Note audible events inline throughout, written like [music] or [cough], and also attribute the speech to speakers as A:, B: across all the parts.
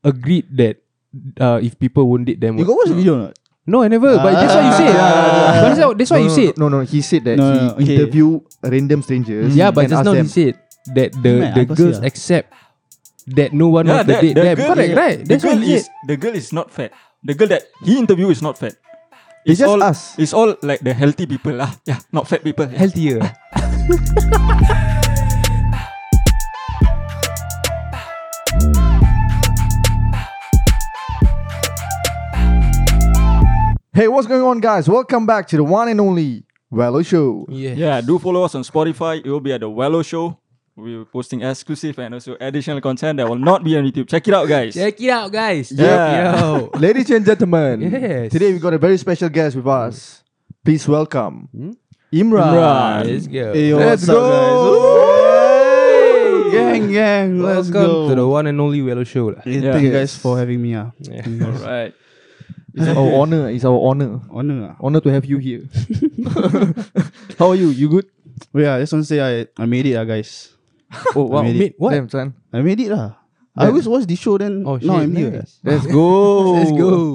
A: agreed that uh, if people won't date them.
B: You got watch the video or not?
A: No, I never. but that's what you said.
B: Ah.
A: But that's what, that's what
C: no,
A: you
C: no,
A: said.
C: No, no, he said that
B: No,
C: he
B: no, okay.
C: interview random strangers.
A: Yeah, but
C: and
A: just
C: ask
A: now
C: them,
A: he said that the,
B: Man,
A: the
B: apa
A: girls
B: sia?
A: accept that no one wants to date them. Correct, right?
D: The
A: That's what
D: girl
A: he
D: is
A: said.
D: the girl is not fat. The girl that he interview is not fat.
C: It's just
D: all,
C: us.
D: It's all like the healthy people lah. Yeah, not fat
A: [laughs]
D: people.
A: healthier.
C: Hey, what's going on, guys? Welcome back to the one and only Wello
A: [laughs]
C: Show.
D: Yeah, do follow us on Spotify. It will be at the Wello Show. We're posting exclusive and also additional content that will not be on YouTube. Check it out, guys.
A: Check it out, guys.
D: Yeah.
A: Check it out.
C: Ladies and gentlemen,
A: Yes.
C: today we got a very special guest with us. Please welcome
A: Hmm?
C: Imran.
A: Let's go.
B: Hey, yo,
C: Let's
B: what's up,
C: go.
B: guys?
C: Woo!
B: Gang, gang, let's
A: Welcome
B: go.
A: to the one and only Yellow Show. lah.
B: Hey,
D: Yeah.
B: Thank you guys for having me. Ah,
A: Yeah.
B: Mm.
D: Right.
C: It's our honor. It's our honor.
B: Honor. Ah.
C: Honor to have you
A: [laughs]
C: here. How are you? You good?
B: Well, yeah, I just want to say I, I made it, ah, guys.
A: Oh, wow.
B: Made it.
A: Mate, what?
C: Damn, son.
B: I made it, lah. I always watch this show, then
A: Oh, shit.
B: now I'm here.
A: nice.
C: [laughs] Let's go.
A: [laughs]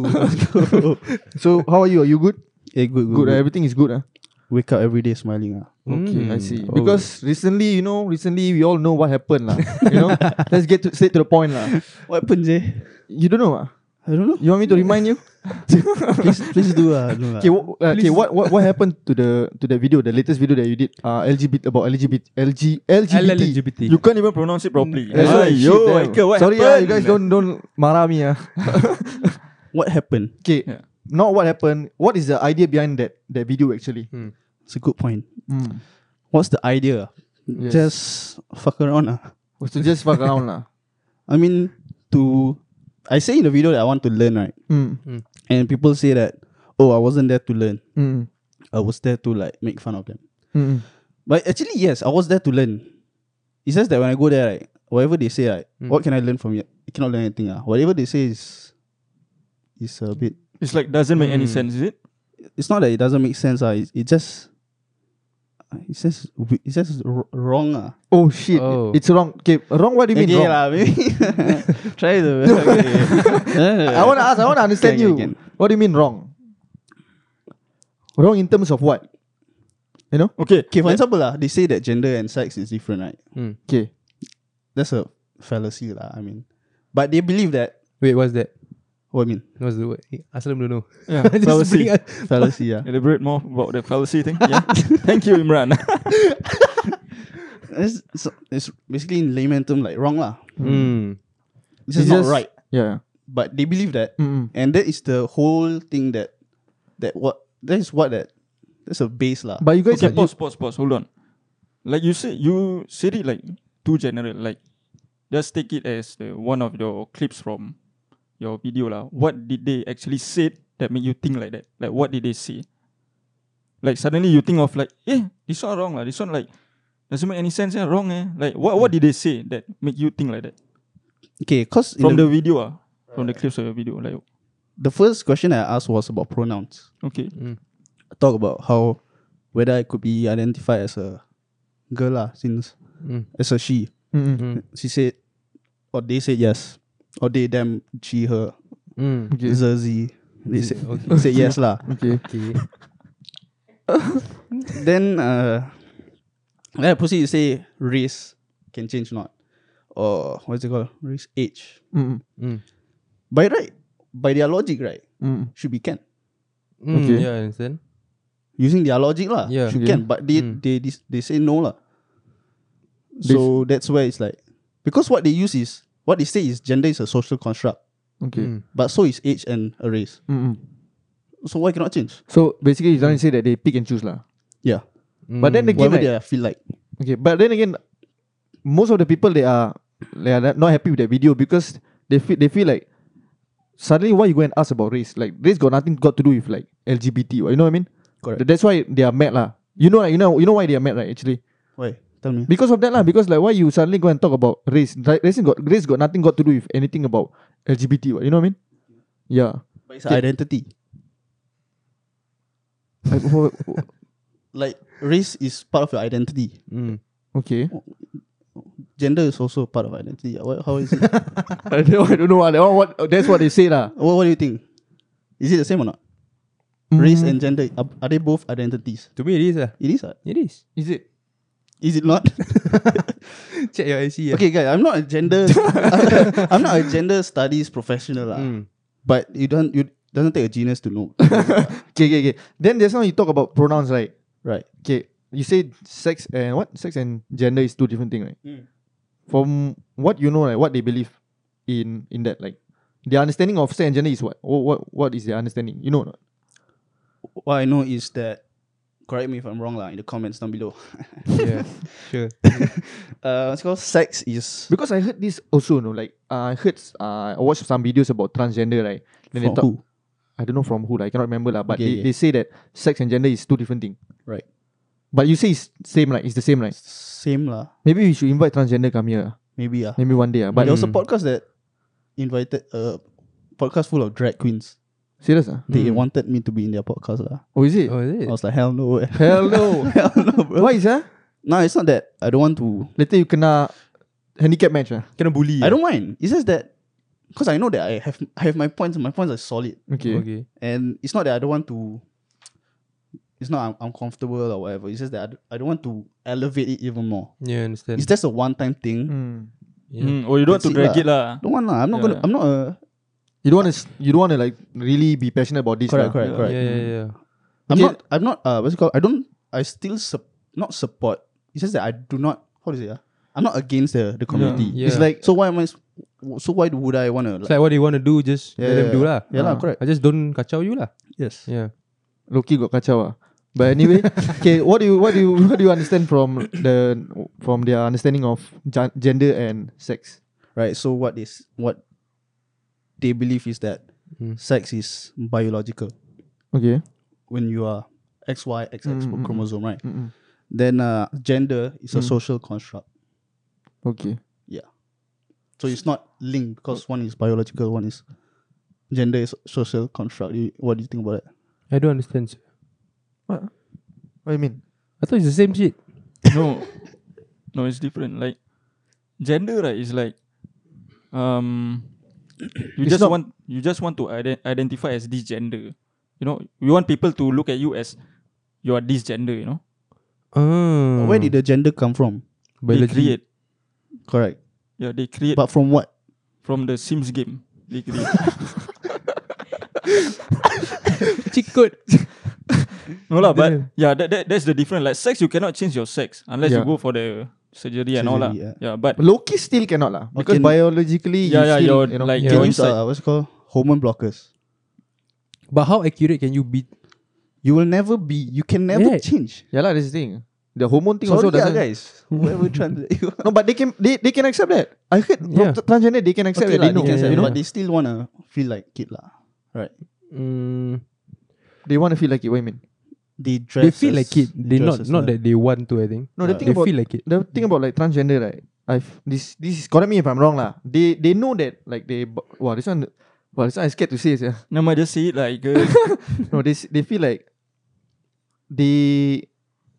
A: Let's go.
C: So, how are you? Are you good?
B: Hey, Eh, good,
C: Good.
B: good.
C: ah?
B: good.
C: Everything is good. Huh?
B: Wake up every day smiling. Ah,
C: Okay, I
D: Hmm.
A: Mm.
C: see.
A: Oh.
C: Because recently, you know, recently we all know what happened, lah. You
D: [laughs]
C: know, let's get to, straight to the point, lah.
B: what happens, eh?
C: You don't know, ah?
B: I don't [laughs] know.
C: You want me to remind
D: [laughs]
C: you?
B: please, please do, ah. No, ah.
C: Okay, wha- uh, okay, what, what what happened to the to the video, the latest video that you did? Uh, LGBT about LGBT LG, LGBT.
A: LGBT.
D: You can't even pronounce it properly.
C: That's why
D: Ay,
C: shit,
D: yo,
C: damn.
D: Michael, what
C: Sorry, ah,
D: happened?
C: you guys don't don't marah me, ah.
B: What happened?
C: Okay,
D: Yeah.
C: not what happened. What is the idea behind that that video actually?
D: Hmm.
B: It's a good point.
C: Mm.
B: What's the idea?
C: Yes.
B: Just fuck around, ah.
C: Was to just fuck around, lah.
B: I mean, to I say in the video that I want to learn, right?
C: Mm.
D: Hmm.
B: And people say that, oh, I wasn't there to learn.
C: Mm.
B: I was there to like make fun of them.
C: Mm.
B: But actually, yes, I was there to learn. It's just that when I go there, like, whatever they say, like,
A: Mm.
B: what can I learn from it? I cannot learn anything. Ah, Whatever they say is is a bit
D: It's like doesn't make any
A: Mm.
C: Hmm.
D: sense, is it?
B: it's not that it doesn't make sense, ah. It, it just ah, it's just wi- it's just wr- wrong. Ah.
C: Oh shit!
A: Oh.
C: It's wrong. Okay, wrong. What do you mean wrong?
B: lah, maybe [laughs] try to
C: I want to ask. I want to understand
B: Can,
C: you.
B: can, can.
C: What do you mean wrong? Wrong in terms of what? You know?
D: Okay.
B: Okay, for example, lah, they say that gender and sex is different, right?
A: Mm.
C: Okay.
B: That's a fallacy, lah. I mean, but they believe that.
A: Wait, what's that?
B: What I mean,
A: What's the word? Eh, Aslam don't know.
D: Yeah,
A: [laughs] Just
D: fallacy.
A: bring us-
B: fallacy, ah. yeah.
D: Elaborate more about the fallacy thing.
C: [laughs]
D: Yeah. Thank you, Imran.
B: [laughs] It's, it's, it's basically in layman term like wrong, lah.
C: Hmm.
A: Mm.
B: It's just
C: It's
B: not
C: just-
B: right.
C: Yeah.
B: But they believe that,
C: Mm-mm.
B: and that is the whole thing that that what that is what that that's a base, lah.
C: But you guys
D: okay,
C: are
D: pause, pause, pause. Hold on. Like you said, you said it like too general. Like, just take it as the, one of your clips from your video lah. What did they actually say that made you think like that? Like, what did they say? Like suddenly you think of like, eh, this one wrong lah. This one like doesn't make any sense. Yeah, wrong eh. Like, what what did they say that make you think like that
B: okay, cause in
D: from
B: the,
D: the video ah? From the clips of your video, like
B: the first question I asked was about pronouns.
D: okay,
B: I talk about how whether I could be identified as a girl, lah, since
A: Mm.
B: as a she.
C: Mm-mm.
B: She said, or they said yes, or they them she her
A: Mm.
C: Okay.
B: Zazi. They
A: Z-
B: said,
A: okay.
B: they said yes lah.
C: Okay.
A: Okay.
B: Then uh, then I proceed to say race can change not, or what's it called? Race age.
C: Mm-mm.
A: Mm.
B: By right, by their logic, right,
C: Mm.
B: should be can.
A: Mm,
C: Okay.
A: Yeah, I understand.
B: Using their logic lah,
A: Yeah.
B: should
C: Okay.
B: can. But they
A: Mm.
B: they dis- they say no lah.
C: They
B: So that's where it's like because what they use is what they say is gender is a social construct,
C: Okay.
A: Mm.
B: but so is age and a race.
C: Mm-mm.
B: So why cannot change?
C: So basically, you're trying to say that they pick and choose lah.
B: Yeah,
C: But then
A: Mm.
C: again,
B: whatever
C: like,
B: they feel like.
C: okay. But then again, most of the people they are they are not happy with that video because they feel they feel like suddenly why you go and ask about race? Like race got nothing got to do with like LGBT. You know what I mean?
B: Correct.
C: That's why they are mad lah. You know, you know, you know why they are mad, right? Actually,
B: Why? Tell me.
C: because of that lah. Because like, why you suddenly go and talk about race? Like, race got race got nothing got to do with anything about LGBT. what, You know what I mean? Yeah.
B: But it's an identity.
C: Like, wha- wha-
B: Like race is part of your identity.
A: Mm.
C: okay.
B: gender is also part of identity. ah. What, how is it?
C: [laughs] I don't, I don't know. ah. That one, what, that's what they say lah.
B: what, what do you think? Is it the same or not? Race and gender are, are they both identities?
A: To me, it is. Uh.
B: It is. ah.
A: It is.
C: Is it?
B: Is it not?
A: [laughs] Check your ah. IC.
B: Okay, guys, I'm not a gender. [laughs] I'm not a gender studies professional,
A: Mm.
B: lah.
A: Hmm.
B: But you don't. You doesn't take a genius to know,
C: Okay, okay, okay. Then there's now you talk about pronouns, right?
B: right?
C: Okay, you say sex and what? Sex and gender is two different things, right?
B: Mm.
C: From what you know, like what they believe in in that, like their understanding of sex and gender is what? What what, what is their understanding? You know or not?
B: What I know is that. Correct me if I'm wrong, lah. In the comments down below.
A: [laughs] yeah, sure.
B: Uh, it's called sex is
C: Because I heard this also, no, like uh, I heard uh, I watched some videos about transgender, right? Then
B: for
C: they talk,
B: who?
C: I don't know from who, like, I cannot remember lah. But
B: Okay,
C: they,
B: yeah.
C: they say that sex and gender is two different things.
B: Right.
C: But you say it's same, right? It's the same, right?
B: Same lah.
C: Maybe we should invite transgender come here. ah.
B: Maybe ah.
C: Maybe one day. ah.
B: But there
C: But
B: was a podcast that invited a podcast full of drag queens.
C: serious, ah?
B: They wanted me to be in their podcast lah.
C: Oh, is it?
A: oh, is it?
B: I was like, hell no, [laughs] eh.
A: [laughs]
C: Hell no.
B: hell no, bro.
C: Why is that?
B: No, it's not that. I don't want to.
C: Later you kena handicap match, ah.
A: Kena bully.
B: I don't mind. It's just that because I know that I have I have my points. and My points are solid,
C: Okay.
A: Okay.
B: and it's not that I don't want to. It's not I'm uncomfortable or whatever. It's just that I d- I don't want to elevate it even more.
A: Yeah, I understand.
B: It's just a one time thing.
C: Mm.
A: Yeah.
D: or Hmm, oh, you don't have to
B: That's
D: drag
B: it
D: it lah.
B: Don't want lah. I'm not gonna.
D: Yeah.
B: I'm not a.
C: You don't want to. You don't want to like really be passionate about this. ah?
B: Correct,
C: lah.
B: correct,
A: Yeah,
B: correct.
A: yeah, yeah.
B: I'm
C: Okay.
B: not. I'm not. Uh, what's it called? I don't. I still sup- not support. It's just that I do not. How do you say? Uh, I'm not against the the community.
A: Yeah.
C: It's like
B: So why am I? s- So why would I want to?
A: It's like what they want to do, just let
B: Yeah,
A: them do lah.
B: yeah lah,
C: Ah.
B: correct.
A: I just don't kacau you lah.
B: Yes.
A: Yeah.
C: Loki got kacau. ah. But [laughs] anyway, okay. What do you what do you what do you understand from the from their understanding of gen- gender and sex?
B: Right. So what is what they believe is that
A: Mm.
B: sex is biological
C: Okay.
B: when you are XY XX
C: Mm, mm, mm.
B: chromosome, right?
C: Mm-mm.
B: Then uh, gender is a
C: Mm.
B: social construct.
C: Okay.
B: So it's not linked because one is biological, one is gender is social construct. You, what do you think about it?
A: I don't understand. sir.
C: What do you mean?
A: I thought it's the same shit.
D: no, no, it's different. Like gender, right? Is like um, you
C: It's
D: just
C: not-
D: want you just want to ide- identify as this gender. You know, you want people to look at you as you are this gender. You know,
A: Oh.
B: Where did the gender come from?
D: they
A: [laughs]
D: create.
B: Correct.
D: Yeah, they create
B: But from what?
D: from the Sims game. They create. [laughs]
A: Chikot.
D: no lah, but
A: Damn.
D: yeah, that, that that's the difference. Like sex, you cannot change your sex unless you
C: Yeah.
D: go for the surgery, and all lah.
B: Surgery, yeah.
D: Yeah. but
C: Loki still cannot lah because
B: Okay.
C: biologically
D: Yeah,
C: you
D: yeah,
C: still,
D: you're
C: you know,
D: like-
B: They
A: Yeah.
B: use uh, what's it called hormone blockers.
A: But how accurate can you be?
B: You will never be. You can never
A: Yeah.
B: change.
C: yeah lah. That's the thing. The hormone thing also
B: Sorry, ah,
C: doesn't.
B: guys. Whoever translate you.
C: [laughs] No, but they can they, they can accept that. I heard from
A: Yeah.
C: tra- transgender they can accept
B: Okay lah,
C: that. They know,
B: they can
A: yeah,
B: accept,
C: you know,
B: but they still wanna feel like it lah. Right?
A: Mm,
C: they want to feel like it. What do you mean?
B: They dress.
A: they feel
B: as-
A: like it. They not
B: dress as
A: not
B: the-
A: that they want to. I think.
C: No, the
B: Yeah.
C: thing
A: They
C: about
A: feel like it.
C: the thing about like transgender, right? I've this this is correct me if I'm wrong lah. They they know that like they bu- wow this one wow this one I scared to say yeah.
D: no, I just say it like uh,
C: [laughs] No, they s- they feel like they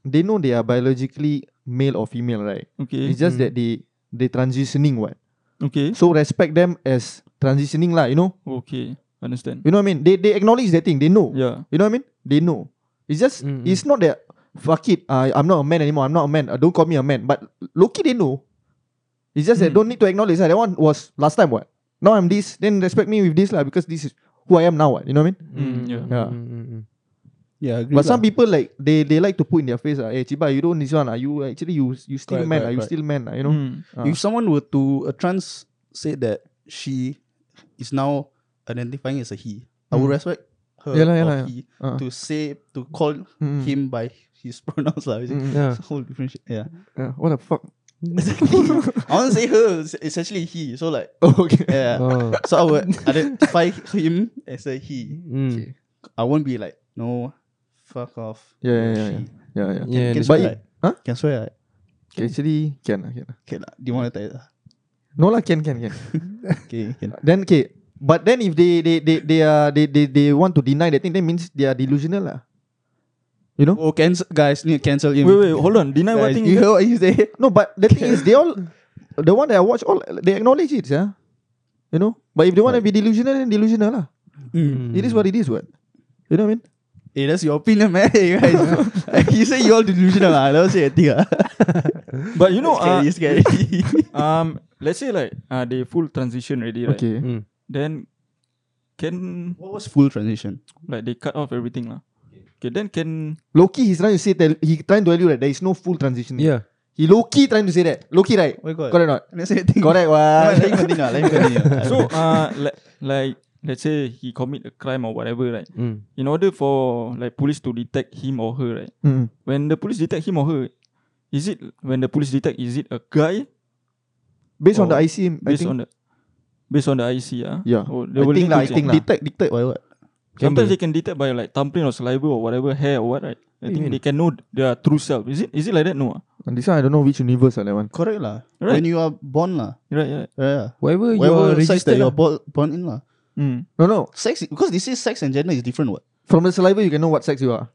C: they know they are biologically male or female, right?
D: okay,
C: It's just
A: Mm.
C: that they they transitioning what.
D: okay,
C: So respect them as transitioning lah. You know,
D: okay, understand.
C: you know what I mean. They they acknowledge that thing. They know.
D: Yeah, Mm-hmm.
C: You know what I mean? They know. It's just
A: Mm, mm.
C: it's not that fuck it. I I'm not a man anymore. I'm not a man. Uh, don't call me a man. But Loki, they know. It's just that
D: Mm.
C: don't need to acknowledge that. That one was last time. What? Now I'm this. Then respect me with this lah because this is who I am now. What? You know what I mean?
D: Mm, yeah.
C: Yeah.
A: Mm, mm, mm, mm.
B: Yeah, agree
C: But some
B: lah.
C: people like they they like to put in their face ah. Hey, Chiba, you don't this one. Are you actually you you still
B: Correct,
C: man?
B: correct,
C: Are you
B: correct.
C: still man? ah, You know?
D: Mm.
C: Ah.
B: if someone were to a trans say that she is now identifying as a he, I would
C: Mm.
B: respect her
C: Yeah lah, yeah
B: or
C: lah,
B: he
C: Ah.
B: to say to call
C: Mm, mm,
B: him by his [laughs] pronouns lah.
C: mm, mm.
B: [laughs]
A: Yeah.
B: It's a whole different shit. Yeah,
C: Yeah, uh, What the fuck?
B: I want to say her. It's it's actually he. So like,
C: Oh, [laughs] okay.
B: yeah.
A: Oh.
B: So I would identify him as a he.
A: Mm.
B: I won't be like no, fuck off.
C: Yeah, yeah, yeah,
B: she.
C: yeah. Yeah, yeah.
A: Yeah.
B: Can
A: that's
B: swear,
A: right.
B: right?
C: Huh?
B: Can swear, right?
C: Okay, Actually, can ah, can. ah.
B: Okay lah. Do you want to tell?
C: No lah, can can can.
B: Okay,
C: [laughs]
B: can.
C: Then okay, but then if they they they they are they they, they want to deny that thing, that means they are delusional ah. lah. You know?
B: Oh, cancel, guys. Need to cancel him.
D: Wait, wait, hold on. Deny
B: Guys,
D: what
C: [laughs]
D: thing?
B: You hear what he say?
C: No, but the thing is, they all the one that I watch, all they acknowledge it, yeah. You know, but if they want to be delusional, then delusional lah.
A: Hmm.
C: It is what it is, what. You know what I mean?
B: Hmm. Hey, that's your opinion, man. [laughs] You guys, you say you all delusional, ah. Never say anything, ah.
D: But you know, uh,
B: scary, scary. [laughs]
D: um, let's say like uh, they full transition already, right?
C: Okay.
A: Mm.
B: Hmm.
D: Then can
B: what was full transition?
D: like they cut off everything lah. Okay, then can
C: [laughs] Loki, he's trying to say that he trying to tell you that there is no full transition.
A: Yeah.
C: He Loki trying to say that. Loki, right?
B: Where got?
C: Correct or not?
B: Never say
D: Hmm.
B: anything.
C: Correct,
B: Ah,
C: [laughs] what?
B: [laughs] let him continue. ah, Let him continue.
D: so uh like, like let's say he commit a crime or whatever, right?
A: Mm.
D: In order for like police to detect him or her, right?
C: Mm.
D: When the police detect him or her, is it when the police detect is it a guy
C: Based on the
D: Or
C: IC, I
D: based
C: think.
D: on the based on the IC, ah?
C: Yeah.
D: Or they
C: I
D: will
C: think
D: need
C: lah, I
D: to check.
C: think lah.
B: Detect, detect, what? what?
D: Sometimes they can detect by like thumbprint or saliva or whatever hair or what, right? I
A: What you
D: think
A: mean?
D: they can know their true self. Is it is it like that? No, ah?
C: And This one, I don't know which universe are that one.
B: Correct lah.
D: Right.
B: When you are born lah.
D: right, right.
B: Yeah.
A: Whatever you are
B: Whatever sex that
A: registered,
B: you're
A: lah.
B: born, born in lah.
D: Mm.
C: No, no.
B: Sex because they say sex and gender is different. What?
C: From the saliva, you can know what sex you are.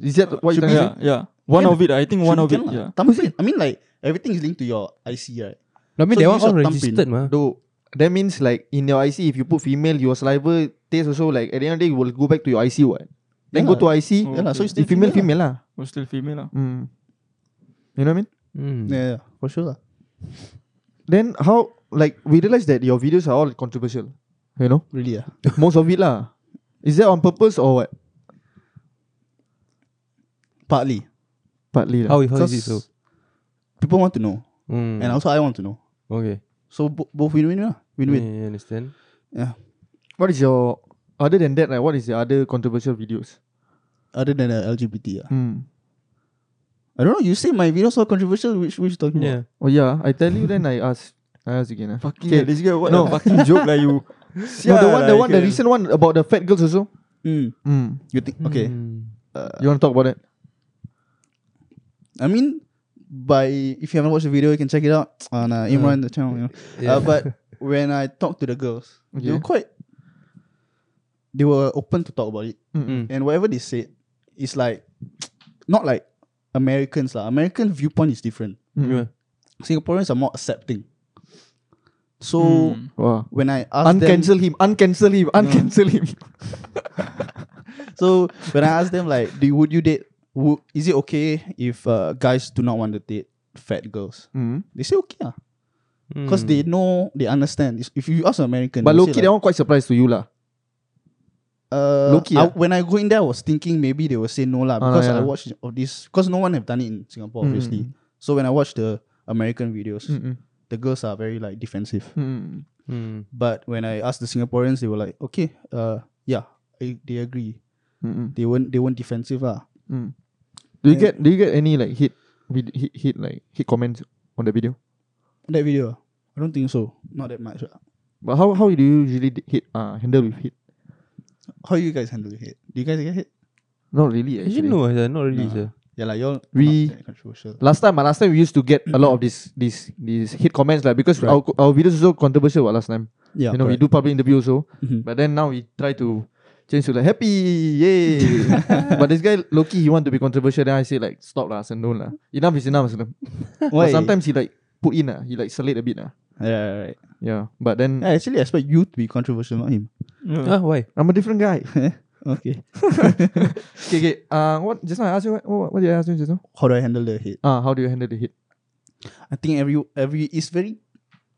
C: Is that what you're trying
D: Should be,
C: to
D: yeah,
C: say?
D: yeah. One
B: Can-
D: of it, I think one
B: Should
D: of
B: be
D: it.
B: can lah.
D: Yeah.
B: Thumbprint. I mean like everything is linked to your IC right.
A: I mean,
B: So
A: they
B: you
A: are all
B: shot thumbprint.
A: registered, mah.
C: Though that means like in your IC, if you put female, your saliva taste also like at the end of the day, you will go back to your IC, what? Then
B: Yeah
C: go
B: lah.
C: to IC,
D: Oh,
B: Yeah lah. So it's
C: the
B: still
C: female,
B: female.
C: female lah.
D: Was still female lah.
C: Mm. You know what I mean?
A: Mm.
B: lah. Yeah, yeah, for sure lah.
C: Then how like we realize that your videos are all controversial. You know? [laughs]
B: Really yeah.
C: Most of it lah. Is that on purpose or what?
B: Partly.
C: Partly lah.
A: How, how is it so?
B: Because People want to know,
A: Mm.
B: and also I want to know.
A: okay.
B: So bo- both win-win lah. Win-win.
A: Yeah, I understand.
B: Yeah.
C: What is your other than that, like what is your other controversial videos?
B: Other than the LGBT, ah.
C: Hmm.
B: I don't know. You say my videos are controversial. Which which you talking about?
A: Yeah.
C: Oh yeah, I tell you then I ask. I ask again. ah.
D: Fucking
C: Okay.
D: hell, this guy, what
C: No.
D: a [laughs] fucking joke lah you.
C: No, the one, the
D: Sia lah,
C: one, the
D: okay.
C: recent one about the fat girls also.
B: Mm.
C: Hmm.
B: You think okay?
A: Mm.
C: You want to talk about that?
B: I mean, by if you haven't watched the video, you can check it out on uh, Imran the channel. You know.
A: Yeah.
B: Uh, but when I talked to the girls, they were
C: Okay.
B: quite. They were open to talk about it,
A: Mm.
B: and whatever they said, it's like, not like Americans lah. American viewpoint is different.
C: Hmm.
A: Yeah.
B: Singaporeans are more accepting. So
D: Mm.
C: Wow.
B: when I asked them,
C: Uncancel him. Uncancel him. Uncancel him.
B: so when I asked them like, do would you date? Would, is it okay if uh, guys do not want to date fat girls?
C: [laughs] Hmm.
B: They say okay, ah, because
A: Mm.
B: they know they understand. It's- If you ask an American,
C: But
B: they will
C: Loki,
B: say,
C: that
B: like,
C: one quite surprised to you lah.
B: uh,
C: Loki,
B: I-
C: ah.
B: when I go in there, I was thinking maybe they will say no lah
C: Ah,
B: because
C: yeah. Hmm.
B: I watched of this because no one have done it in Singapore obviously. So when I watch the American videos,
C: Mm-mm.
B: the girls are very like defensive.
C: Mm.
A: Mm.
B: But when I asked the Singaporeans, they were like, okay, uh, yeah, I, they agree.
C: Mm-mm.
B: They weren't they weren't defensive ah.
C: Mm. Hmm. Do you
B: And-
C: get do you get any like hit vid- hit hit like hit comments on the video?
B: That video, ah? I don't think so. Not that much. ah.
C: But how how do you usually d- hit uh handle with hit?
B: How you guys handle hit? Do you guys get hit?
C: Not really actually.
A: Actually, no, sir, not really,
B: Nah.
A: sir.
B: Yeah, like y'all
C: We-
B: not that controversial.
C: Last time, ah, last time we used to get a lot of this this these hit comments like because
B: Right.
C: our co- our videos also controversial what last time.
B: Yeah,
C: you know we
B: correct.
C: do public interview also,
B: Mhm.
C: but then now we try to change to like happy
B: [laughs]
C: yay. but this guy Loki he want to be controversial. Then I say like stop lah, Hassan, no lah. Enough is enough. Hassan.
B: Why?
C: But sometimes he like put in ah, he like slate a bit ah.
B: yeah, yeah, right.
C: Yeah, but then
B: I actually expect you to be controversial, not him.
D: Yeah.
A: Ah, [laughs] why?
C: I'm a different
B: [laughs]
C: guy.
B: Okay.
C: Okay, okay. Uh, what just now I asked you what, what, what did I ask you just now?
B: How do I handle the hate?
C: Ah, how do you handle the hit?
B: I think every every it's very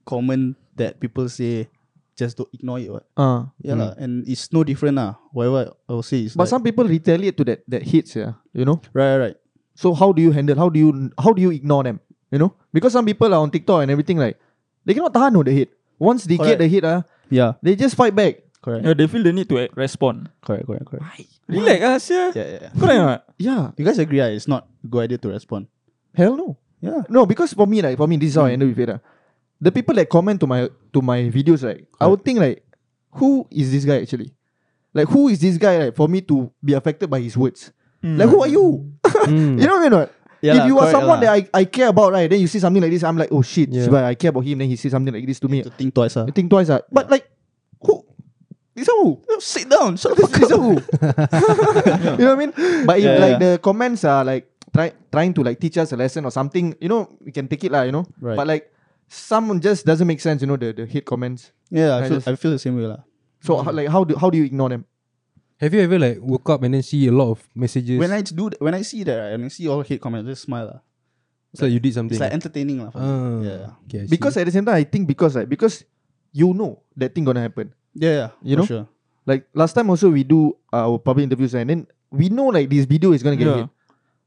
B: common that people say just don't ignore it. What?
C: Ah,
B: Yeah, lah. and it's no different lah. Whatever I will say is
C: but
B: like,
C: some people retaliate to that that hits, yeah. You know.
B: right, right, right.
C: So how do you handle? How do you how do you ignore them? You know, because some people are on TikTok and everything like they cannot tahan no, the hit. Once they
B: Correct.
C: get the hit, ah,
B: Yeah,
C: they just fight back.
B: correct,
D: Yeah, they feel they need to uh, respond.
B: correct, correct, correct.
D: Relax, ah, sia.
B: Yeah, yeah, yeah.
D: Correct or not?
C: Yeah,
B: You guys agree? ah? It's not a good idea to respond.
C: hell no,
B: Yeah, Mm.
C: no. Because for me, like for me, this is how I handle with it. ah. The people that comment to my to my videos, right? I would think like, who is this guy actually? Like who is this guy? Like for me to be affected by his words. Like who are you? [laughs]
A: Mm.
C: You know what I mean? or not?
B: [laughs] Yeah
C: if
B: lah,
C: you are
B: correct
C: someone
B: lah.
C: that I, I care about, right? Then you see something like this, I'm like, oh shit,
A: Yeah.
C: but I care about him. Then he says something like this to me.
B: to think twice. ah.
C: I think twice, ah. But like, who? This one who?
B: No, sit down. Shut the [laughs]
C: This,
B: fuck
C: this one
B: up.
C: who? [laughs] You know what I mean? But if
B: Yeah,
C: like
B: yeah.
C: the comments are like try, trying to like teach us a lesson or something, you know, we can take it lah. You know.
B: Right.
C: But like some just doesn't make sense. You know the, the hate comments.
B: Yeah, I
C: I
B: feel
C: just-
B: I feel the same way lah.
C: So
B: Mm.
C: how, like how do how do you ignore them?
A: Have you ever like woke up and then see a lot of messages?
B: When I do th- when I see that right, and I see all hate comments, I just smile lah.
A: it's like you did something.
B: It's like entertaining lah. for
C: Uh,
B: me.
A: Ah,
B: Yeah.
A: okay, I see.
C: Because at the same time, I think because right because you know that thing gonna happen.
B: Yeah, yeah,
C: You
B: for
C: know?
B: sure.
C: Like last time also we do our public interviews and then we know like this video is gonna get hit,
D: Yeah.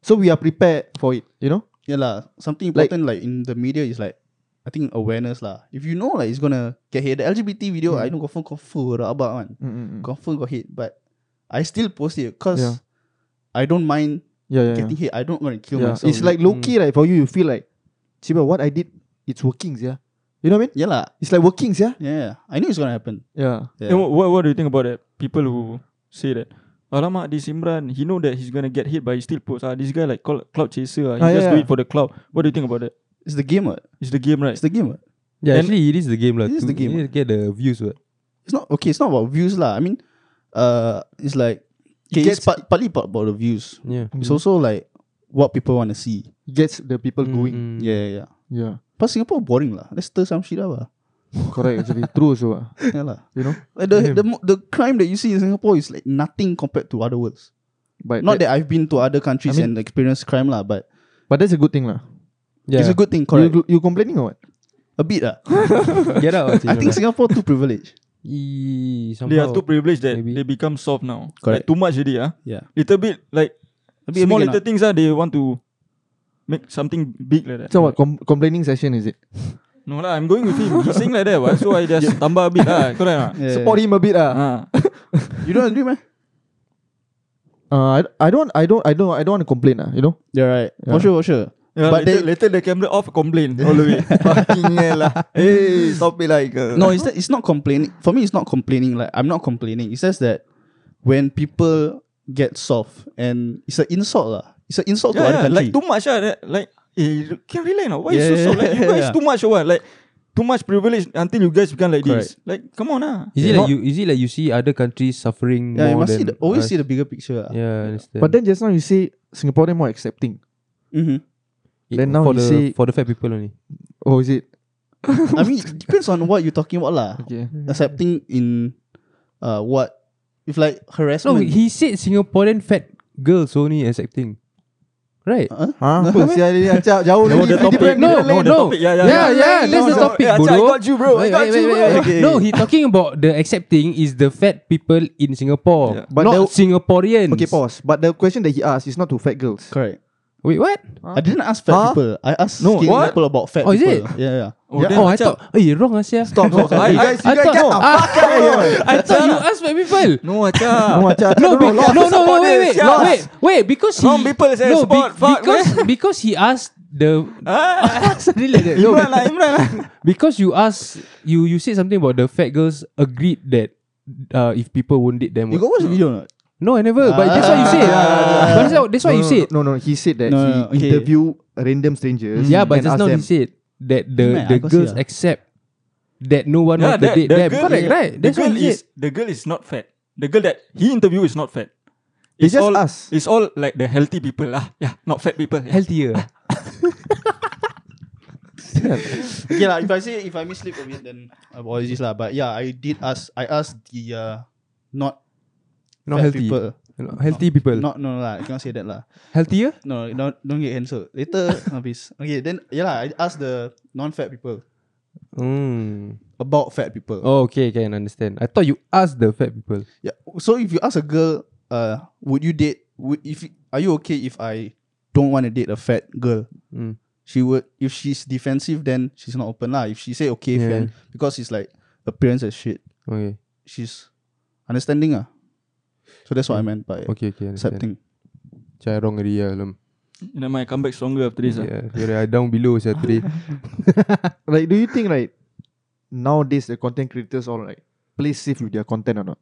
C: so we are prepared for it. You know.
B: Yeah lah. Something
C: Like-
B: important like, in the media is like I think awareness lah. If you know like it's gonna get hate, the LGBT video I
C: Hmm.
B: know confirm confirm about one
C: Mm-mm-mm.
B: confirm got hate, but I still post it because
C: Yeah.
B: I don't mind
C: Yeah, yeah. yeah.
B: getting hate. I don't gonna kill
C: Yeah,
B: myself.
C: It's like low key, right? For you, you feel like, Chiba, what I did, it's working, yeah. You know what I mean?
B: yeah lah.
C: It's like working, yeah.
B: Yeah, I knew it's gonna happen.
C: Yeah.
B: Yeah.
D: And what, what do you think about that? People who say that, Alamak, this Imran, he know that he's gonna get hit, but he still posts. Ah, this guy like call, cloud chaser. Ah, he
C: Ah,
D: just
C: yeah,
D: do
C: yeah.
D: it for the cloud. What do you think about that?
B: It's the game. What?
D: It's the game, right?
B: It's the game. What?
A: yeah,
D: then-
A: actually it is the game lah.
B: It is
A: to-
B: the game.
A: you need to get the views. What?
B: It's not okay. It's not about views lah. I mean, uh, it's like okay, it's
C: gets-
B: part, partly part about the views.
A: Yeah.
B: It's also like what people want to see.
C: Gets the people going.
A: Mm, mm.
B: Yeah, yeah, yeah.
C: Mm-hmm. Yeah.
B: But Singapore boring lah. Let's stir some shit up lah. [laughs]
C: Correct, actually. [laughs] True, so. ah.
B: Yeah lah.
C: You know?
B: Like the, the mo- the crime that you see in Singapore is like nothing compared to other worlds.
C: But,
B: Not that I've been to other countries
C: I mean-
B: and experienced crime lah, but
C: but that's a good thing, lah.
A: yeah.
B: it's a good thing. Correct.
C: You, you complaining or what?
B: a bit lah.
A: get out.
B: [laughs] I think Singapore too privileged.
A: E,
D: They are too privileged that
A: maybe.
D: they become soft now.
B: Correct.
D: Like too much already, ah.
B: Yeah.
D: Little bit like
B: A bit, a bit
D: small
B: cannot.
D: little things, ah, they want to make something big like that.
C: So, what? Com- complaining session, is it?
D: No lah, I'm going with him. He's saying like that, what? So I just tambah a bit, lah. Correct, ah.
B: Yeah,
C: Support him a bit, ah.
D: Ah.
B: You don't agree, man?
C: Uh, I, I don't, I don't, I don't, I don't want to complain, ah. You know?
B: Yeah, right. For
C: Yeah.
B: sure, for sure.
D: Yeah,
B: But
D: later,
B: they-
D: later the camera off, complain all the way.
E: Fucking hell lah. Hey, stop it like. Uh.
B: no, it's that it's not complaining. For me, it's not complaining. Like I'm not complaining. It's just that when people get soft and it's an insult, lah. It's an insult to other
D: yeah, yeah,
B: country.
D: like too much, ah. that- Like, eh, you can't relate now. Why you
B: Yeah,
D: so soft? Like, you
B: yeah,
D: guys
B: yeah.
D: too much or what? Like, too much privilege until you guys become like
B: Correct.
D: this. Like, come on, ah.
A: Is it
D: Not-
A: like
D: [laughs]
A: you? Is it like you see other countries suffering
B: yeah,
A: more
B: you must
A: than
B: see the, always
A: us?
B: see the bigger picture. lah.
A: Yeah, I understand.
C: But then just now you say Singaporean more accepting.
B: Mhm.
A: Mm-hmm. It-
C: then now
A: for
C: you
A: the
C: say-
A: for the fat people only.
C: Oh, is it?
B: I mean, it depends on what you're talking about, lah.
C: Okay.
B: Accepting in, uh, what if like
A: No,
B: harassment?
A: he said Singaporean fat girls only accepting, right?
B: Huh?
C: Ha? [laughs] Apa? Sial ni acak jauh
D: No,
C: lagi.
D: the topic.
A: no,
D: no,
A: like,
D: the
A: no.
D: topic. Yeah,
A: Yeah,
D: yeah, yeah.
A: yeah, that's
D: no,
A: the
D: no.
A: topic,
D: Yeah, I
A: bodoh.
D: got you, bro. I
A: Wait, wait,
D: got you,
A: wait,
D: bro.
A: wait, wait. No, he talking about the accepting is the fat people in Singapore,
D: Yeah.
A: but not
C: But the-
A: Singaporeans.
C: Okay, pause. But the question that he asked is not to fat girls.
B: Correct.
A: Wait, what?
B: I didn't ask fat
C: Huh?
B: people. I asked
C: No,
B: skinny
D: what?
B: people about fat
A: Oh, is
B: people. Yeah, yeah.
D: Oh,
C: Yeah.
D: then
A: oh, I
D: Acap-
A: thought. Hey, wrong, Asia.
C: Stop, stop, stop.
D: I-
C: Hey,
D: I-
E: you guys
A: [laughs]
E: get the fuck out of here.
A: I thought you asked fat people.
D: No, Acap.
C: No, acak,
A: No, be-
C: lost.
A: no, no, no, wait, wait,
D: Lost.
A: wait, wait, because he,
D: Wrong people say
A: no,
D: sport, fuck,
A: because [laughs] because he asked the [laughs]
D: Ah,
A: suddenly like that. No,
D: Imran lah, Imran lah.
A: because you asked you you said something about the fat girls agreed that uh, if people won't date them.
B: You got watch the video or not?
A: no, I never. but that's
C: Ah,
A: what you said. But that's what, that's what
C: no,
A: you
C: no,
A: said.
C: No, no, no, he said that
B: No,
C: he
B: no, no, okay.
C: interview random strangers.
A: Yeah, but
C: and
A: just
C: ask
A: now
C: them,
A: he said that the
B: Man,
A: the
B: I got
A: girls
B: see, ah.
A: accept that no one wants to date them. Correct,
D: is-
A: right? That's
D: the
A: what
D: girl
A: he
D: is
A: said.
D: the girl is not fat. The girl that he interviewed is not fat.
C: It's just
D: all,
C: us.
D: It's all like the healthy people lah. Yeah, not fat people. Yeah.
A: [laughs] Healthier.
B: [laughs] Okay lah. If I say if I mislead a bit, then apologies lah. But yeah, I did ask. I asked the uh, not
A: Not
B: fat
A: healthy.
B: people.
A: No, Healthy people.
B: Not no lah. I cannot say that lah.
A: Healthier?
B: No, don't don't get cancelled. Later [laughs] habis. Okay, then yeah lah, I ask the non-fat people
A: Mm.
B: about fat people.
A: Oh, okay, can understand. I thought you asked the fat people.
B: Yeah. So if you ask a girl, uh, would you date? Would if you- are you okay if I don't want to date a fat girl?
A: Mm.
B: She would if she's defensive, then she's not open lah. If she say okay,
A: Yeah.
B: then because it's like appearance as shit,
A: Okay.
B: she's understanding ah. So that's what I meant by
A: Okay, okay, understand.
B: accepting.
A: Saya wrong already lah, lem.
D: Never mind, come back stronger after this. ah. Yeah.
A: Yeah, yeah, I down below saya today.
C: like, do you think like nowadays the content creators all like play safe with their content or not?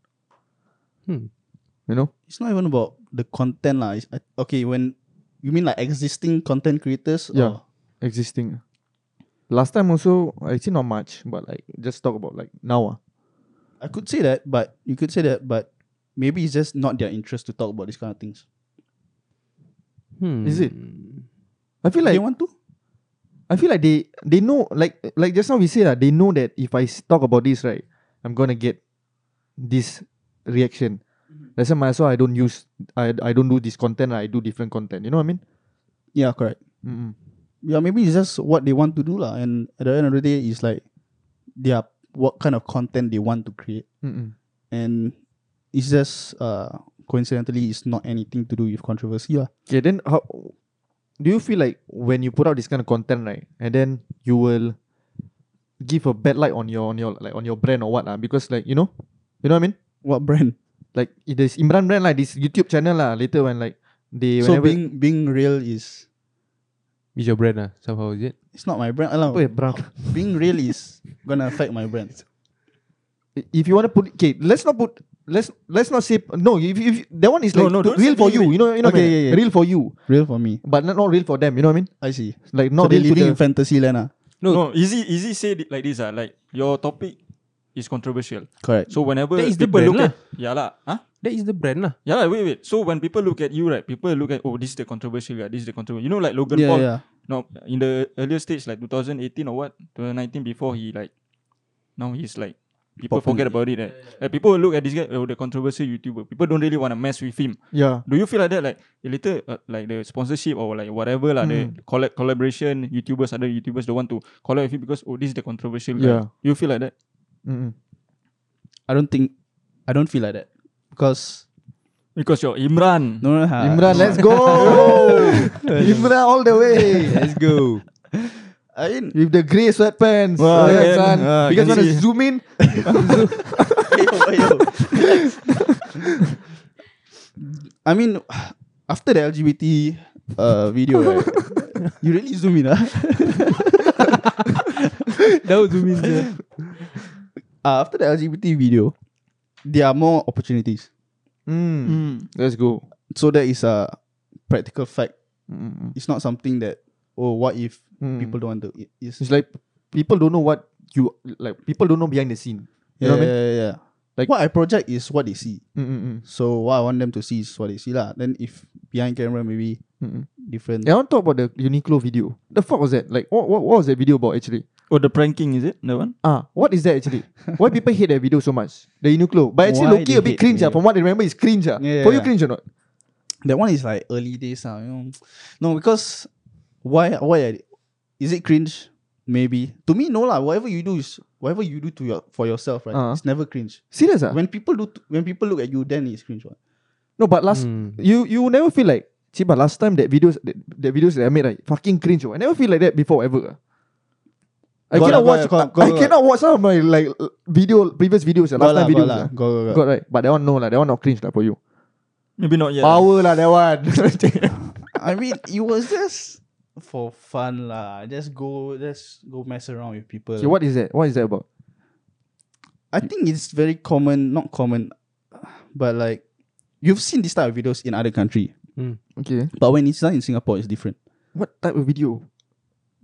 A: Hmm.
C: You know,
B: It's not even about the content lah. It's, I, okay, when you mean like existing content creators?
C: Yeah.
B: or-
C: existing. Last time also, actually not much, but like just talk about like now. ah.
B: I could say that, but you could say that, but maybe it's just not their interest to talk about these kind of things.
A: [laughs] Hmm.
C: Is it? Ah, I feel like
B: they want to?
C: I feel like they they know like like just now we say that they know that if I s- talk about this right, I'm gonna get this reaction. That's why might as well I don't use I I don't do this content. I do different content. You know what I mean?
B: Yeah, correct.
C: Mm-mm.
B: Yeah, maybe it's just what they want to do lah. And at the end of the day, it's like their what kind of content they want to create.
C: Mm-mm.
B: And it's just uh coincidentally, it's not anything to do with controversy lah.
C: Okay, then how do you feel like when you put out this kind of content, right? And then you will give a bad light on your on your like on your brand or what lah? Because like you know, you know what I mean?
B: What
C: [laughs]
B: brand?
C: Like it is Imran brand like this YouTube channel lah. Later when like they
B: so
C: whenever-
B: being being real is
A: It's your brand lah somehow is it?
B: it's not my brand. Alam,
C: Apa eh, brand?
B: [laughs] being real is gonna affect my brand.
C: if you want to put okay, let's not put let's let's not say no. If, if that one is like
D: No, no, don't
C: real
D: say
C: for
D: being
C: you, you know, you know, what I
B: Okay,
C: mean?
B: yeah, yeah.
C: real for you,
B: Real for me.
C: but not, not real for them. You know what I mean?
B: I see.
C: Like
B: Not so
C: not
B: they
C: real
B: living
C: to
B: in
C: the,
B: fantasy land. ah.
A: No.
D: No, easy easy say it like this ah. Like your topic is controversial.
B: Correct.
D: So whenever
A: That is the
D: people
A: brand
D: look
A: lah.
D: at yeah lah, huh?
A: That is the brand lah.
D: Yeah lah, wait wait. So when people look at you right, people look at oh this is the controversial guy, this is the controversial. You know like Logan
B: yeah,
D: Paul.
B: yeah.
D: No, in the earlier stage like 2018 or what, 2019 before he like, now he's like people forget about it. Eh. Like, people look at this guy, oh, the controversial YouTuber. People don't really want to mess with him.
C: yeah.
D: Do you feel like that? Like eh, later, uh, like the sponsorship or like whatever,
B: Hmm.
D: like the colla- collaboration, YouTubers, other YouTubers don't want to collab with you because oh, this is the controversial guy.
C: Yeah.
D: Do you feel like that?
C: Mm-mm.
B: I don't think I don't feel like that because
D: Because you're Imran.
B: no, no, ha,
C: Imran,
B: [laughs]
C: let's go. Imran all the way.
A: Let's go.
B: I mean,
C: With the grey sweatpants. Oh,
D: Wah,
C: yeah,
D: kan.
C: son.
D: Ah,
C: you guys
D: can
C: want to
D: see.
C: zoom in?
B: I mean, after the LGBT uh, video,
C: [laughs]
B: right, you really zoom in. ah.
A: that would mean that.
B: Uh, after the LGBT video, there are more opportunities.
C: Mm. Let's go.
B: So that is a practical fact.
C: Mm-mm.
B: It's not something that oh, what if
C: Mm.
B: people don't want to? It- It's,
C: It's like people don't know what you like. People don't know behind the scene.
B: yeah,
C: You know what I mean?
B: yeah, yeah, yeah.
C: Like-
B: Like what I project is what they see.
C: Mm-mm.
B: So what I want them to see is what they see lah. Then if behind camera maybe
C: Mm-mm.
B: different.
C: Yeah, I want to talk about the Uniqlo video. The fuck was that? Like, what, what, what was that video about actually?
D: [laughs] Oh, the pranking is it? That one?
C: Ah, what is that actually? Why people hate that video so much? The Uniqlo. But actually,
B: Why
C: Loki
B: they
C: a bit
B: hate
C: cringe.
B: the
C: ah. From what I remember, it's cringe. ah.
B: Yeah,
C: For you,
B: yeah.
C: cringe or not?
B: That one is like early days now, you know. No, because why why are they- is it cringe? Maybe. To me, no lah. Whatever you do is whatever you do to your for yourself, right?
C: Uh-huh.
B: It's never cringe.
C: Serious? ah?
B: When people do when people look at you, then it's cringe. What?
C: No, but last
A: Mm.
B: Hmm.
C: you you never feel like Chiba last time that videos that, that videos that I made right fucking cringe. oh. I never feel like that before ever. ah. I
B: Got
C: cannot
B: lah,
C: watch.
B: got- got-
C: I
B: got-
C: cannot watch some of my like uh, video previous videos. ah,
B: Got
C: Last
B: lah,
C: time
B: got
C: videos.
B: lah.
C: ah.
B: Got, got, got.
C: Got right, but that one no lah. That one not cringe lah for you.
D: Maybe not yet.
C: Power lah that one. [laughs]
B: I mean, it was just for fun lah. Just go, just go mess around with people.
C: okay, what is that? What is that about?
B: I think it's very common, not common, but like you've seen this type of videos in other country,
C: Okay,
B: but when it's done in Singapore, it's different.
C: what type of video?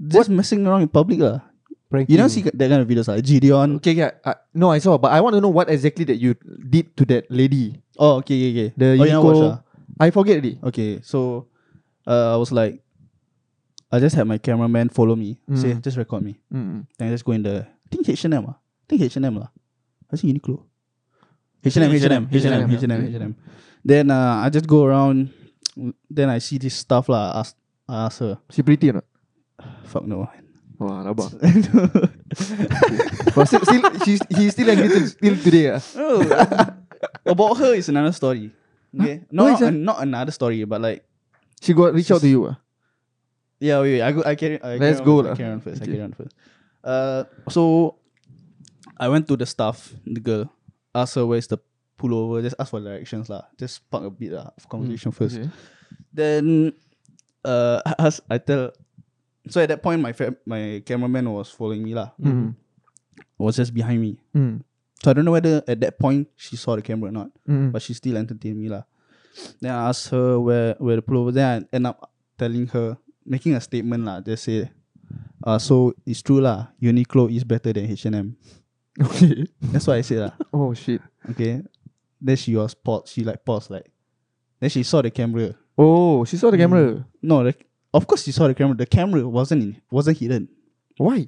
B: Just messing around in public lah.
A: Pranking.
B: You don't see that kind of videos like Gideon.
C: Okay, yeah, uh, no, I saw, but I want to know what exactly that you did to that lady.
B: Oh, okay, okay, okay.
C: The
B: oh, you never
C: Uniqlo-
B: watch, ah?
C: I forget already.
B: Okay, so uh, I was like, I just had my cameraman follow me. Say,
C: Mm.
B: just record me.
C: Mm.
B: Then I just go in the, I think H&M ah. I think H&M lah. I think Uniqlo. H&M, H&M, H&M,
C: H&M,
B: H&M, H&M. Then uh, I just go around. Then I see this stuff lah. I ask, I ask her,
C: She pretty or not?
B: fuck no.
C: Wah,
B: [laughs]
C: rabak. [laughs] but still, still she's, he's still angry till, till today. ah.
B: oh, about her is another story. Okay,
C: No,
B: no,
C: it's
B: not,
C: a-
B: not another story, but like
C: She got reach out to you. ah?
B: Yeah, wait, wait. I go. I carry. I carry
C: Let's
B: on
C: go
B: first,
C: lah.
B: I carry on first.
C: Okay.
B: I carry on first. Uh, so I went to the staff, the girl, asked her where's the pullover. Just ask for directions lah. Just spark a bit lah of conversation first.
C: Hmm, Okay.
B: Then, uh, [laughs] I ask. I tell. So at that point, my fam- my cameraman was following me lah.
C: Mm.
B: Was just behind me.
C: Mm.
B: So I don't know whether at that point she saw the camera or not,
C: Mm.
B: but she still entertained me lah. Then I asked her where where the pullover. Then I end up telling her, making a statement lah. Just say, uh, so it's true lah. Uniqlo is better than H and M.
C: [laughs] Okay.
B: That's what I said lah.
C: Oh shit.
B: Okay. Then she was paused. She like paused like. Then she saw the camera. Mm.
C: Oh, she saw the camera.
B: No, the, Of course, you saw the camera. The camera wasn't in, wasn't hidden.
C: Why?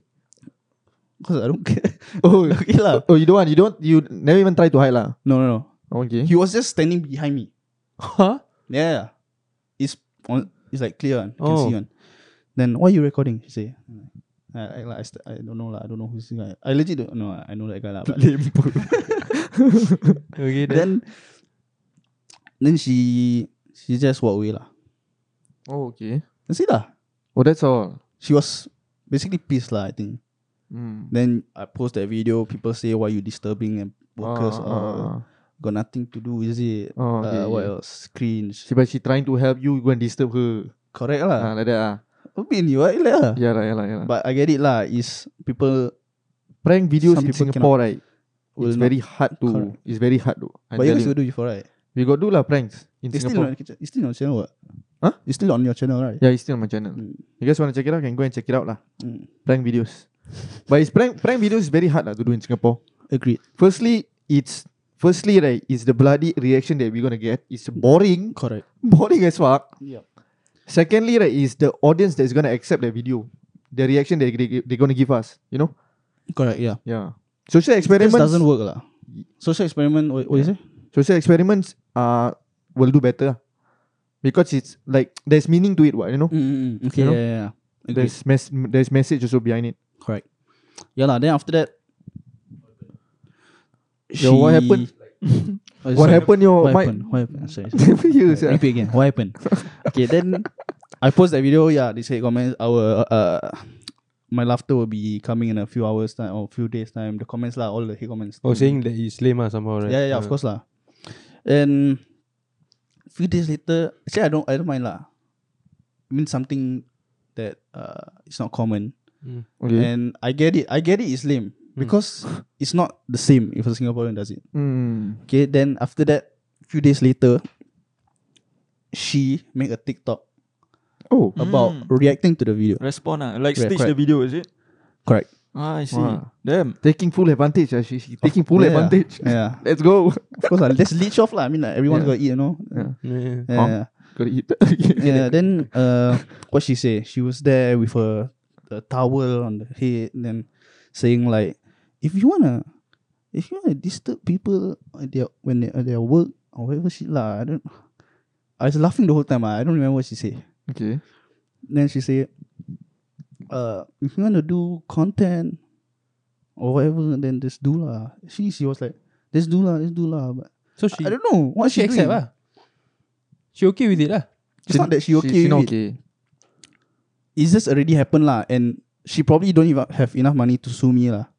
B: Cause I don't [laughs] care.
C: Oh,
B: okay lah.
C: oh, you don't want, you don't, you never even try to hide lah.
B: No, no, no.
C: Okay.
B: He was just standing behind me.
C: Huh?
B: Yeah, yeah. It's on. It's like clear. One. Can
C: Oh.
B: see one. Then why you recording? She say. I, I, like, I, st- I don't know lah. I don't know who's the guy. I legit don't know. I know that guy lah. But [laughs]
A: Okay, then.
B: then, then she she just walk away lah.
C: Oh, okay.
B: That's it lah.
C: Oh, that's all.
B: She was basically pissed lah. I think.
C: Mm.
B: Then I post that video. People say why you disturbing and workers
C: Ah,
B: uh,
C: ah, ah.
B: got nothing to do is it? uh,
C: Oh, okay,
B: what
C: yeah.
B: else? Cringe.
C: She, but she trying to help you, you go and disturb her.
B: Correct
C: Ah,
B: lah.
C: like that ah.
B: I mean you right lah.
C: Yeah lah, yeah lah, yeah lah.
B: But I get it lah. Is people
C: prank videos
B: Some
C: in
B: people
C: Singapore, right?
B: will
C: It's
B: not-
C: very hard to.
B: Correct.
C: It's very hard to.
B: But you
C: I tell
B: guys
C: you.
B: will do before right?
C: We got do lah pranks in
B: It's still,
C: Singapore.
B: on, it's still on your channel what?
C: Huh?
B: It's still on your channel right?
C: yeah, it's still on my channel.
B: Mm.
C: You guys want to check it out? Can go and check it out lah.
B: Mm.
C: Prank videos. but it's prank prank videos is very hard lah to do in Singapore.
B: Agreed.
C: Firstly, it's firstly right. It's the bloody reaction that we're gonna get. It's boring, [laughs]
B: Correct.
C: boring as fuck.
B: Yeah.
C: Secondly, right, is the audience that's gonna accept the video, the reaction that they, they're gonna give us. You know?
B: Correct. Yeah.
C: Yeah. Social
B: This
C: experiments.
B: doesn't work lah. Social experiment. What, what you say?
C: social experiments uh will do better ah. because it's like there's meaning to it what you know
B: Mm-hmm. Okay.
C: Mm, You know?
B: Yeah, yeah, yeah. Agreed.
C: there's mes- there's message also behind it
B: Correct. Yeah lah. Then after that.
C: Yo, what happened?
B: [laughs] Oh,
C: what
B: sorry.
C: happened your
B: What
C: mic
B: happened? What happened? Sorry, sorry.
C: [laughs] you
B: Yeah, [laughs]
C: sia.
B: Repeat again. What happened? okay, then I post that video. Yeah, they say comments. Our uh, my laughter will be coming in a few hours time or few days time. The comments lah, all the hate comments.
A: Oh, saying that he's lame ah, somehow, right?
B: yeah, yeah, yeah, of
A: Ah.
B: course lah. And few days later, actually I don't, I don't mind lah. I mean something that uh, it's not common,
A: Mm.
C: okay
B: and I get it. I get it. It's lame
A: Hmm.
B: because it's not the same if a Singaporean does it.
C: mm.
B: Okay, then after that, few days later, she make a TikTok
C: oh
B: about
D: Mm.
B: reacting to the video.
D: Respond ah, like
B: Yeah,
D: stitch
B: correct.
D: the video is it?
B: Correct.
D: Ah, I see.
C: Wow.
D: Damn.
C: taking full advantage ah, she, she taking full
B: yeah.
C: advantage
B: [laughs] Yeah,
C: [laughs] let's go
B: of course. Like, let's leech off, lah. I mean, like, everyone's
C: Yeah.
B: got to eat, you know.
C: Yeah.
A: Yeah.
B: Yeah,
C: Huh?
B: yeah.
C: Gotta eat. [laughs]
B: [laughs] Yeah, Then, uh, what she say? She was there with her a towel on the head, and then saying like, "If you wanna, if you wanna disturb people at their when they at their work or whatever shit lah, I don't." I was laughing the whole time. ah. I don't remember what she say.
C: okay
B: then she said, uh, if you want to do content or whatever, then just do lah. She she was like, let's do lah, let's do lah. But
A: So she,
B: I don't know what
A: she accept
B: doing.
A: lah. She okay with it lah.
B: It's not that she okay.
C: she, she
B: with It.
C: not okay
B: It's just already happened lah, and she probably don't even have enough money to sue me lah.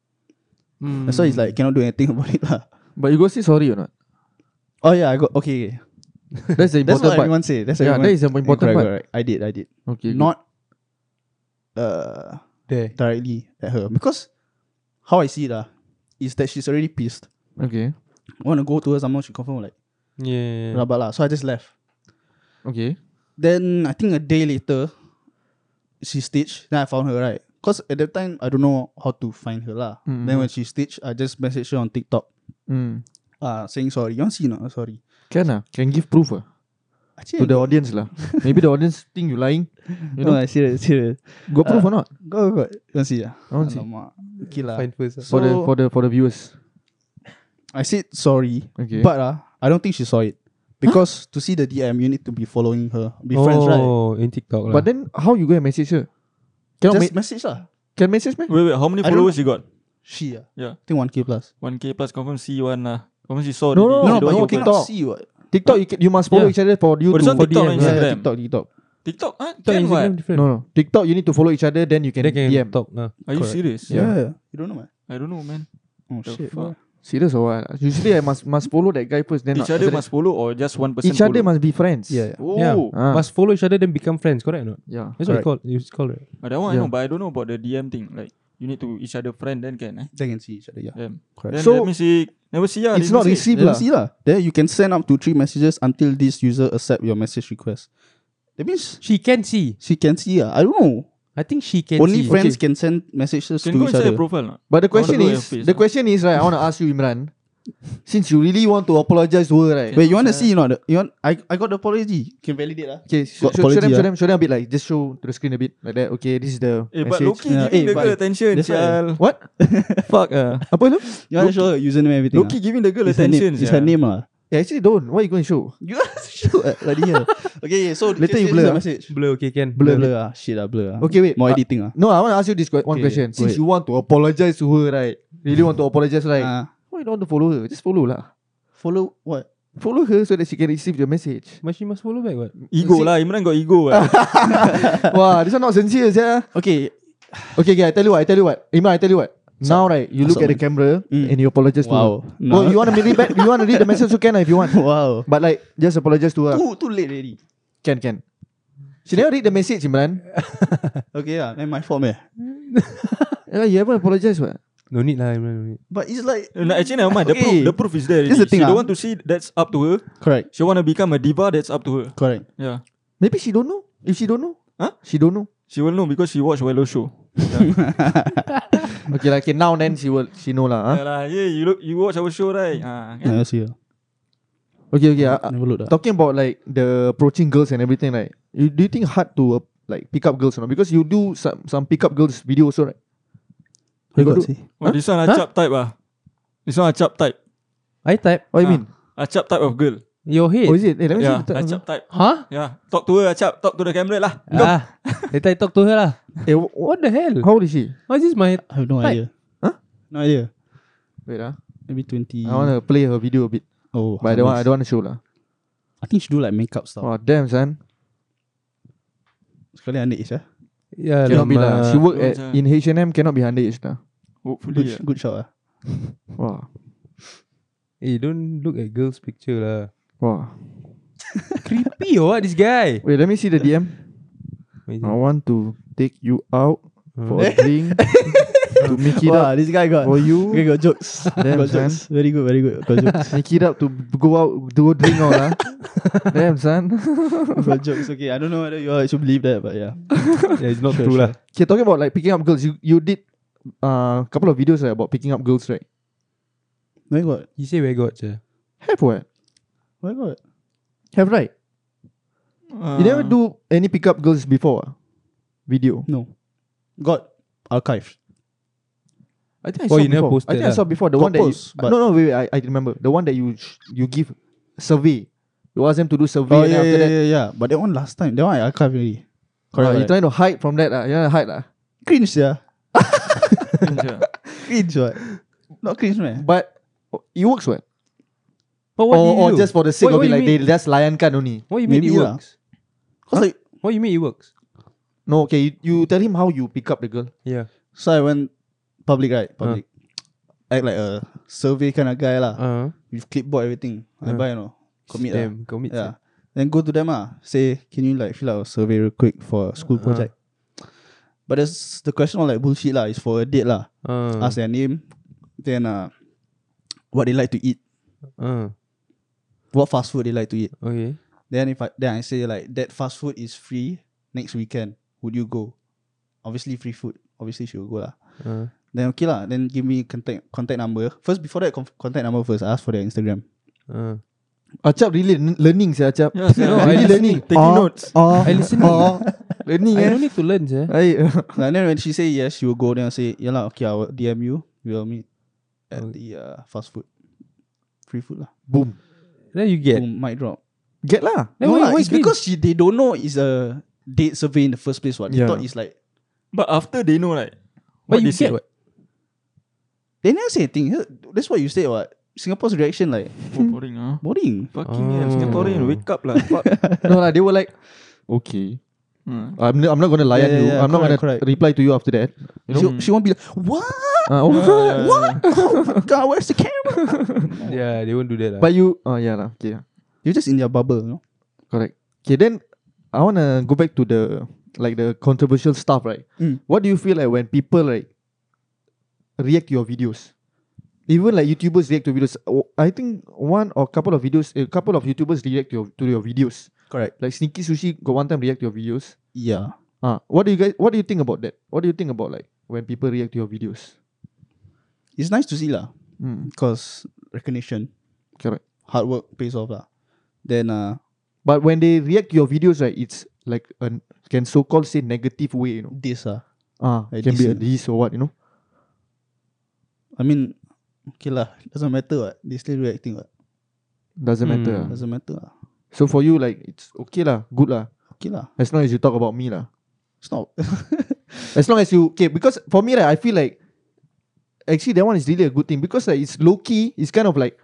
C: mm.
B: That's why it's like cannot do anything [laughs] about it lah.
C: but you go say
B: [laughs]
C: sorry or not
B: Oh yeah, I got okay. okay.
C: that's the
B: That's
C: important
B: what
C: part
B: everyone say. That's
C: yeah
B: everyone.
C: that is the important
B: correct,
C: part
B: correct. I did, I did.
C: okay good.
B: Not uh
A: There.
B: directly at her because how I see it lah is that she's already pissed.
C: okay
B: want to go to her somehow she confirm like
A: Yeah.
B: rabak lah so I just left
C: okay
B: then I think a day later she stitched then I found her right cause at that time I don't know how to find her lah
C: Mm.
B: then when she stitched I just messaged her on TikTok
C: mm.
B: uh, saying sorry you want see not sorry
C: can ah can give proof ah
B: Actually,
C: to the audience lah maybe the audience think you lying you
B: no,
C: know
B: I serious serious
C: go proof or not
B: go go go you want see ah
C: I want to see
B: Alamak okay lah
A: Find first. ah.
C: for the
B: So-
C: for the for the viewers
B: I said sorry
C: Okay.
B: but uh, I don't think she saw it because to see the DM you need to be following her be friends right
A: Oh, in TikTok lah.
C: but then how you go and message her? Cannot
B: just
C: ma-
B: message lah
C: can message me?
D: Wait, wait, how
B: I
D: many
B: don't-
D: followers you got?
B: she ah
D: Yeah.
B: I think 1k plus
D: 1k plus confirm see one lah. Confirm she saw
C: No, no,
D: the video.
B: no, but
C: but
D: She don't
B: you
C: you
D: want to
B: cannot
C: TikTok.
B: see what
C: Tiktok you, can, you must follow
A: Yeah.
C: each other for you
D: Oh, this
C: to
D: one
C: for
D: TikTok
C: DM.
D: on
B: yeah,
D: Instagram.
B: TikTok TikTok
D: TikTok,
A: TikTok
D: ah, can
A: Instagram
D: what?
A: different.
C: No, no. TikTok you need to follow each other then you can
A: Then can
C: DM.
A: talk lah.
D: Are you serious?
C: Yeah.
B: Yeah. You don't know, man.
D: I don't know, man.
B: Oh,
D: The
B: shit.
D: fuck?
C: Serious or what? Usually I must must follow that guy first then
D: Each other must follow or just one person
C: each other
D: follow?
C: must be friends.
B: Yeah, yeah.
D: Oh,
A: Yeah.
C: Ah,
A: Must follow each other then become friends, correct or not?
C: yeah.
A: That's what it's called. It's called right?
D: Ah, that one I
C: Yeah.
D: know, but I don't know about the DM thing. Like, you need to each other friend, then can, eh?
B: They can see each other, yeah.
D: Damn.
B: Correct.
D: Then
C: So-
D: let me see. Never see, ah.
C: It's
D: let
C: not
D: me see.
C: receive
B: Then you
C: lah.
B: see lah. There you can send up to three messages until this user accept your message request. That means
A: She can see.
B: she can see. Ah, I don't know.
A: I think she can
B: Only
A: see.
B: friends can send messages
D: Can
B: to
D: go
B: each
D: inside
B: other.
D: the profile, lah.
C: But the question
D: go
C: is
D: your face,
C: the
D: ah.
C: question is right I want to ask you Imran Since you really want to apologize to her, right?
B: Wait, you want to see or not? The, you want? I I got the apology. Can validate lah.
C: Okay, show,
B: Got
C: show, show them,
B: apology,
C: show
B: ah.
C: them, show them a bit like just show to the screen a bit like that. Okay, this is the
D: Eh, but
C: message.
D: Loki
B: Yeah,
D: giving
B: eh,
D: the
B: but
D: girl
C: [laughs]
D: attention,
B: that's why-
D: child.
B: [laughs]
C: What?
D: Fuck
B: uh.
D: ah.
C: Apa lu?
B: You want to show her username and everything.
D: Loki giving the girl
B: ah? It's her name.
D: attention.
B: It's her
D: sia.
B: name [laughs] lah.
C: Yeah, Eh, actually don't. Why you going to show?
B: You are sure? Like here. lah Okay, so
C: Later
B: this is
C: you blur,
B: the
C: ah.
B: message.
A: Blur, okay, can.
B: Blur, blur ah. Shit ah, blur ah.
C: Okay, wait.
B: More
C: Uh,
B: editing ah.
C: No, I want to ask you this que- one
B: Okay,
C: question.
B: go ahead.
C: Since you want to apologize to her, right? Really want to apologize, right?
D: Uh.
B: Ah,
C: Why you don't want to follow her? Just follow lah.
B: follow what?
C: Follow her so that she can receive the message.
B: [laughs]
A: But she must follow back, what?
D: Ego lah. Imran got ego ah.
C: wow, this one not sincere, yeah.
B: Okay,
C: Okay, okay, I tell you what, I tell you what. Imran, I tell you what. Now, right, you look
B: Asap,
C: at the
B: man.
C: camera
B: Mm.
C: and you apologize
B: Wow.
C: to her.
B: No.
C: Well, you want to read back, you want to read the message, so can ah, if you
B: [laughs]
C: want.
B: wow.
C: But like, just apologize to her.
B: Too too late already.
C: Can, can. She never read the message, Imran.
B: Okay ah, then my fault meh.
C: Yeah, Uh, you haven't apologized, what?
A: No need lah, Imran, no need.
B: But it's like
D: No, actually, never mind. The, proof,
B: Okay.
D: the proof is there.
B: This is the
D: already.
B: thing,
D: She
B: ah.
D: don't want to see. That's up to her.
B: correct,
D: She want to become a diva. That's up to her.
B: correct.
D: Yeah,
C: Maybe she don't know. If she don't know,
D: Huh?
C: She don't know.
D: she will know because she watch Wello show.
C: Okay, like, okay, now then she will, she know lah. Huh? Hmm.
D: Yeah, lah. yeah you look, you watch our show, right? Ah, kan?
B: Never see ah.
C: Okay, okay. Uh,
B: Never look ah.
C: talking about like the approaching girls and everything, right? You, do you think hard to uh, like pick up girls or not? Because you do some some pick up girls video also, right?
B: Where
C: You got
B: got
C: do-
B: see?
D: Oh, this one
A: Huh?
D: acap type ah. This one acap type.
A: I type
C: What do you
D: Ah,
C: mean?
D: Acap type of girl.
A: your head.
C: Oh, is it? Hey, let me
D: Yeah,
C: see. the-
D: acap type.
A: Huh?
D: Yeah, talk to her, acap. Talk to the camera lah. Go.
A: Ah, later I talk to her lah.
C: [laughs] Eh, wh- wh-
A: What the hell?
C: How old is she?
A: Why is this my
B: I have no
A: Like-
B: idea. No idea.
C: Wait, ah,
B: Maybe twenty.
C: I wanna play her video a bit,
B: Oh,
C: but I don't, want, I don't wanna show lah.
B: I think she do like makeup stuff.
C: Oh damn, son,
B: Sekali underage ah.
A: yeah,
C: cannot be lah. She work
D: Don't
C: at
D: say.
C: in H and M, cannot be underage lah.
D: Hopefully.
B: Good,
D: Yeah.
B: good shot ah.
C: Wow,
A: Hey, Eh, don't look at girls' picture lah. [laughs]
C: wow.
A: Creepy or what, this guy?
C: Wait, let me see the DM. I want to take you out Oh,
A: uh,
C: for
A: eh,
C: a
B: [laughs]
C: drink to make it
B: Wow,
C: up
B: this guy got
C: for
B: Okay,
C: you.
B: got [laughs] jokes.
C: Damn,
B: got
C: son.
B: jokes. Very good, very good. Got [laughs] jokes.
C: Make it up to go out, do a drink
B: [laughs]
C: all lah. Damn, son. [laughs]
B: got jokes. Okay, I don't know whether you all should believe that, but [laughs] yeah.
A: yeah, it's not true lah.
C: Okay, talking about like picking up girls, you you did a uh, couple of videos right, about picking up girls, right?
B: Where got?
A: He say where got je.
C: Have what?
B: Where got?
C: Have right?
D: Ah.
C: You never
B: Uh.
C: do any pick up girls before, ah? Video.
B: No. Got archived.
C: I think I
A: Oh,
C: saw
A: you never
C: before. I
A: posted
C: think I
A: lah.
C: saw before the
B: Got
C: one that.
B: post,
C: You,
B: ah. but-
C: no, no, wait, wait I, I remember the one that you sh- you give survey. You ask them to do survey.
B: Oh
C: and
B: yeah,
C: then
B: yeah,
C: after
B: yeah,
C: that,
B: yeah, yeah. But that Oh, one last time, that one I archived already.
C: ah,
B: Correct.
C: you
B: right?
C: trying to hide from that, ah? You trying to hide, lah.
B: Cringe, yeah.
C: [laughs]
D: Yeah.
B: Cringe, what? Not cringe, man.
C: But oh, it works, what?
A: But what
C: Or, or
A: did you do?
C: Oh, just for the sake
A: What-
C: of
A: what
C: it,
A: you
C: like
A: mean?
C: they just layankan only.
A: What you mean
B: Maybe
A: it
B: lah.
A: works?
B: Cause like,
A: What you mean it works?
C: No, okay. You, you tell him how you pick up the girl.
A: Yeah.
B: so I went public, right? Public. Act like a survey kind of guy, lah.
A: Uh,
B: with clipboard, everything. I
A: Uh.
B: buy, you know. Commit, lah.
A: Damn, commit.
B: Yeah.
A: sia.
B: Then go to them ah. Say, can you like fill out a survey real quick for a school
A: Uh.
B: project? But that's the question all like bullshit lah. It's for a date lah.
A: Uh,
B: Ask their name, then uh, what they like to eat,
A: uh,
B: what fast food they like to eat.
A: okay.
B: Then if I then I say like that fast food is free next weekend, would you go? Obviously free food. Obviously she will go lah.
A: Uh,
B: Then okay lah. Then give me contact contact number first. Before that conf- contact number first. I ask for their Instagram.
C: [laughs]
A: uh.
C: Achap really learn- learning, sih Achap.
D: Yeah, sia.
A: No, I
C: really
A: listening.
C: learning.
D: Taking
C: Ah,
D: notes.
C: ah,
A: [laughs] I listening.
C: ah. learning,
A: I
C: eh.
A: don't need to learn je.
C: I,
B: and then when she say yes, she will go there and say, yeah lah, okay, I will DM you. We will meet at the uh, fast food. Free food lah.
C: boom.
A: Then you get.
B: Boom, mic drop.
C: Get lah.
A: Then
B: no
A: why-
B: lah,
A: why
B: it's
A: cringe?
B: because she, they don't know it's a date survey in the first place. What they
C: Yeah.
B: thought it's like
D: But after they know, like,
A: But
D: what
A: you
D: they say,
A: get what?
B: they never say a thing. Huh, That's what you say. What Singapore's reaction like
D: oh, boring ah.
B: boring.
D: Fucking
C: Ah.
D: hell,
A: Oh.
D: Singaporean, wake up lah.
C: [laughs]
D: Fuck.
C: no lah, they were like, okay.
D: Hmm.
C: I'm, I'm not gonna lie
B: Yeah,
C: at
B: yeah,
C: you.
B: yeah,
C: I'm not gonna
B: correct, correct.
C: reply to you after that. You know?
B: She, she won't be like
C: [laughs]
B: what?
C: Ah, oh, [laughs]
B: What? Oh my god, where's the camera?
A: Yeah, they won't do that lah.
C: But you, oh yeah lah, okay, lah.
B: You're just in your bubble. You know?
C: correct. Okay, then I wanna go back to the like the controversial stuff, right?
B: Mm.
C: What do you feel like when people like react to your videos? Even like YouTubers react to videos. Oh, I think one or couple of videos, a couple of YouTubers react to your, to your videos.
B: Correct.
C: Like Sneaky Sushi got one time react to your videos.
B: Yeah.
C: Ah, what do you guys? What do you think about that? What do you think about like when people react to your videos?
B: It's nice to see lah.
C: Mm.
B: Because recognition.
C: Correct.
B: Hard work pays off lah. Then uh,
C: But when they react to your videos, right, it's like an can so called say negative way, you know.
B: this ah,
C: Ah,
B: Like
C: it can be a
B: this,
C: this or what, you know.
B: I mean, okay lah. Doesn't matter what. They still reacting what.
C: Doesn't
A: Hmm.
C: matter. ah.
B: Doesn't matter lah.
C: So for you, like it's okay lah, good lah.
B: Okay lah.
C: As long as you talk about me lah.
B: It's not.
C: As long as you okay, because for me, right, I feel like actually that one is really a good thing because like it's low key. It's kind of like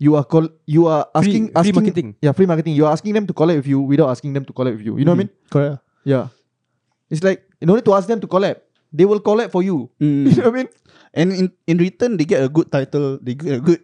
C: you are call you are asking
A: free
C: asking
A: marketing.
C: Yeah, free marketing. You are asking them to collab with you without asking them to collab with you. You know what I mean?
B: [laughs] Correct. ah.
C: Yeah. It's like you don't need to ask them to collab. They will collab for you.
B: Mm.
C: [laughs] You know what I mean?
B: and in, in return, they get a good title. They get a good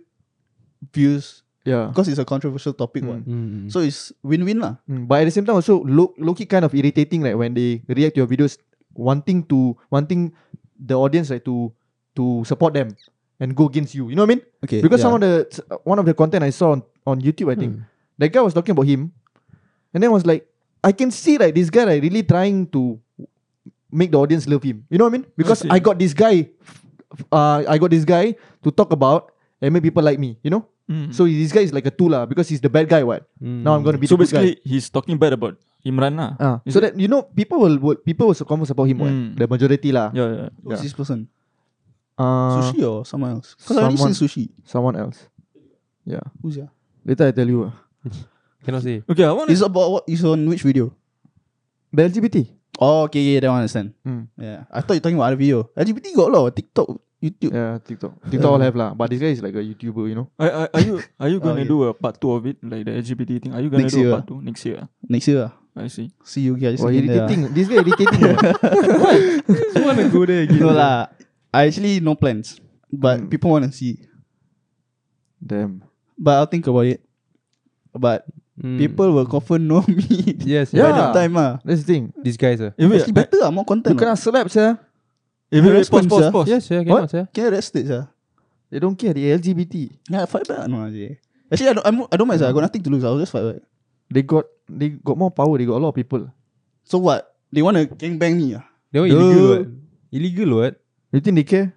B: views
C: Yeah.
B: because it's a controversial topic.
C: Mm.
B: One.
A: Mm.
B: So it's win-win lah.
C: Mm, but at the same time, also low, low key kind of irritating, like when they react to your videos, wanting to wanting the audience like to to support them and go against you. You know what I mean?
D: Eh,
B: Okay.
C: Because
B: yeah.
C: some of the s- one of the content I saw on, on YouTube, I think
D: Hmm.
C: that guy was talking about him, and then was like, I can see like this guy like really trying to make the audience love him. You know what I mean? Because
D: see.
C: I got this guy, uh, I got this guy to talk about and make people like me. You know?
D: Mm.
C: So this guy is like a tula because he's the bad guy. What?
A: Mm.
C: Now I'm gonna Hmm. be
D: so
C: the good guy.
D: basically, he's talking bad about Imran lah.
C: Ah,
D: Is
C: so
D: it-
C: that you know, people will, will people will converse about him. what?
D: Mm.
C: The majority lah.
D: Yeah, yeah.
B: Who's
C: yeah.
B: this person?
C: Uh,
B: sushi or someone else? Because I only seen
C: someone-
B: sushi.
C: Someone else. Yeah.
B: Who's yeah?
C: Later I tell you. ah.
A: Cannot say.
D: Okay, I want
B: It's about what? It's on which video?
C: The LGBT.
B: Oh, okay, yeah, that one I understand.
C: Mm.
B: Yeah, I thought you talking about other video. LGBT got a lot of TikTok, YouTube.
C: Yeah, TikTok. TikTok all have lah. But this guy is like a YouTuber, you know.
D: Are, are, are you are you gonna
B: yeah.
D: do a part two of it like the LGBT thing? Are you gonna
B: Next
D: do
B: year.
D: a part two next year?
B: Next year, ah.
D: I see.
B: see you guys.
C: Oh,
B: again there, ah.
C: irritating. This guy irritating. what? [laughs]
D: wanna go there
B: [laughs] no lah. I actually no plans, but
C: Mm.
B: people want to see.
C: Damn.
B: But I'll think about it. But
A: Mm.
B: people will confirm know [laughs] me.
A: Yes.
B: By
A: Yeah.
B: that
C: Yeah.
B: time, ah.
C: That's the thing.
A: These guys. Uh.
D: If
B: Actually better, ah, more
C: You
B: content. ah.
C: cannot slap, sir.
D: if
B: you
D: pause,
B: respond,
D: pause,
B: sir.
D: pause.
A: Yes. Yeah. Cannot. Yeah.
B: Can I rest it, ah?
C: They don't care. They LGBT.
B: Yeah, fight back, ah, no, ah, yeah. Actually, I don't, I'm, I don't mind. sir. I got nothing to lose. I'll just fight back.
C: They got they got more power. They got a lot of people.
B: So what? They want to gangbang me, ah?
A: That one
C: Duh.
A: illegal. What? Illegal. What?
C: You think they care?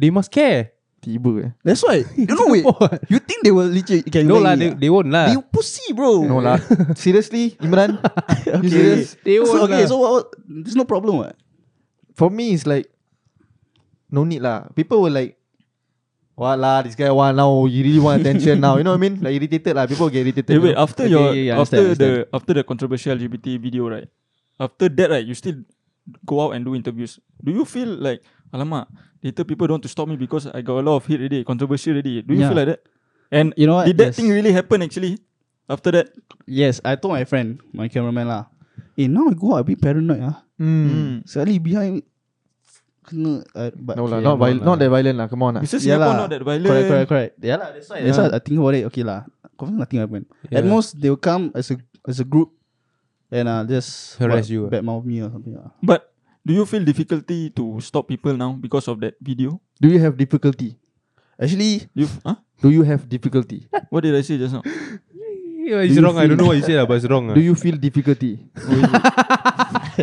A: They must care. Oh,
C: Tiba eh.
B: That's why. [laughs] You know, wait.
A: What?
B: You think they will legit gangbang
A: No lah.
B: me,
A: They,
B: ah?
A: they won't lah.
B: You pussy, bro.
C: No lah. [laughs] Seriously, [laughs] Imran. You serious?
A: They
B: So,
A: won't lah.
B: okay, so what, what- there's no problem. What?
C: For me, it's like no need lah. People were like, "What lah? This guy want now? You really want attention now? You know what I mean? Like irritated lah. People get irritated.
D: Eh,
C: you
D: wait,
C: know?
D: after
B: Okay,
D: your
B: yeah, yeah,
D: after
B: understand,
D: the after the controversial LGBT video, right? After that, right, you still go out and do interviews. Do you feel like alamak, later people don't want to stop me because I got a lot of hate already, controversy already. Do you
B: Yeah.
D: feel like that? And
B: You know what?
D: did
B: Yes.
D: that thing really happen actually? After that?
B: Yes, I told my friend, my cameraman lah. Eh, now I go out a bit paranoid ah.
C: Mm.
B: Suddenly behind kena uh, but
C: No lah,
B: okay,
C: not
B: I'm
C: viol- not that violent lah. Come on lah.
D: Because
B: Yeah
D: Singapore
B: lah.
D: not that violent.
B: Correct, correct, correct. Yeah lah, that's why. That's
C: Yeah.
B: why I think about it. Okay lah, confirm nothing happened.
A: Yeah.
B: At most they will come as a as a group and uh just
A: Harass
B: what,
A: you, ah.
B: badmouth me or something. ah.
D: But do you feel difficulty to stop people now because of that video?
C: Do you have difficulty?
B: Actually,
D: You huh?
C: Do you have difficulty?
D: What did I say just now?
B: [laughs]
A: Yeah, It's
C: Do you
A: wrong. I
C: feel-
A: don't know what you said lah, but it's wrong.
C: Do you feel difficulty?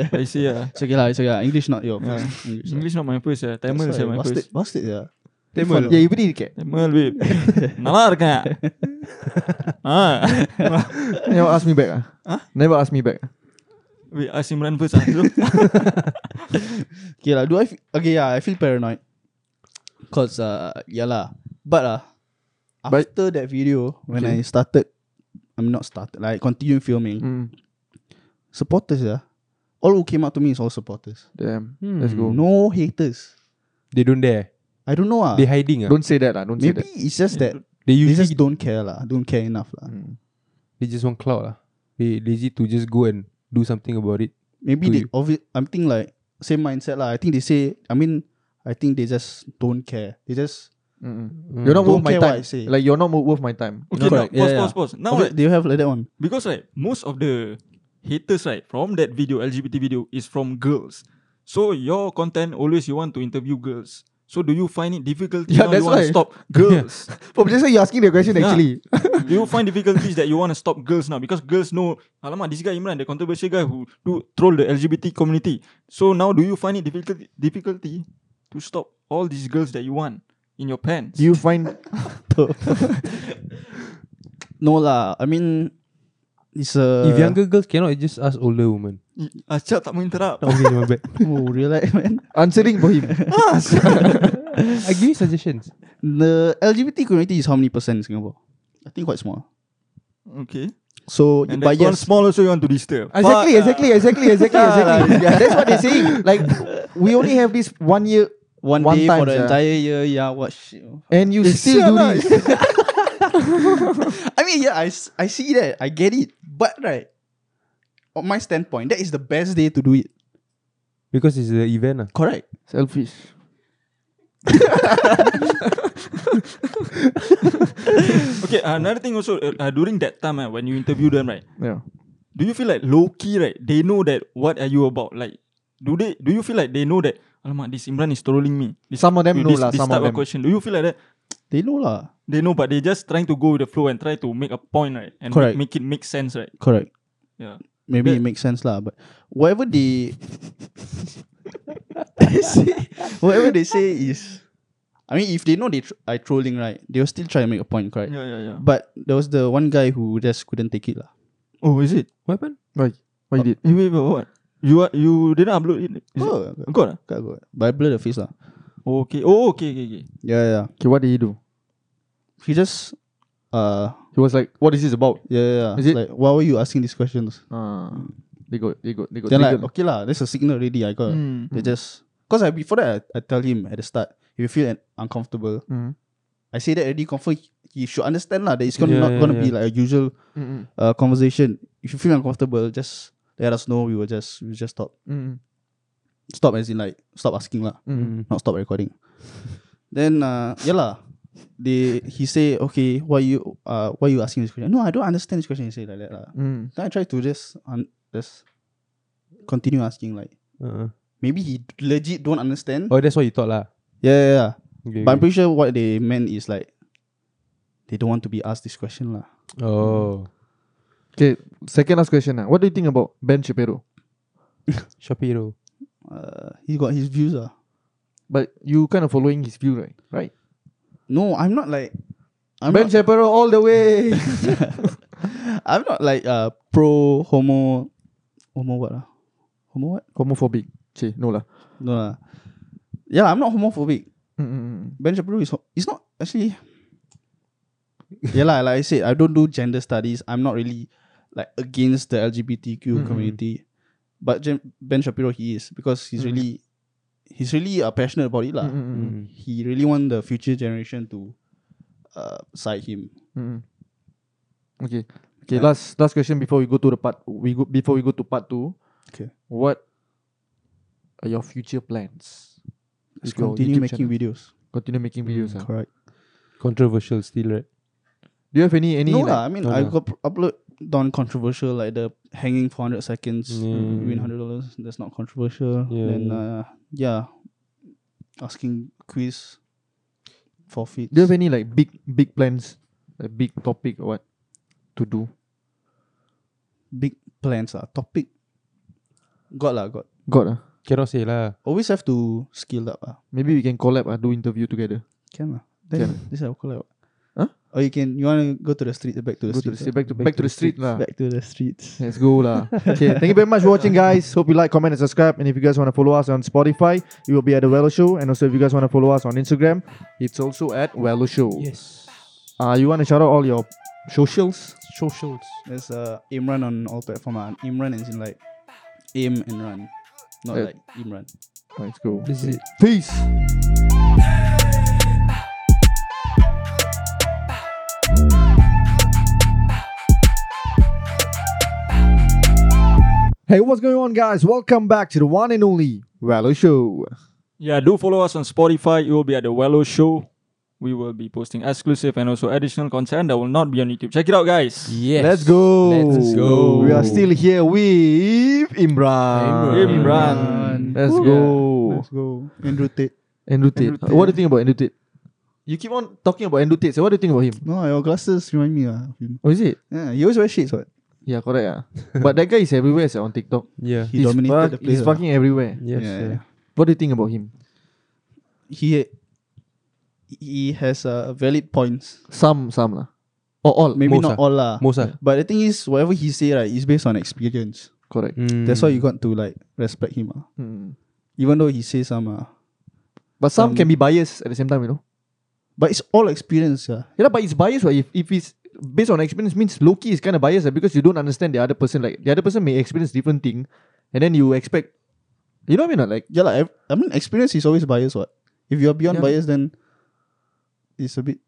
D: I say uh,
B: it's okay lah. It's okay lah. English not your
D: Yeah.
B: first. English, lah.
D: English not my first. Uh,
B: That's
D: Tamil is
B: why,
D: my
B: bastard,
D: first.
B: bastard. Yeah.
A: Tamil.
C: yeah, இப்படி இருக்கே. [laughs]
D: Tamil babe. நல்லா இருக்கேன் ஆ
C: Never ask me back ah. Never ask me back.
D: wait ask Imran first ah,
C: [laughs]
D: bro.
B: Okay lah. Do I? Feel, okay, yeah. I feel paranoid. Cause uh, yeah lah. But uh,
C: But-
B: after that video, when I started, I'm not started. Like continue filming.
C: Mm.
B: Supporters yeah. All who came up to me is all supporters.
C: Damn. Let's go.
B: Hmm. No haters.
A: They don't dare.
B: I don't know ah.
A: They hiding. Ah.
C: Don't say that lah. Don't say
B: Maybe
C: that.
B: it's just that
A: They
B: they
A: usually
B: just don't care lah. Don't care enough lah.
C: Mm.
A: they just want clout lah. They lazy to just go and do something about it.
B: Maybe
A: Do
B: they
A: you-
B: obvi- I'm think like same mindset lah. I think they say. I mean, I think they just don't care. They just
C: Mm-mm.
A: Mm.
C: You're not
B: Hmm. Don't
C: worth my
B: care what I
C: time.
B: say.
C: Like you're not mo- worth my
B: [laughs]
C: time.
D: okay now,
C: Ya,
B: Correct, yeah,
D: pause
B: yeah.
D: pause pause now
B: Okay,
D: right
B: they have like that one.
D: because right most of the haters right from that video LGBT video is from girls so your content always you want to interview girls so do you find it difficult
C: Yeah,
D: now you
C: that's
D: want to
C: why.
D: stop
C: [laughs]
D: girls
C: But just why you asking the question
D: Yeah.
C: actually.
D: do [laughs] you find difficulties that you want to stop girls now because girls know alamak this guy Imran the controversial guy who do troll the LGBT community so now do you find it difficult difficulty to stop all these girls that you want in your pants.
C: Do you find
B: no lah. I mean, it's a.
A: If younger girls cannot, just ask older women.
D: Acap tak mau interrupt.
A: Okay, my bad.
B: Oh, relax, [laughs] man.
C: answering for him?
A: I give you suggestions.
B: The LGBT community is how many percent in Singapore? I think quite small.
D: Okay.
B: So,
D: And
B: but
D: that one
B: yes,
D: small also you want to disturb.
C: Exactly, exactly, exactly, exactly, exactly. That's what they're saying. Like, we only have this one year,
B: one,
C: one
B: day for
C: time
B: the
C: sia.
B: entire year, yeah, what shit.
C: and you still do this.
B: I mean, yeah, I, s- I see that. I get it. But, right, on my standpoint, that is the best day to do it.
A: Because it's the event. ah.
B: Correct.
C: Selfish.
D: Okay, another thing also, uh, uh, during that time uh, when you interview them, right,
C: Yeah.
D: do you feel like low-key, right, they know that what are you about? Like, do they? Do you feel like they know that, Alamak, this Imran is trolling me? This,
C: Some of them
D: with
C: know
D: this,
C: lah.
D: this
C: Some
D: type
C: of
D: of
C: them.
D: question. Do you feel like that?
B: They know lah.
D: They know, but they just trying to go with the flow and try to make a point, right? And
B: Correct.
D: make it make sense, right?
B: Correct.
D: Yeah.
B: Maybe it
D: That-
B: makes sense lah. But whatever they, they say, [laughs] whatever they say is, I mean, if they know they tr- I trolling right, they will still try to make a point, correct?
D: Yeah, yeah, yeah.
B: But there was the one guy who just couldn't take it lah.
D: Oh, is it?
A: What happened?
C: Why? Why you did?
D: You wait, wait, what? You are, you didn't upload it? Is it?
B: Oh,
D: Got ah?
B: got, got. But I blur the face lah.
D: Okay. Oh, okay, okay, okay.
B: Yeah, yeah.
C: Okay, what did he do?
B: He just, uh,
C: He was like, "What is this about?"
B: yeah, yeah.
C: Is it-
B: like why were you asking these questions?
C: Ah, they got, they got, they got.
B: Then like,
C: triggered. Mm. Mm-hmm.
B: okay lah, that's a signal already. I got.
D: Hmm.
B: They just, cause I before that I, I tell him at the start, if you feel an- uncomfortable,
C: Mm.
B: I say that already. Confirm, he should understand lah that it's gonna
A: Yeah,
B: not
A: yeah,
B: gonna
A: yeah.
B: be like a usual
C: Mm,
B: uh, conversation. If you feel uncomfortable, just let us know. We will just we will just stop.
C: mm,
B: Stop as in like stop asking lah.
C: mm, mm.
B: Not stop recording. then uh, yeah lah. They he say okay why you uh why you asking this question? No, I don't understand this question. He say like that lah.
C: mm.
B: Then I try to just un- just continue asking like
A: Uh-uh.
B: maybe he legit don't understand.
A: Oh, that's what you thought lah.
B: Yeah, yeah, yeah.
A: Okay,
B: But I'm
A: okay.
B: pretty sure what they meant is like they don't want to be asked this question lah.
A: Oh,
C: Okay, second last question. ah. What do you think about Ben Shapiro?
A: Shapiro.
B: Uh, he got his views ah.
C: But you kind of following his view, right? Right.
B: No, I'm not like I'm
C: ben
B: not,
C: Shapiro all the way. [laughs]
B: I'm not like uh pro homo homo what lah? Homo what?
C: Homophobic. Che, no lah.
B: No lah. Yeah, I'm not homophobic.
C: Mm, mm, mm.
B: Ben Shapiro is ho- it's not actually Yeah lah, like I said, I don't do gender studies. I'm not really like against the LGBTQ
C: Mm, mm.
B: community. But Jem- Ben Shapiro he is because he's
C: Mm.
B: really he's really uh, passionate about it lah.
C: Mm, mm, mm,
A: Mm.
B: He really want the future generation to uh side him.
C: mm, mm. Okay. Okay.
B: Yeah.
C: Last last question before we go to the part we go before we go to part two.
B: Okay.
C: What are your future plans?
B: Just
C: With your
B: continue
C: YouTube
B: making
C: channel?
B: videos.
C: Continue making videos. ah.
B: Correct.
A: Controversial still, right?
C: Do you have any any?
B: No
C: like-
B: lah, I mean
A: no
B: I
A: lah.
B: got pr- upload non controversial like the hanging four hundred seconds
A: Mm.
B: win hundred dollars. That's not controversial.
A: Yeah,
B: then
A: yeah.
B: uh yeah. Asking quiz forfeits.
C: Do you have any like big big plans, like big topic or what to do?
B: big plans ah. Topic got lah got. uh.
C: God ah,
A: Cannot say lah.
B: Always have to skill up ah.
C: maybe we can collab ah, do interview together.
B: Can lah. Then
C: Can.
B: this is our collab.
C: Huh?
B: Or you can you wanna go to the street back to the
C: Go to the
B: streets.
C: street, ah. back to back, to the street lah.
B: Back to the streets.
C: Let's go lah. okay, thank you very much for watching, guys. Hope you like, comment, and subscribe. And if you guys want to follow us on Spotify, it will be at the Wello Show. And also, if you guys want to follow us on Instagram, it's also at Wello Show.
A: Yes.
C: Uh, you want to shout out all your socials?
A: Socials.
B: There's uh Imran on all platform ah. Imran is in like aim and run. Not
C: Uh,
B: like Imran.
C: Let's go.
A: This is it.
C: Peace. Hey, what's going on, guys? Welcome back to the one and only Valor Show.
D: Yeah, do follow us on Spotify. It will be at the Wello Show. We will be posting exclusive and also additional content that will not be on YouTube. Check it out, guys.
A: Yes.
C: Let's go.
A: Let's go.
C: We are still here with Imran.
D: Imran.
C: Let's
D: Ooh.
C: go.
B: Let's go. Andrew Tate.
C: Andrew Tate.
D: Tate.
C: What do you think about Andrew Tate? You keep on talking about Andrew Tate. So what do you think about him?
B: No, your glasses remind me ah. of him.
C: Oh, is it?
B: Yeah, he always wear shades, what?
C: Yeah, correct. [laughs] Ah, but that guy is everywhere sia, on TikTok.
A: Yeah.
B: He dominated the place.
C: He's fucking everywhere.
A: Yes.
B: Yeah,
A: Yeah.
B: yeah.
C: What do you think about him?
B: He he has uh, valid points.
C: Some, some lah. Or all.
B: Maybe
A: Most
B: not
A: ah.
B: all lah.
A: Most ah.
B: But the thing is, whatever he say right is based on experience.
C: Correct.
A: Hmm.
B: That's why you got to like respect him. ah.
C: Mm.
B: Even though he say some, ah.
C: But some
B: Some-
C: can be biased at the same time, you know.
B: but it's all experience. ah.
C: Yeah, but it's biased. Right? If if it's based on experience, means Loki is kind of biased right? because you don't understand the other person. Like the other person may experience different thing, and then you expect, you know what I mean? Not like
B: Yeah, like, I mean, experience is always biased. What if you're beyond
C: Yeah.
B: bias, then it's a bit,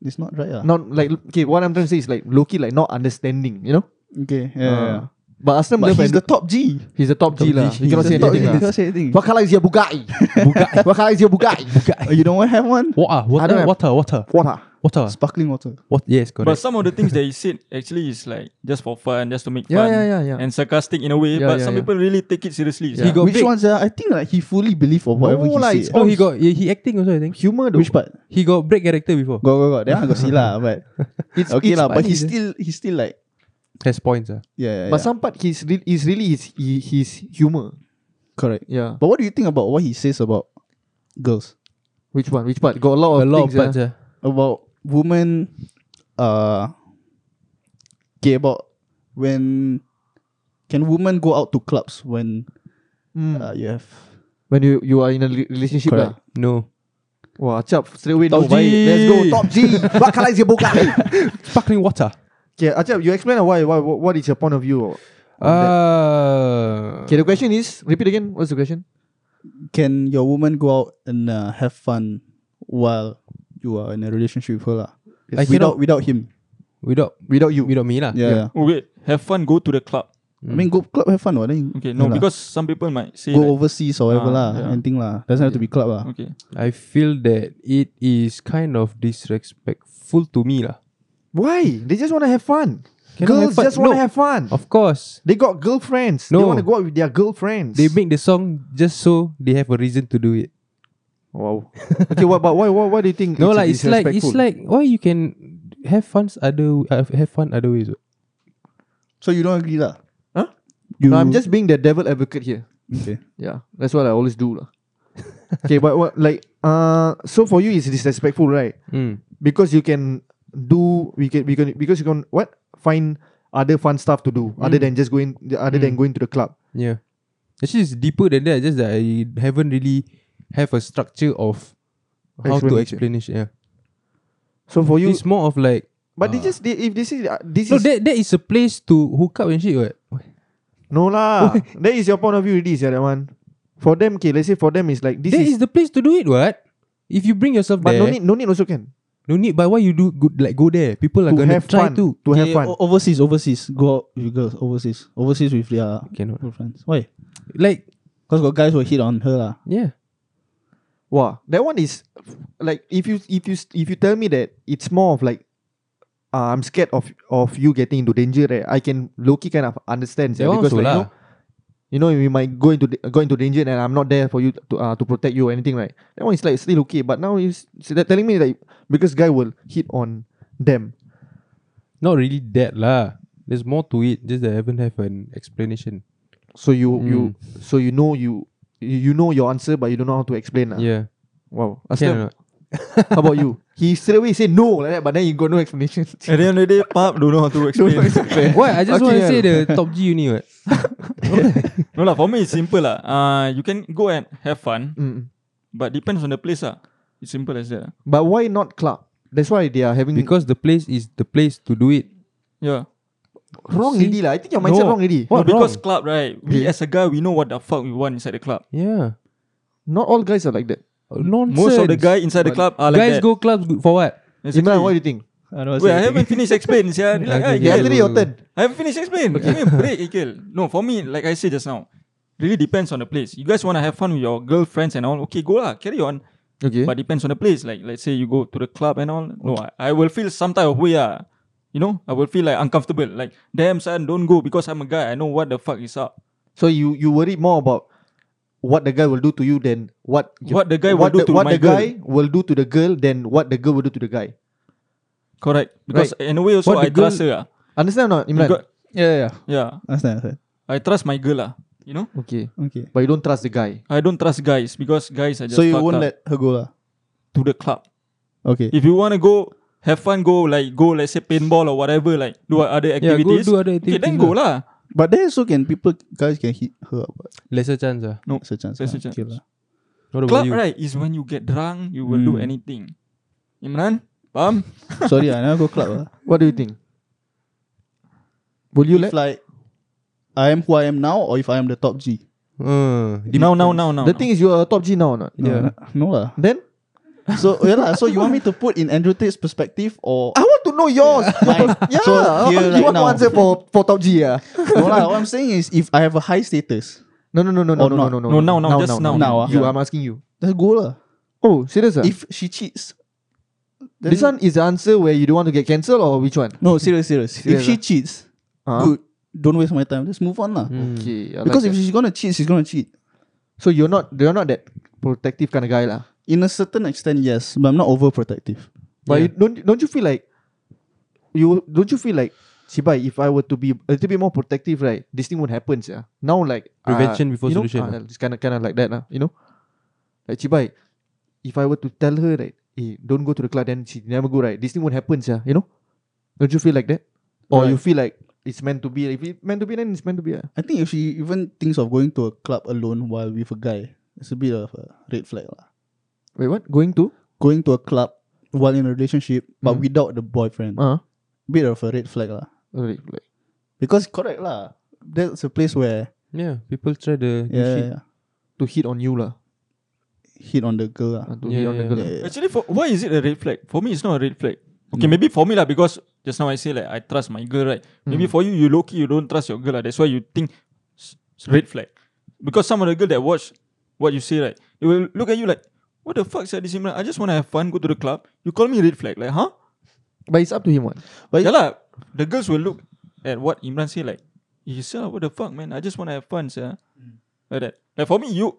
B: it's not right. ah.
C: not like okay. What I'm trying to say is like Loki, like not understanding, you know.
B: Okay,
A: Uh.
B: yeah, yeah,
C: Ah.
B: yeah.
C: But Aslam
B: But
C: love
B: he's the
C: and
B: top G.
C: he's the top, G, lah.
A: G.
C: He cannot
A: He's
C: say
A: the top G.
C: anything. lah.
B: Because anything.
C: What color is your bugai? what color is your bugai? ah?
B: Oh, you don't have one?
A: Water, water,
C: don't
A: ah?
C: have-
A: water, water,
C: Water.
A: water,
B: Sparkling water.
A: What? Yes,
D: But
A: correct.
D: some of the things that he said actually is like just for fun, just to make
C: Yeah,
D: fun.
C: yeah, yeah, yeah.
D: And sarcastic in a way,
C: Yeah,
D: but
C: yeah,
D: some
C: yeah.
D: people really take it seriously.
C: Yeah.
D: He got
A: big.
B: Which ones? Uh, I think like he fully believe of whatever he
C: No lah,
B: say.
C: it's
A: oh, he got he, he acting also. I think
C: Humor though.
B: Which part?
A: he got break character before.
B: Go go go. That one I got see
C: [laughs]
B: lah, but it's okay
C: it's
B: lah. But
C: funny,
B: he's
C: eh?
B: still he's still like
A: Has points ah.
B: yeah. yeah
C: But
B: yeah.
C: some part he's re- he's really his he, his humor.
B: correct.
C: Yeah.
B: But what do you think about what he says about girls?
C: Which one? Which part? Got a
A: A
C: lot of
A: lot
C: Oh, things,
A: of parts
C: yeah.
A: ah.
B: About women? Uh, okay. About when can women go out to clubs when
C: Mm.
B: uh, you have
C: When you you are in a re- relationship
B: Correct.
C: lah.
A: No.
C: Wah, Acap straight away
D: Top
C: no baik.
D: G.
C: Let's go top G. what color is your bugai?
A: Sparkling water.
C: okay, Acap, you explain lah why, why what what is your point of view?
A: Uh,
C: Okay, the question is repeat again. What's the question?
B: can your woman go out and uh, have fun while you are in a relationship with her lah?
A: I
B: Without
A: cannot
B: without him.
A: without
C: Without you.
A: without me lah.
B: Yeah. yeah.
D: oh, wait, have fun, go to the club.
B: I mean, go club have fun. What? Then you-
D: Okay, no,
B: yeah lah.
D: because some people might say
B: go
D: like,
B: overseas or whatever
D: Ah,
B: lah,
D: yeah.
B: anything lah. Doesn't have to be club lah.
D: okay.
A: I feel that it is kind of disrespectful to me lah.
C: Why? They just want to have fun.
A: Cannot
C: Girls
A: have fun.
C: just want to
A: No.
C: have fun.
A: Of course,
C: They got girlfriends. They
A: No.
C: want to go out with their girlfriends.
A: they make the song just so they have a reason to do it.
C: Wow. okay, what, but why, why, why do you think?
A: No
C: it's
A: lah, it's like it's
C: disrespectful?
A: like why you can have fun other uh, have fun other ways. what?
B: So you don't agree lah?
C: Huh?
B: You,
C: No, I'm just being the devil advocate here.
B: okay.
C: Yeah, that's what I always do lah. okay, but what like uh, so for you it's disrespectful, right?
A: Mm.
C: Because you can do we can we can because you can what find other fun stuff to do other
A: Hmm.
C: than just going other than going to the club.
A: Yeah. Actually, it's deeper than that. Just that I haven't really have a structure of how to explain it. Yeah.
C: So for you,
A: it's more of like
C: but they just they, if this is uh, this
A: Ah. no,
C: is
A: that that is a place to hook up and shit. What?
C: no
A: [laughs]
C: lah. that is your point of view. It is yeah, that one. For them, okay, let's say for them it's like this
A: That
C: is,
A: is, the place to do it. What? If you bring yourself
C: but
A: there,
C: no need no need also can.
A: no need. But why you do good like go there? People are
C: To
A: gonna
C: have
A: try
C: fun.
A: to.
C: To have fun.
B: o- overseas, overseas. Go out with girls, overseas. Overseas with their
A: Cannot.
B: girlfriends. Why?
A: Like
B: Because got guys will hit on her lah.
A: yeah.
C: Wow, that one is like if you if you if you tell me that it's more of like uh, I'm scared of of you getting into danger. Right? I can Loki kind of understand
A: That
C: yeah,
A: one
C: because
A: also
C: like, you,
A: lah.
C: know, you know we might go into da- go into danger and I'm not there for you to uh, to protect you or anything. Right? That one is like still okay. But now you s- so that telling me that because guy will hit on them.
A: Not really that lah. There's more to it. Just that I haven't have an explanation.
C: So you
A: Hmm.
C: you so you know you you you know your answer, but you don't know how to explain. lah.
A: Yeah.
C: Wow.
A: Can or
C: Aslam,
A: not?
C: how about you? He straight away say no like that, but then you got
A: [laughs]
C: no explanation. [laughs]
D: At the end of the day, Pap don't know how to
C: Don't know
D: explain. [laughs]
C: explain.
A: Why? I just
C: Okay,
A: want to
C: yeah.
A: say the top G uni. What?
D: no lah, for me it's simple lah. Uh, you can go and have fun,
C: Mm.
D: but depends on the place lah. It's simple as that.
C: But why not club? That's why they are having
A: Because the place is the place to do it.
D: Yeah.
C: wrong
A: See?
C: already lah. I think your mindset
A: No.
C: wrong already.
A: What
D: no, because
A: wrong?
D: club, right? We
C: Yeah.
D: as a guy, we know what the fuck we want inside the club.
A: Yeah.
C: Not all guys are like that.
A: Nonsense.
D: Most of the guy inside the
C: But
D: club are like
A: guys
D: that.
A: go clubs good for what?
D: Exactly.
C: Imran, what do you think?
B: I don't
D: Wait, I haven't finished explaining. Yeah,
A: Okay,
D: relax, ah,
A: okay.
D: Ikel.
A: Yeah,
C: Yesterday your turn.
D: I haven't finished explaining. Give me a break, Ikel. No, for me, like I said just now, really depends on the place. You guys want to have fun with your girlfriends and all, okay, go lah, carry on.
C: Okay.
D: But depends on the place. Like, let's say you go to the club and all. No, I, I will feel some type of way. ah. You know, I will feel like uncomfortable. Like, damn, son, don't go because I'm a guy. I know what the fuck is up.
C: so you you worry more about what the guy will do to you than what
D: What the guy will
C: what
D: do
C: the,
D: to
C: what
D: my
C: the guy will do to the girl than what the girl will do to the guy.
D: Correct. Because in a way also,
A: What
D: I
A: the girl-
D: trust her. ah.
C: Understand or not,
D: You
C: Imran?
D: got-
B: Yeah, yeah.
D: yeah,
B: Understand, understand.
D: I trust my girl. ah. You know,
C: okay.
B: Okay.
C: But you don't trust the guy.
D: I don't trust guys because guys are just
B: so you
D: fucked
B: won't
D: up
B: let her go lah.
D: to the club.
B: Okay.
D: If you want to go have fun, go like go let's say paintball or whatever, like do other
A: Yeah, go
D: activities.
A: do other
D: okay,
A: activities
D: then go lah.
B: But then also can people guys can hit her up. what?
A: Lesser chance ah.
D: No,
B: That's a chance.
D: there's
B: ah.
D: a chance.
B: Okay lah.
A: What about
D: Club
A: you?
D: right is when you get drunk, you will do anything. Imran, faham?
B: Sorry, I never go club.
D: [laughs]
B: ah.
C: What do you think? Will you
B: If
C: let?
B: like I am who I am now, or if I am the top G.
A: Uh,
D: No, no, no, no.
C: the thing is, you are a top G now or not?
B: No,
A: Yeah.
B: No lah.
C: Then
B: So yeah lah. So you want me to put in Andrew Tate's perspective or
C: [laughs] I want to know yours.
B: mine?
C: [laughs] yeah,
B: So here
C: you
B: right
C: want
B: now.
C: to answer for for top G? Yeah.
B: no lah. What I'm saying is if I have a high status,
C: No, no, no, no,
B: Or
C: no,
B: not.
C: no, no, no,
D: Oh, No, now, now, just now.
B: Now, ah.
C: You,
B: Yeah.
C: I'm asking you.
B: that's go lah.
C: Oh, serious? ah?
B: If she cheats, then-
C: this one is the answer where you don't want to get cancelled or which one?
B: No, serious, serious.
C: Serious
B: if she
C: ah?
B: cheats,
C: Ah,
B: good. Don't waste my time. Just move on lah.
C: Mm, Okay. I
B: Because
C: like
B: if she's gonna cheat, she's gonna cheat.
C: that. so, you're not you're not that protective kind of guy lah.
B: In a certain extent, yes, but I'm not overprotective.
C: But
A: Yeah.
C: you, don't don't you feel like you don't you feel like Shibai, if I were to be a little bit more protective, right, this thing won't happen, yeah. Now like ah,
A: Prevention before
C: you know,
A: solution,
C: ah,
A: ah.
C: it's kinda kinda like that, lah. you know? Like Shibai, if I were to tell her that hey, don't go to the club, then she never go right, this thing won't happen, yeah, you know? Don't you feel like that? Or you feel like it's meant to be if it's meant to be then it's meant to be. ah.
B: I think if she even thinks of going to a club alone while with a guy, it's a bit of a red flag lah.
C: Wait, what? Going to?
B: Going to a club while in a relationship but
C: Mm.
B: without the boyfriend,
C: Uh
B: bit of a red flag lah.
C: like, like,
B: Because correct lah, that's a place where
A: Yeah, people try the new
B: yeah,
A: shit.
B: yeah,
C: to hit on you lah.
B: hit on the girl lah.
C: Ah, to
A: Yeah,
C: hit on the
A: yeah,
C: girl.
B: Yeah,
C: lah.
B: yeah.
D: Actually, for, why is it a red flag? For me, it's not a red flag. Okay, maybe for me lah because just now I say like I trust my girl, right? Maybe for you, you low key you don't trust your girl, lah. That's why you think s- s- red flag. Because some of the girl that watch what you say, right? They will look at you like, what the fuck, said this Imran? I just want to have fun, go to the club. You call me red flag, like huh?
C: But it's up to him, what?
B: But-
D: yeah lah. The girls will look at what Imran say like, you sir, what the fuck, man? I just want to have fun, sir.
C: Hmm.
D: Like that. Like for me, you,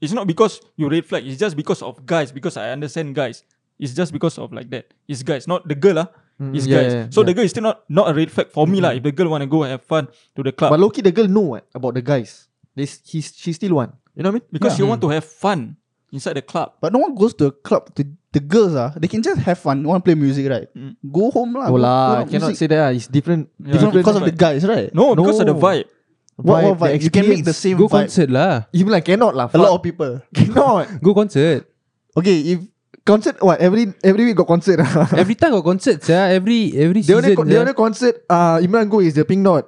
D: it's not because you red flag. It's just because of guys. Because I understand guys. It's just because of like that. It's guys, not the girl, ah.
C: Mm,
D: It's
C: yeah,
D: guys.
C: yeah,
D: so
C: yeah.
D: the girl is still not not a red flag for me, lah. If the girl wanna go have fun to the club,
C: But Loki, the girl know what about the guys. This he she still one. You know what I mean?
D: because she want to have fun inside the club.
B: But no one goes to a club to the girls ah. They can just have fun. want play music right?
D: Mm.
B: Go home lah. Ah, go-
C: Oh
B: go
C: lah, I
B: out
C: cannot
B: music.
C: say that. ah. It's different.
B: Because-
D: Yeah.
C: different
B: because of
D: vibe.
B: the guys right?
D: No, because of the
C: No.
D: vibe.
B: What- what
C: the
B: vibe? You can make the
C: experience.
B: same
A: Go
B: vibe.
A: concert lah.
C: Even like cannot lah.
B: A lot
C: [laughs]
B: of
C: fuck.
B: people.
C: cannot.
A: Go [laughs] concert.
C: okay, if concert what every every week got concert.
A: [laughs]
C: ah.
A: every time got concert, yeah. Every every
C: the
A: season.
C: only co- the
A: sia.
C: only concert uh Imran go is the Pink Knot.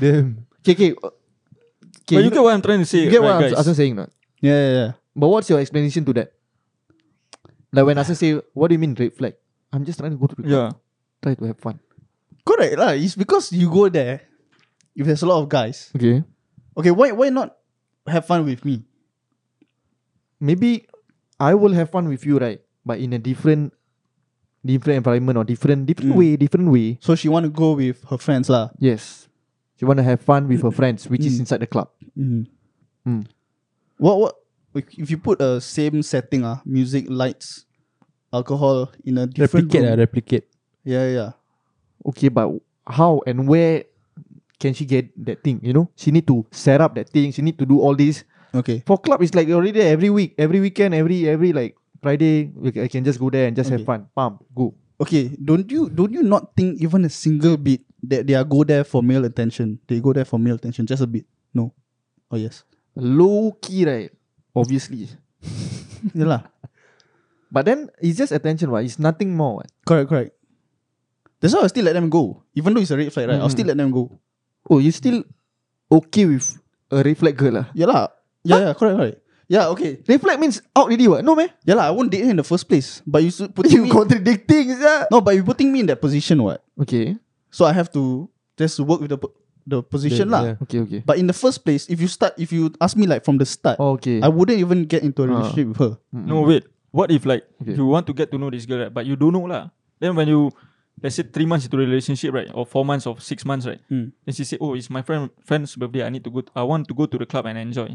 A: Damn.
C: Okay, okay. uh, okay,
D: but you, get
C: know-
D: what I'm trying to say,
C: you get
D: right,
C: what I'm,
D: guys?
C: Asan saying not?
B: Yeah, yeah, yeah.
C: But what's your explanation to that? Like when Asan say, what do you mean red flag? I'm just trying to go to the club,
D: yeah.
C: try to have fun.
B: Correct lah. It's because you go there. If there's a lot of guys,
C: Okay.
B: okay, why why not have fun with me?
C: maybe I will have fun with you, right? But in a different different environment or different different
B: Mm.
C: way, different way.
B: So she want to go with her friends lah.
C: Yes. She wanna have fun with her friends, which is
B: Mm.
C: inside the club. Mm.
B: What what if- if you put a same setting ah, music, lights, alcohol in a different
A: Replicate ah,
B: room.
A: replicate.
B: Yeah, yeah, yeah.
C: Okay, but how and where can she get that thing? You know? She need to set up that thing, she need to do all this.
B: Okay.
C: For club it's like already there every week, every weekend, every every like Friday, we ca- I can just go there and just
B: Okay.
C: have fun. Pam, go.
B: Okay, don't you don't you not think even a single bit that they are go there for male attention? They go there for male attention, just a bit. No. Oh yes.
C: Low key, right? Obviously.
B: yeah lah.
C: But then it's just attention, right? It's nothing more. What?
B: Correct, correct. That's why I still let them go. Even though it's a red flag, right? I'll still let them go.
C: Oh, you still okay with a red flag girl? Ah?
B: Yeah lah. Yeah, yeah, correct, correct. Yeah, okay.
C: Red flag means out already, what? No, man.
B: Yeah lah, I won't date her in the first place. But you su- putting
C: [laughs] You
B: me
C: contradicting, yeah.
B: no, but you putting me in that position, what?
C: Okay,
B: So I have to just work with the po- the position
A: Yeah,
B: lah.
A: yeah.
C: okay, okay.
B: But in the first place, if you start, if you ask me like from the start,
C: Okay.
B: I wouldn't even get into a relationship with her.
D: No, wait. What if like
C: Okay.
D: you want to get to know this girl, right? But you don't know lah. Then when you let's say three months into the relationship, right? Or four months or six months, right?
B: Mm.
D: Then she say, Oh, it's my friend friend's birthday. I need to go to, I want to go to the club and enjoy.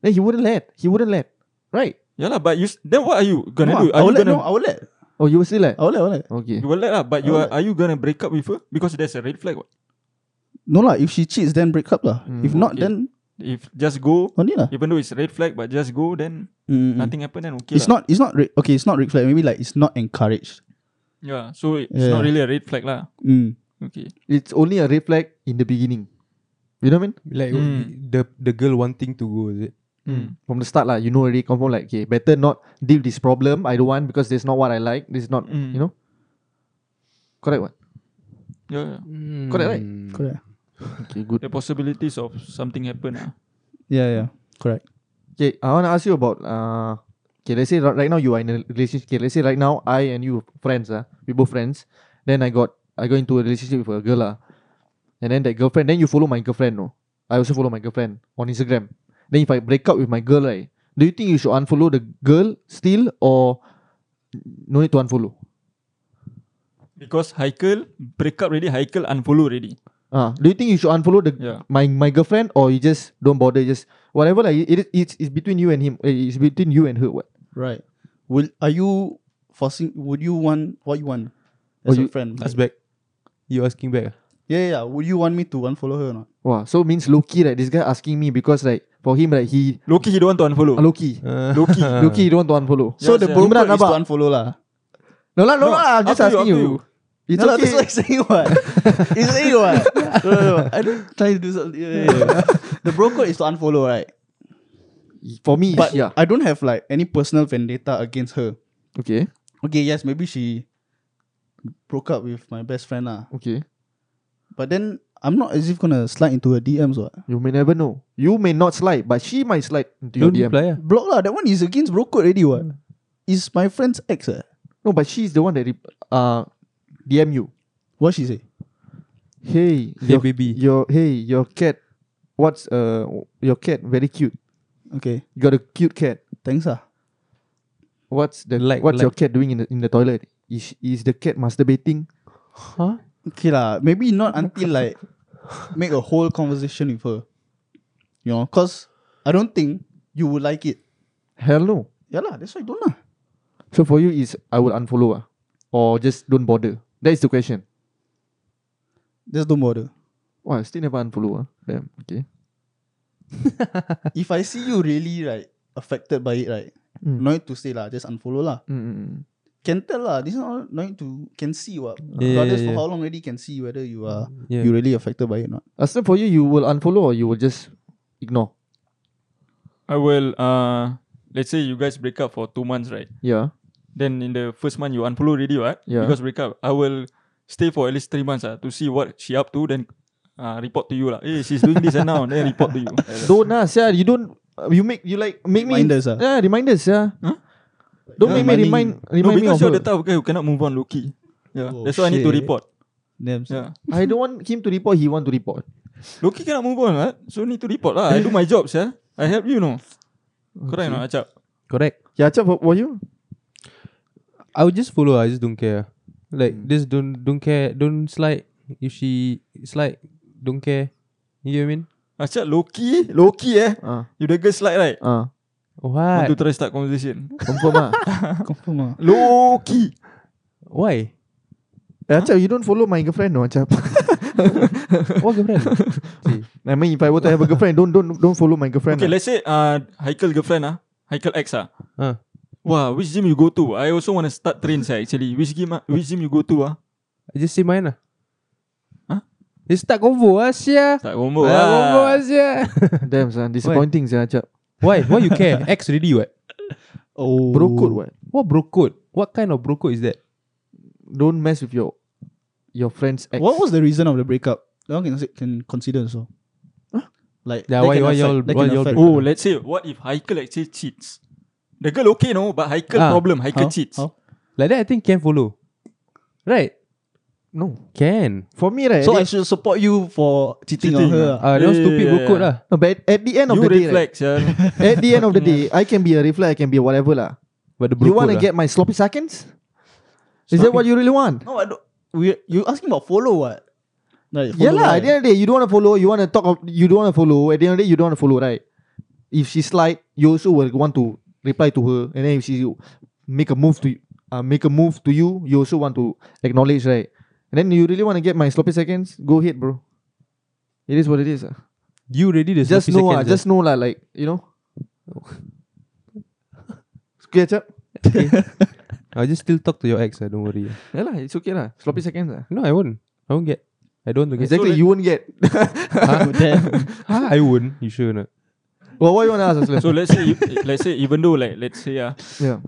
C: then he wouldn't let. He wouldn't let. Right?
D: Yeah, lah, but you s- then what are you gonna
B: No,
D: do?
B: I
D: Are
B: will
D: you
B: let,
D: gonna
B: no, I will let,
C: Oh, you were still let.
B: I will let, I will let.
C: Okay.
D: you will let lah, but you
B: I
D: are
B: will
D: are you gonna break up with her? Because there's a red flag. What?
B: No lah, if she cheats, then break up lah. if not,
D: okay.
B: then
D: If just go,
B: Only lah.
D: even though it's red flag, but just go, then
B: Mm, mm.
D: nothing happen, then okay.
B: It's
D: lah.
B: not. It's not. Re- okay. It's not red flag. Maybe like it's not encouraged.
D: Yeah, so it's
B: Yeah.
D: not really a red flag, lah.
B: Mm.
D: Okay.
C: It's only a red flag in the beginning. You know what I mean?
A: Like
B: Hmm.
D: Mm.
A: the the girl wanting to go, is it?
C: From the start, lah, you know already confirm like okay, better not deal this problem. I don't want because this is not what I like. This is not
D: Mm.
C: you know. Correct what?
D: Yeah, yeah.
A: Hmm.
C: Correct, right?
B: Correct.
C: Okay, good.
D: The possibilities of something happen, ah.
B: Yeah. Yeah. Correct.
C: Okay, I wanna ask you about uh okay, let's say ri- right now you are in a relationship. Okay, let's say right now I and you friends, uh, we both friends. Then I got I got into a relationship with a girl, uh, and then that girlfriend, then you follow my girlfriend, no. I also follow my girlfriend on Instagram. Then if I break up with my girl, right, do you think you should unfollow the girl still or no need to unfollow?
D: Because Haikal break up already, Haikal unfollow already.
C: Uh, do you think you should unfollow the
D: Yeah.
C: my my girlfriend or you just don't bother, just whatever like it, it- it's, it's between you and him. eh, It's between you and her. What?
B: Right. Will are you forcing? Would you want what you want
C: Oh,
B: as a
C: you-
B: friend?
A: Ask back. You asking back? ah?
B: Yeah, yeah, yeah. Would you want me to unfollow her or not?
C: Wow, so means Loki, right? This guy asking me because like for him, right, he
D: Loki, he don't want to unfollow.
C: uh, Loki.
A: Uh,
D: Loki. [laughs]
C: Loki he don't want to unfollow.
D: So the
C: yeah.
D: bro-
C: Imran,
B: Is to
C: Abah.
B: unfollow lah.
C: No lah, no
D: No,
C: lah. I'm
D: up
C: just
D: to you,
C: asking
D: up to
C: you.
D: you.
C: It's
B: no, lah,
C: okay.
B: that's what [laughs] I'm saying what. He's saying what. No, no, no. I don't try to do something. yeah, yeah, yeah. the bro code is to unfollow, right?
C: for me,
B: But
C: yeah.
B: I don't have like any personal vendetta against her.
C: Okay,
B: Okay, yes, maybe she broke up with my best friend lah.
C: okay.
B: But then I'm not as if gonna slide into her DMs what.
C: You may never know. You may not slide, but she might slide into
A: don't
C: your DM.
A: reply. ah.
B: Block lah. That one is against bro code already what. Is my friend's ex? Eh?
C: No, but she's the one that rep- uh DM you.
B: What she say?
C: Hey,
A: Hey
C: your,
A: baby.
C: your hey your cat. What's uh your cat? Very cute.
B: Okay,
C: You got a cute cat.
B: thanks ah.
C: What's the
A: Like-
C: What's
A: like-
C: your cat doing in the in the toilet? Is is the cat masturbating?
A: Huh?
B: Okay lah. Maybe not until like make a whole conversation with her. You know, cause I don't think you would like it.
C: Hell no.
B: Yeah lah. That's why don't lah.
C: So for you is I would unfollow ah, or just don't bother. That is the question.
B: Just don't
A: [laughs]
B: bother.
C: Why I still never unfollow ah? Damn. Okay.
B: if I see you really like affected by it, right?
C: Mm.
B: No need to say lah. Just unfollow lah.
C: Mm, mm, mm.
B: Can tell lah. This is all no need to can see what.
A: yeah,
B: Regardless
A: yeah.
B: for how long already can see whether you are
A: Yeah.
B: you really affected by it or not.
C: Aslan, Ah, for you, you will unfollow or you will just ignore.
D: I will, uh, let's say you guys break up for two months, right?
C: Yeah.
D: Then in the first month, you unfollow already, what?
C: Yeah.
D: Because break up. I will stay for at least three months ah, to see what she up to, then uh, report to you. lah. Hey, she's doing this and now, then report to you.
C: don't lah, sia. You don't. uh, You make you like make
B: Reminders
C: me.
B: ah.
C: Yeah, reminders. Yeah.
D: Huh?
C: Don't
B: Yeah,
C: make me remind
B: reminding-
C: [laughs]
D: no,
C: remind me
D: because
C: of
D: you're the
C: her.
D: type of guy who cannot move on, Loki. Yeah,
B: Oh,
D: that's why I need to
B: shit.
D: report.
B: Damn.
D: Yeah,
C: I don't want him to report. He want to report.
D: Loki cannot move on, right? So need to report lah. I do
C: [laughs]
D: my job, yeah. I help you, no. Correct, or not, Acap?
A: Correct.
C: Yeah, Ya, Achap, for, for you.
A: I would just follow. ah, I just don't care. ah. Like just don't don't care. Don't slide. If she slide, don't care. You get what I mean?
D: Acap Loki, Loki, eh?
C: Ah,
D: You the girl slide, right?
C: ah.
A: What?
D: Want to try start conversation?
C: Confirm [laughs] ah.
B: [laughs] Confirm ah.
D: Loki.
A: Why?
C: Eh, Achap, you don't follow my girlfriend, no, Achap.
A: [laughs] What girlfriend? See.
C: I mean, if I were to have a girlfriend, don't don't don't follow my girlfriend.
D: Okay,
C: ah.
D: let's say uh, Haikal girlfriend ah, Haikal ex ah.
C: Ha.
A: Ah.
D: Wow, which gym you go to? I also want to start trains ah, actually. Which gym ah? Which gym you go to ah?
A: I just say mine lah.
D: Huh?
A: Just start convo lah, sia.
D: Tak combo
A: Ah, convo lah,
C: eh.
D: ah.
A: sia.
C: Damn, son. Disappointing, sia, Achap.
A: [laughs] Why? Why you care? Ex already what?
B: Oh.
C: Bro code, what?
A: What bro code? What kind of bro code is that?
C: don't mess with your your friend's ex.
B: What was the reason of the breakup? That one can, say- can consider also. Like
A: Yeah,
B: that
A: why-
B: can
A: why
B: affect-
A: y'all-
B: that
A: why
B: can
A: y'all
B: affect-
A: break
D: Oh, let's say what if Haikal actually cheats? The girl okay no, but Haikal
A: Ah,
D: problem. Haikal
B: How?
D: cheats.
B: How?
A: Like that, I think can follow. Right?
C: no
A: Can.
C: for me right?
B: So I
C: at the,
B: should support you for cheating, on
D: Cheating,
B: her. ah.
A: Ah, don't
D: Yeah,
A: stupid
D: yeah,
A: bro
D: yeah.
A: code lah.
C: no, but at, at the end of
D: You
C: the day, right, [laughs]
D: reflex, yeah.
C: at the end of the day, I can be a reflex, I can be a whatever lah.
A: But the bro
C: you want to
A: code lah.
C: get my sloppy seconds? Is that what you really want?
B: No, I don't. We you asking about follow what? Like,
C: yeah
B: follow
C: lah.
B: what?
C: At the end of the day, you don't want to follow. You want to talk. of- You don't want to follow. At the end of the day, you don't want to follow, right? If she slide, you also will want to reply to her, and then if she make a move to uh, make a move to you, you also want to acknowledge, right? And then you really want to get my sloppy seconds? Go ahead, bro. It is what it is. ah.
A: You already the
C: Just
A: sloppy
C: know, ah,
A: seconds,
C: just know lah, like you know. okay, cak.
A: ah. I'll just still talk to your ex. ah, don't worry.
C: Yeah lah, it's okay lah. Sloppy seconds lah.
A: No, I won't. I won't get. I don't want to get.
C: Exactly, you won't get. [laughs]
A: [laughs] Ah, I won't. You sure or not?
C: well, what you wanna ask, Aslam?
D: So let's say you, let's say even though like let's say uh,
C: yeah.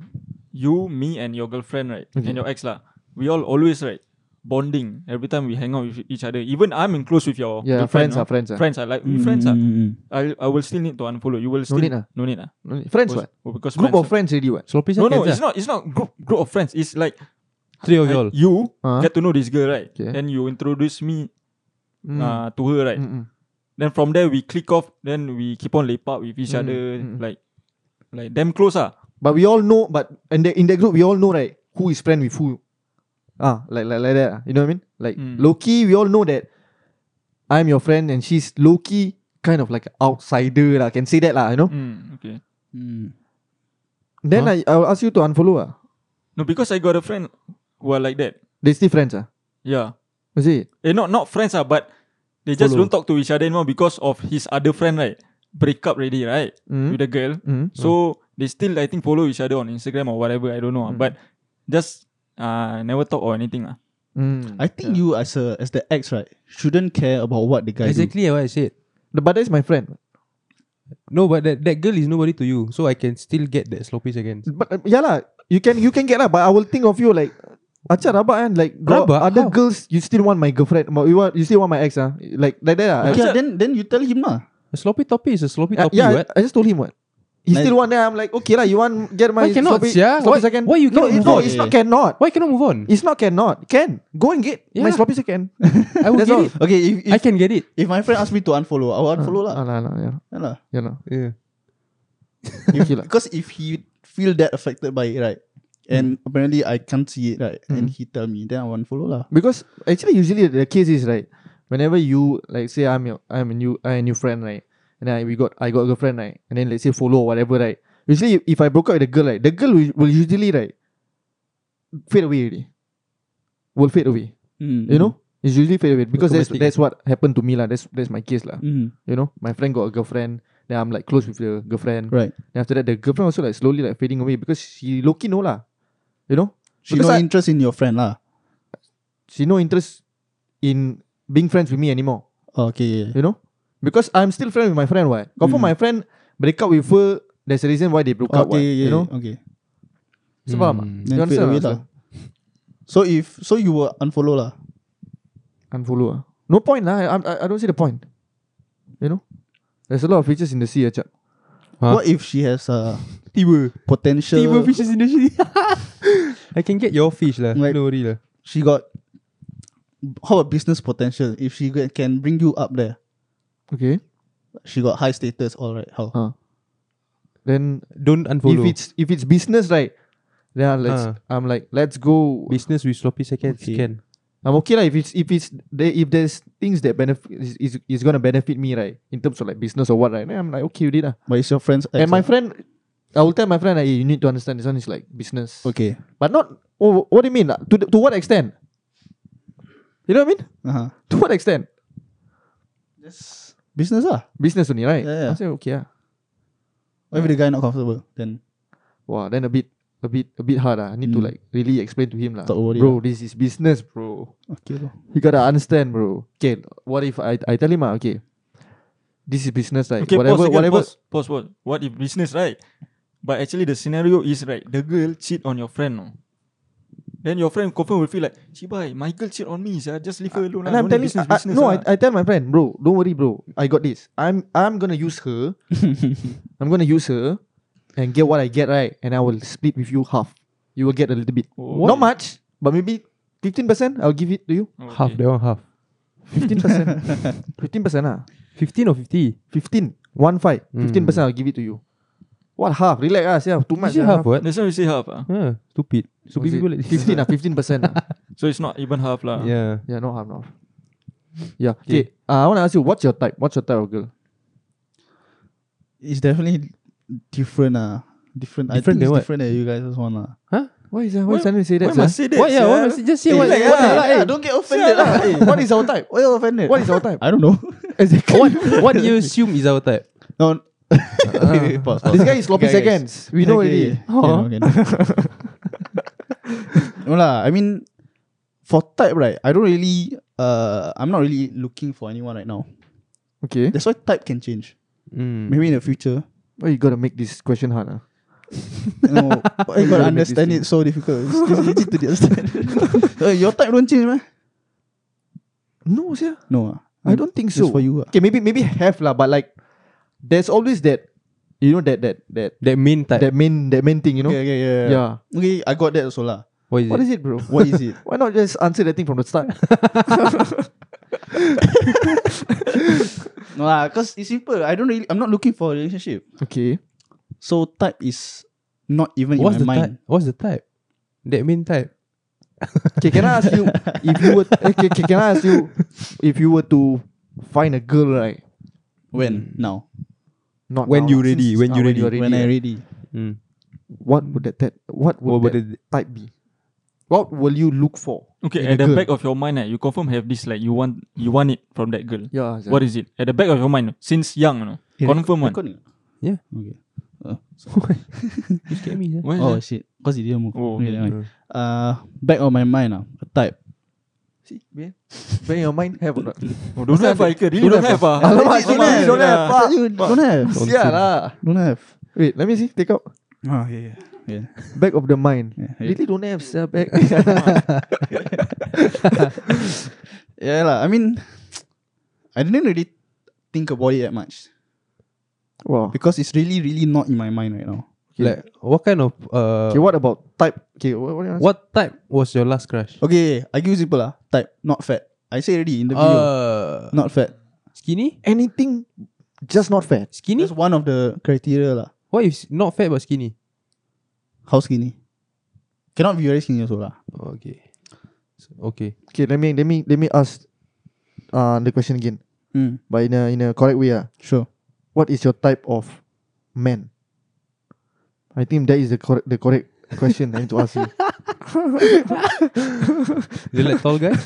D: you, me, and your girlfriend, right,
C: Okay.
D: and your ex lah, we all always right bonding every time we hang out with each other. Even I'm in close with your
C: Yeah,
D: girlfriend,
C: friends
D: no?
C: are friends. ah.
D: friends are like we friends are.
B: Mm.
D: I I will still need to unfollow. You will still
C: need ah.
D: no need ah.
C: No need- Friends
D: Because-
C: what?
D: because
C: Group
D: friends
C: of friends already what?
A: Sloppy
D: No,
A: seconds.
D: no,
A: ah.
D: it's not. It's not group group of friends. It's like
A: Three of
D: I-
A: y'all.
D: you
C: Ah.
D: get to know this girl, right?
C: Okay.
D: Then you introduce me
C: Mm.
D: uh, to her, right?
C: Mm-mm.
D: Then from there we click off. Then we keep on lepak with each
C: Mm,
D: other,
C: mm.
D: like like damn close ah.
C: But we all know, but in the in that group, we all know, right? Who is friend with who? Ah, like like, like that. ah. You know what I mean? Like
D: Mm.
C: low key, we all know that I'm your friend and she's low key kind of like an outsider lah. Can say that lah. You know.
D: Mm, okay.
B: Mm.
C: Then I I'll ask you to unfollow ah.
D: No, because I got a friend who are like that.
C: They still friends ah.
D: Yeah.
C: Is it?
D: Eh, not not friends ah, but they just
A: Follow.
D: don't talk to each other anymore because of his other friend, right? Break up already, right?
C: Mm.
A: Hmm.
D: With the girl.
C: Mm.
D: So they still I think follow each other on Instagram or whatever. I don't know. ah,
C: Mm.
D: But just uh never talk or anything ah.
A: Hmm.
C: Mm.
B: I think you as a as the ex right shouldn't care about what the guy do.
A: Exactly what I said.
C: The but that's my friend.
A: No, but that, that girl is nobody to you, so I can still get that sloppy seconds.
C: But uh, yeah lah, you can you can get lah. But I will think of you like. Acha rabak kan Like got
A: Rabak?
C: Other
A: How?
C: girls You still want my girlfriend but you, want, you still want my ex ah? Like like that ah. I-
B: Okay, then then you tell him lah.
A: A sloppy toppy is a sloppy
C: Yeah,
A: toppy.
C: Uh, yeah,
A: what?
C: I, I just told him what. He
B: Like-
C: still want that. I'm like, okay lah, you want get
A: Why
C: my
A: cannot,
C: sloppy,
A: sia?
C: sloppy
A: Why-
C: second?
A: why you
C: no,
A: cannot
C: it-
B: move
C: no,
B: on?
C: it's not cannot.
A: Why cannot move on?
C: It's not cannot. Can go and get my
A: Yeah.
C: sloppy second.
A: I will
C: That's
A: get
C: all.
A: it.
B: Okay, if if,
A: I can get it.
B: if my friend asks me to unfollow, I'll unfollow lah.
C: Ah, lah, lah, yeah,
B: Yeah lah.
C: yeah, lah.
A: Yeah.
C: Okay lah.
B: Because if he feel that affected by it, right? And apparently I can't see it, right? And he tell me, then I won't follow lah.
C: Because actually, usually the case is right. Whenever you like say I'm your I'm a new I'm a new friend right, and I we got I got a girlfriend right, and then let's say follow or whatever right. Usually, if I broke up with a girl right, the girl will, will usually right fade away already. Will fade away. You know, it's usually fade away because that's
A: Automatic.
C: that's what happened to me lah. That's that's my case lah.
B: Mm.
C: You know, my friend got a girlfriend. Then I'm like close with the girlfriend.
B: Right.
C: Then after that, the girlfriend also like slowly like fading away because she low key know lah. You know,
B: She
C: Because
B: no
C: I-
B: interest in your friend lah.
C: she no interest in being friends with me anymore.
B: Okay.
C: You know, because I'm still friend with my friend. Why? Confirm
B: Mm.
C: my friend break up with her. There's a reason why they broke up.
B: Okay,
C: what,
B: yeah,
C: you know,
B: okay.
C: so faham tak?
A: Mm.
B: Then
C: You
B: fade
C: understand?
B: away
C: what I'm
B: lah. So if so you will unfollow lah.
C: saying? Unfollow. ah. No point lah. I, I, I don't see the point. You know, there's a lot of features in the sea, ah, chap.
A: Huh?
B: What if she has a
A: Tiba.
B: potential
A: Tiba fishes in the sea. [laughs] I can get your fish lah.
B: Like-
A: no worry lah.
B: she got how about business potential? If she get- can bring you up there,
C: Okay.
B: she got high status, all right. How?
C: Huh. Then
A: Don't unfollow.
C: If it's if it's business, right? Yeah, let's.
A: Ah.
C: I'm like, let's go.
A: business with sloppy seconds,
B: Okay.
A: can.
C: I'm okay lah. If it's if it's there, if there's things that benefit is, is is gonna benefit me, right? In terms of like business or what, right? Then I'm like, okay, with it lah.
B: But it's your friend's ex,
C: And my
B: ah.
C: friend, I will tell my friend, like, hey, you need to understand this one is like business.
B: Okay.
C: But not. Oh, what do you mean? lah? To the- to what extent? You know what I mean? [laughs]
B: Uh-huh.
C: To what extent?
B: Just business lah.
C: Business only, right?
B: Yeah, yeah.
C: I say okay ah.
B: What if the guy not comfortable? Then
C: Wow, then a bit. A bit, a bit hard. Ah, I need to
B: Mm.
C: like really explain to him, lah.
B: Talk about it ah.
C: Bro, this is business, bro.
B: okay lor.
C: You gotta understand, bro. Okay, what if I, I tell him, ah, okay, this is business, like
D: Okay,
C: whatever,
D: pause again,
C: whatever.
D: Pause, pause, pause. What if business, right? But actually, the scenario is right. The girl cheat on your friend. No? Then your friend confirm will feel like, Chibai, Michael cheat on me. Sir. Just leave her alone. ah.
C: And I'm telling, I-
D: business,
C: I-
D: business,
C: no,
D: ah."
C: I, I tell my friend, bro, don't worry, bro. I got this. I'm, I'm gonna use her. I'm gonna use her, and get what I get, right? And I will split with you half. You will get a little bit,
D: What?
C: not much, but maybe fifteen percent. I'll give it to you.
D: Oh, Okay.
A: Half, that one half.
C: Fifteen percent. Fifteen percent, ah.
A: 15 or 50?
C: 15, one five. Fifteen percent. I'll give it to you. What half? Relax, ah, sia. Too much.
A: Is it
C: ah.
A: half what?
D: That's why we say half. ah.
A: Yeah, stupid. Stupid
C: Was it
A: people like this. [laughs]
C: Fifteen, ah, fifteen percent. ah.
D: So it's not even half. lah.
A: Yeah.
C: Yeah, no harm, no harm. Yeah. Okay. Uh, I want to ask you, what's your type? What's your type of girl?
B: It's definitely different uh different. I
A: Different than
B: think it's
A: what?
B: different than you guys one lah.
C: Why is that? Why,
D: Why-
C: suddenly say that?
D: Why must
C: sir?
D: say that?
A: What, yeah,
D: sia?
A: what, just say what,
B: Hey,
A: what,
B: yeah,
A: you like,
B: yeah,
A: eh.
B: don't get offended lah.
C: what is our type?
B: Why you offended?
C: What is our type?
B: I don't know.
C: [laughs]
B: [laughs]
C: Exactly.
A: what what do you assume is our type?
B: No. Wait, wait, pause, pause.
C: [laughs] This guy is sloppy
B: Okay, guys.
C: seconds. We know
B: Okay,
C: already.
B: okay. Can, can. [laughs] no lah. I mean, for type right, I don't really. Uh, I'm not really looking for anyone right now.
C: Okay.
B: That's why type can change.
A: Mm.
B: Maybe in the future,
C: Why you gotta make this question hard? ah?
B: [laughs] no, I gotta
C: gotta make this
B: understand
C: thing.
B: it so difficult. It's just easy to understand. [laughs] Uh, your type don't change, man.
C: No, yeah.
B: No, ah.
C: I don't think
B: Just
C: so.
B: for you. ah.
C: Okay, maybe maybe have lah, but like, there's always that, you know that that that
A: That main type.
C: that main that main thing, you know.
B: Okay, okay, yeah, yeah.
C: yeah.
B: Okay, I got that also lah.
A: what is
C: What
A: it?
C: is it, bro?
B: What is it?
C: [laughs] Why not just answer that thing from the start?
B: [laughs] no lah, cause it's simple. I don't really. I'm not looking for a relationship.
C: okay.
B: So type is not even
A: What's the
B: in my mind.
A: type? What's the type? That main type.
C: Okay, can I ask you if you were eh, ca- ca- can I ask you if you were to find a girl right?
B: When now?
C: Not
A: When
C: now
A: you
C: lah,
A: ready,
C: since-
A: when
C: ah,
A: you ready.
C: you're
B: when I
C: right?
B: ready.
A: Mm.
C: what would that, that what would
A: What about
C: that
A: the-
C: type be? What will you look for?
D: Okay,
C: in
D: at
C: a
D: the
C: girl?
D: back of your mind, eh, you confirm have this like you want you want it from that girl.
C: Yeah. yeah.
D: What is it? At the back of your mind, since young, you know,
B: Yeah,
D: confirm one.
B: Record ni?
A: Yeah.
B: Okay.
A: You scared me. Yeah?
D: Why is
B: Oh
D: that?
B: shit. Cause it didn't move.
D: Oh,
B: okay,
D: okay.
B: never mind. Uh, back of my mind ah, a type.
C: See, [laughs] man, bear in your mind, have or not?
D: Oh, don't have, ah, Ika, really don't have, ah.
B: [laughs]
C: Alamak, [laughs]
D: [laughs] Alamak,
C: don't have, uh,
D: you
C: don't have.
D: ah.
C: Fuck,
B: You don't have.
A: Don't
C: Yeah
A: think.
C: lah.
B: Don't have.
C: Wait, let me see. Take out
B: Oh yeah. Yeah.
C: back of the mind.
B: Yeah, yeah.
C: Really don't have sell [laughs] back.
B: yeah lah. I mean, I didn't really think about it that much
C: wow.
B: because it's really, really not in my mind right now.
A: Like what kind of uh
C: Okay, what about type? Okay, what, what, do you want
A: what type was your last crush?
B: Okay, I give you simple lah. Type not fat. I say already in Oh, the video.
A: Uh,
B: Not fat.
A: skinny?
C: to- anything, just not fat.
A: Skinny?
B: That's one of the criteria lah.
A: What if s- not fat but skinny?
B: How skinny? Cannot be very skinny also lah.
A: Oh, okay. So- okay.
C: Okay, let me let me let me ask uh, the question again,
B: Mm,
C: but in a in a correct way. ah.
B: sure.
C: what is your type of man? I think that is the correct the correct question I need to ask [laughs] you.
A: They like tall guys?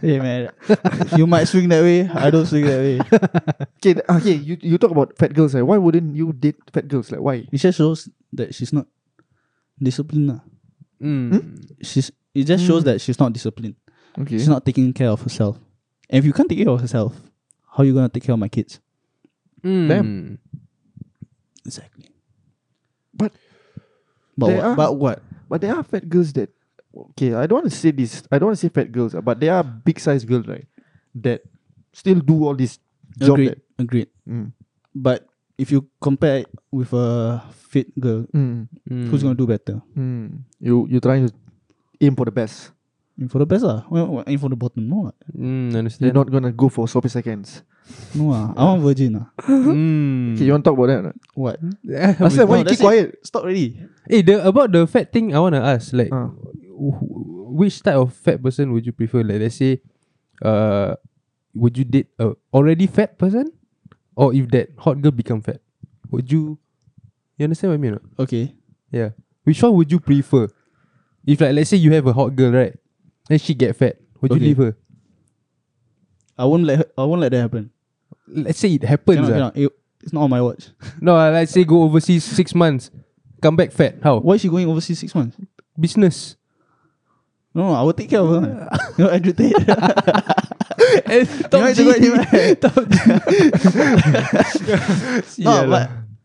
B: Hey man, [laughs] you might swing that way. I don't swing that way.
C: Okay, th- okay, you you talk about fat girls. Right? Why wouldn't you date fat girls? Like why?
B: It just shows that she's not disciplined. lah.
A: Mm.
B: She's it just shows that she's not disciplined.
C: Okay.
B: She's not taking care of herself. And if you can't take care of herself, how you gonna take care of my kids?
A: Mm.
C: Damn.
B: Exactly.
C: But
B: But
C: there
B: what,
C: are-
B: but what?
C: But there are fat girls that okay, I don't want to say this. I don't want to say fat girls, but there are big size girls, right? That still do all this job.
B: Agreed.
C: That,
B: Agreed.
C: Mm.
B: But if you compare it with a fit girl,
C: Mm,
A: Mm.
B: who's gonna do better?
C: mm. You you trying to aim for the best.
B: In for the best lah. Well, in for the bottom, no lah.
A: Mm,
C: You're
A: understand.
C: not gonna go for sloppy seconds.
B: No lah. I want virgin ah. lah.
A: mm.
C: [laughs] Okay, you want to talk about that? or Not?
B: What?
C: Aslan,
B: No,
C: why you
B: that's
C: keep
B: it.
C: quiet?
B: Stop already.
A: Hey, Eh, the about the fat thing, I wanna ask, like,
C: Ah.
A: wh- which type of fat person would you prefer? Like, let's say, uh, would you date a already fat person, or if that hot girl become fat, would you? You understand what I mean? or not?
B: Okay.
A: Yeah. Which one would you prefer? If like, let's say you have a hot girl, right? Then she get fat. Would
B: Okay.
A: you leave her?
B: I won't let her, I won't let that happen.
A: Let's say it happens. ah.
B: Cannot, cannot. It- it's not on my watch.
A: No, ah, let's say go overseas six months, come back fat. How?
B: Why is she going overseas six months?
A: Business.
B: No, no, I will take care of her. man. [laughs] you know, Andrew Tate. [laughs]
A: Top Eh,
B: Top G.
A: [laughs]
B: no,
A: Yeah lah.
B: but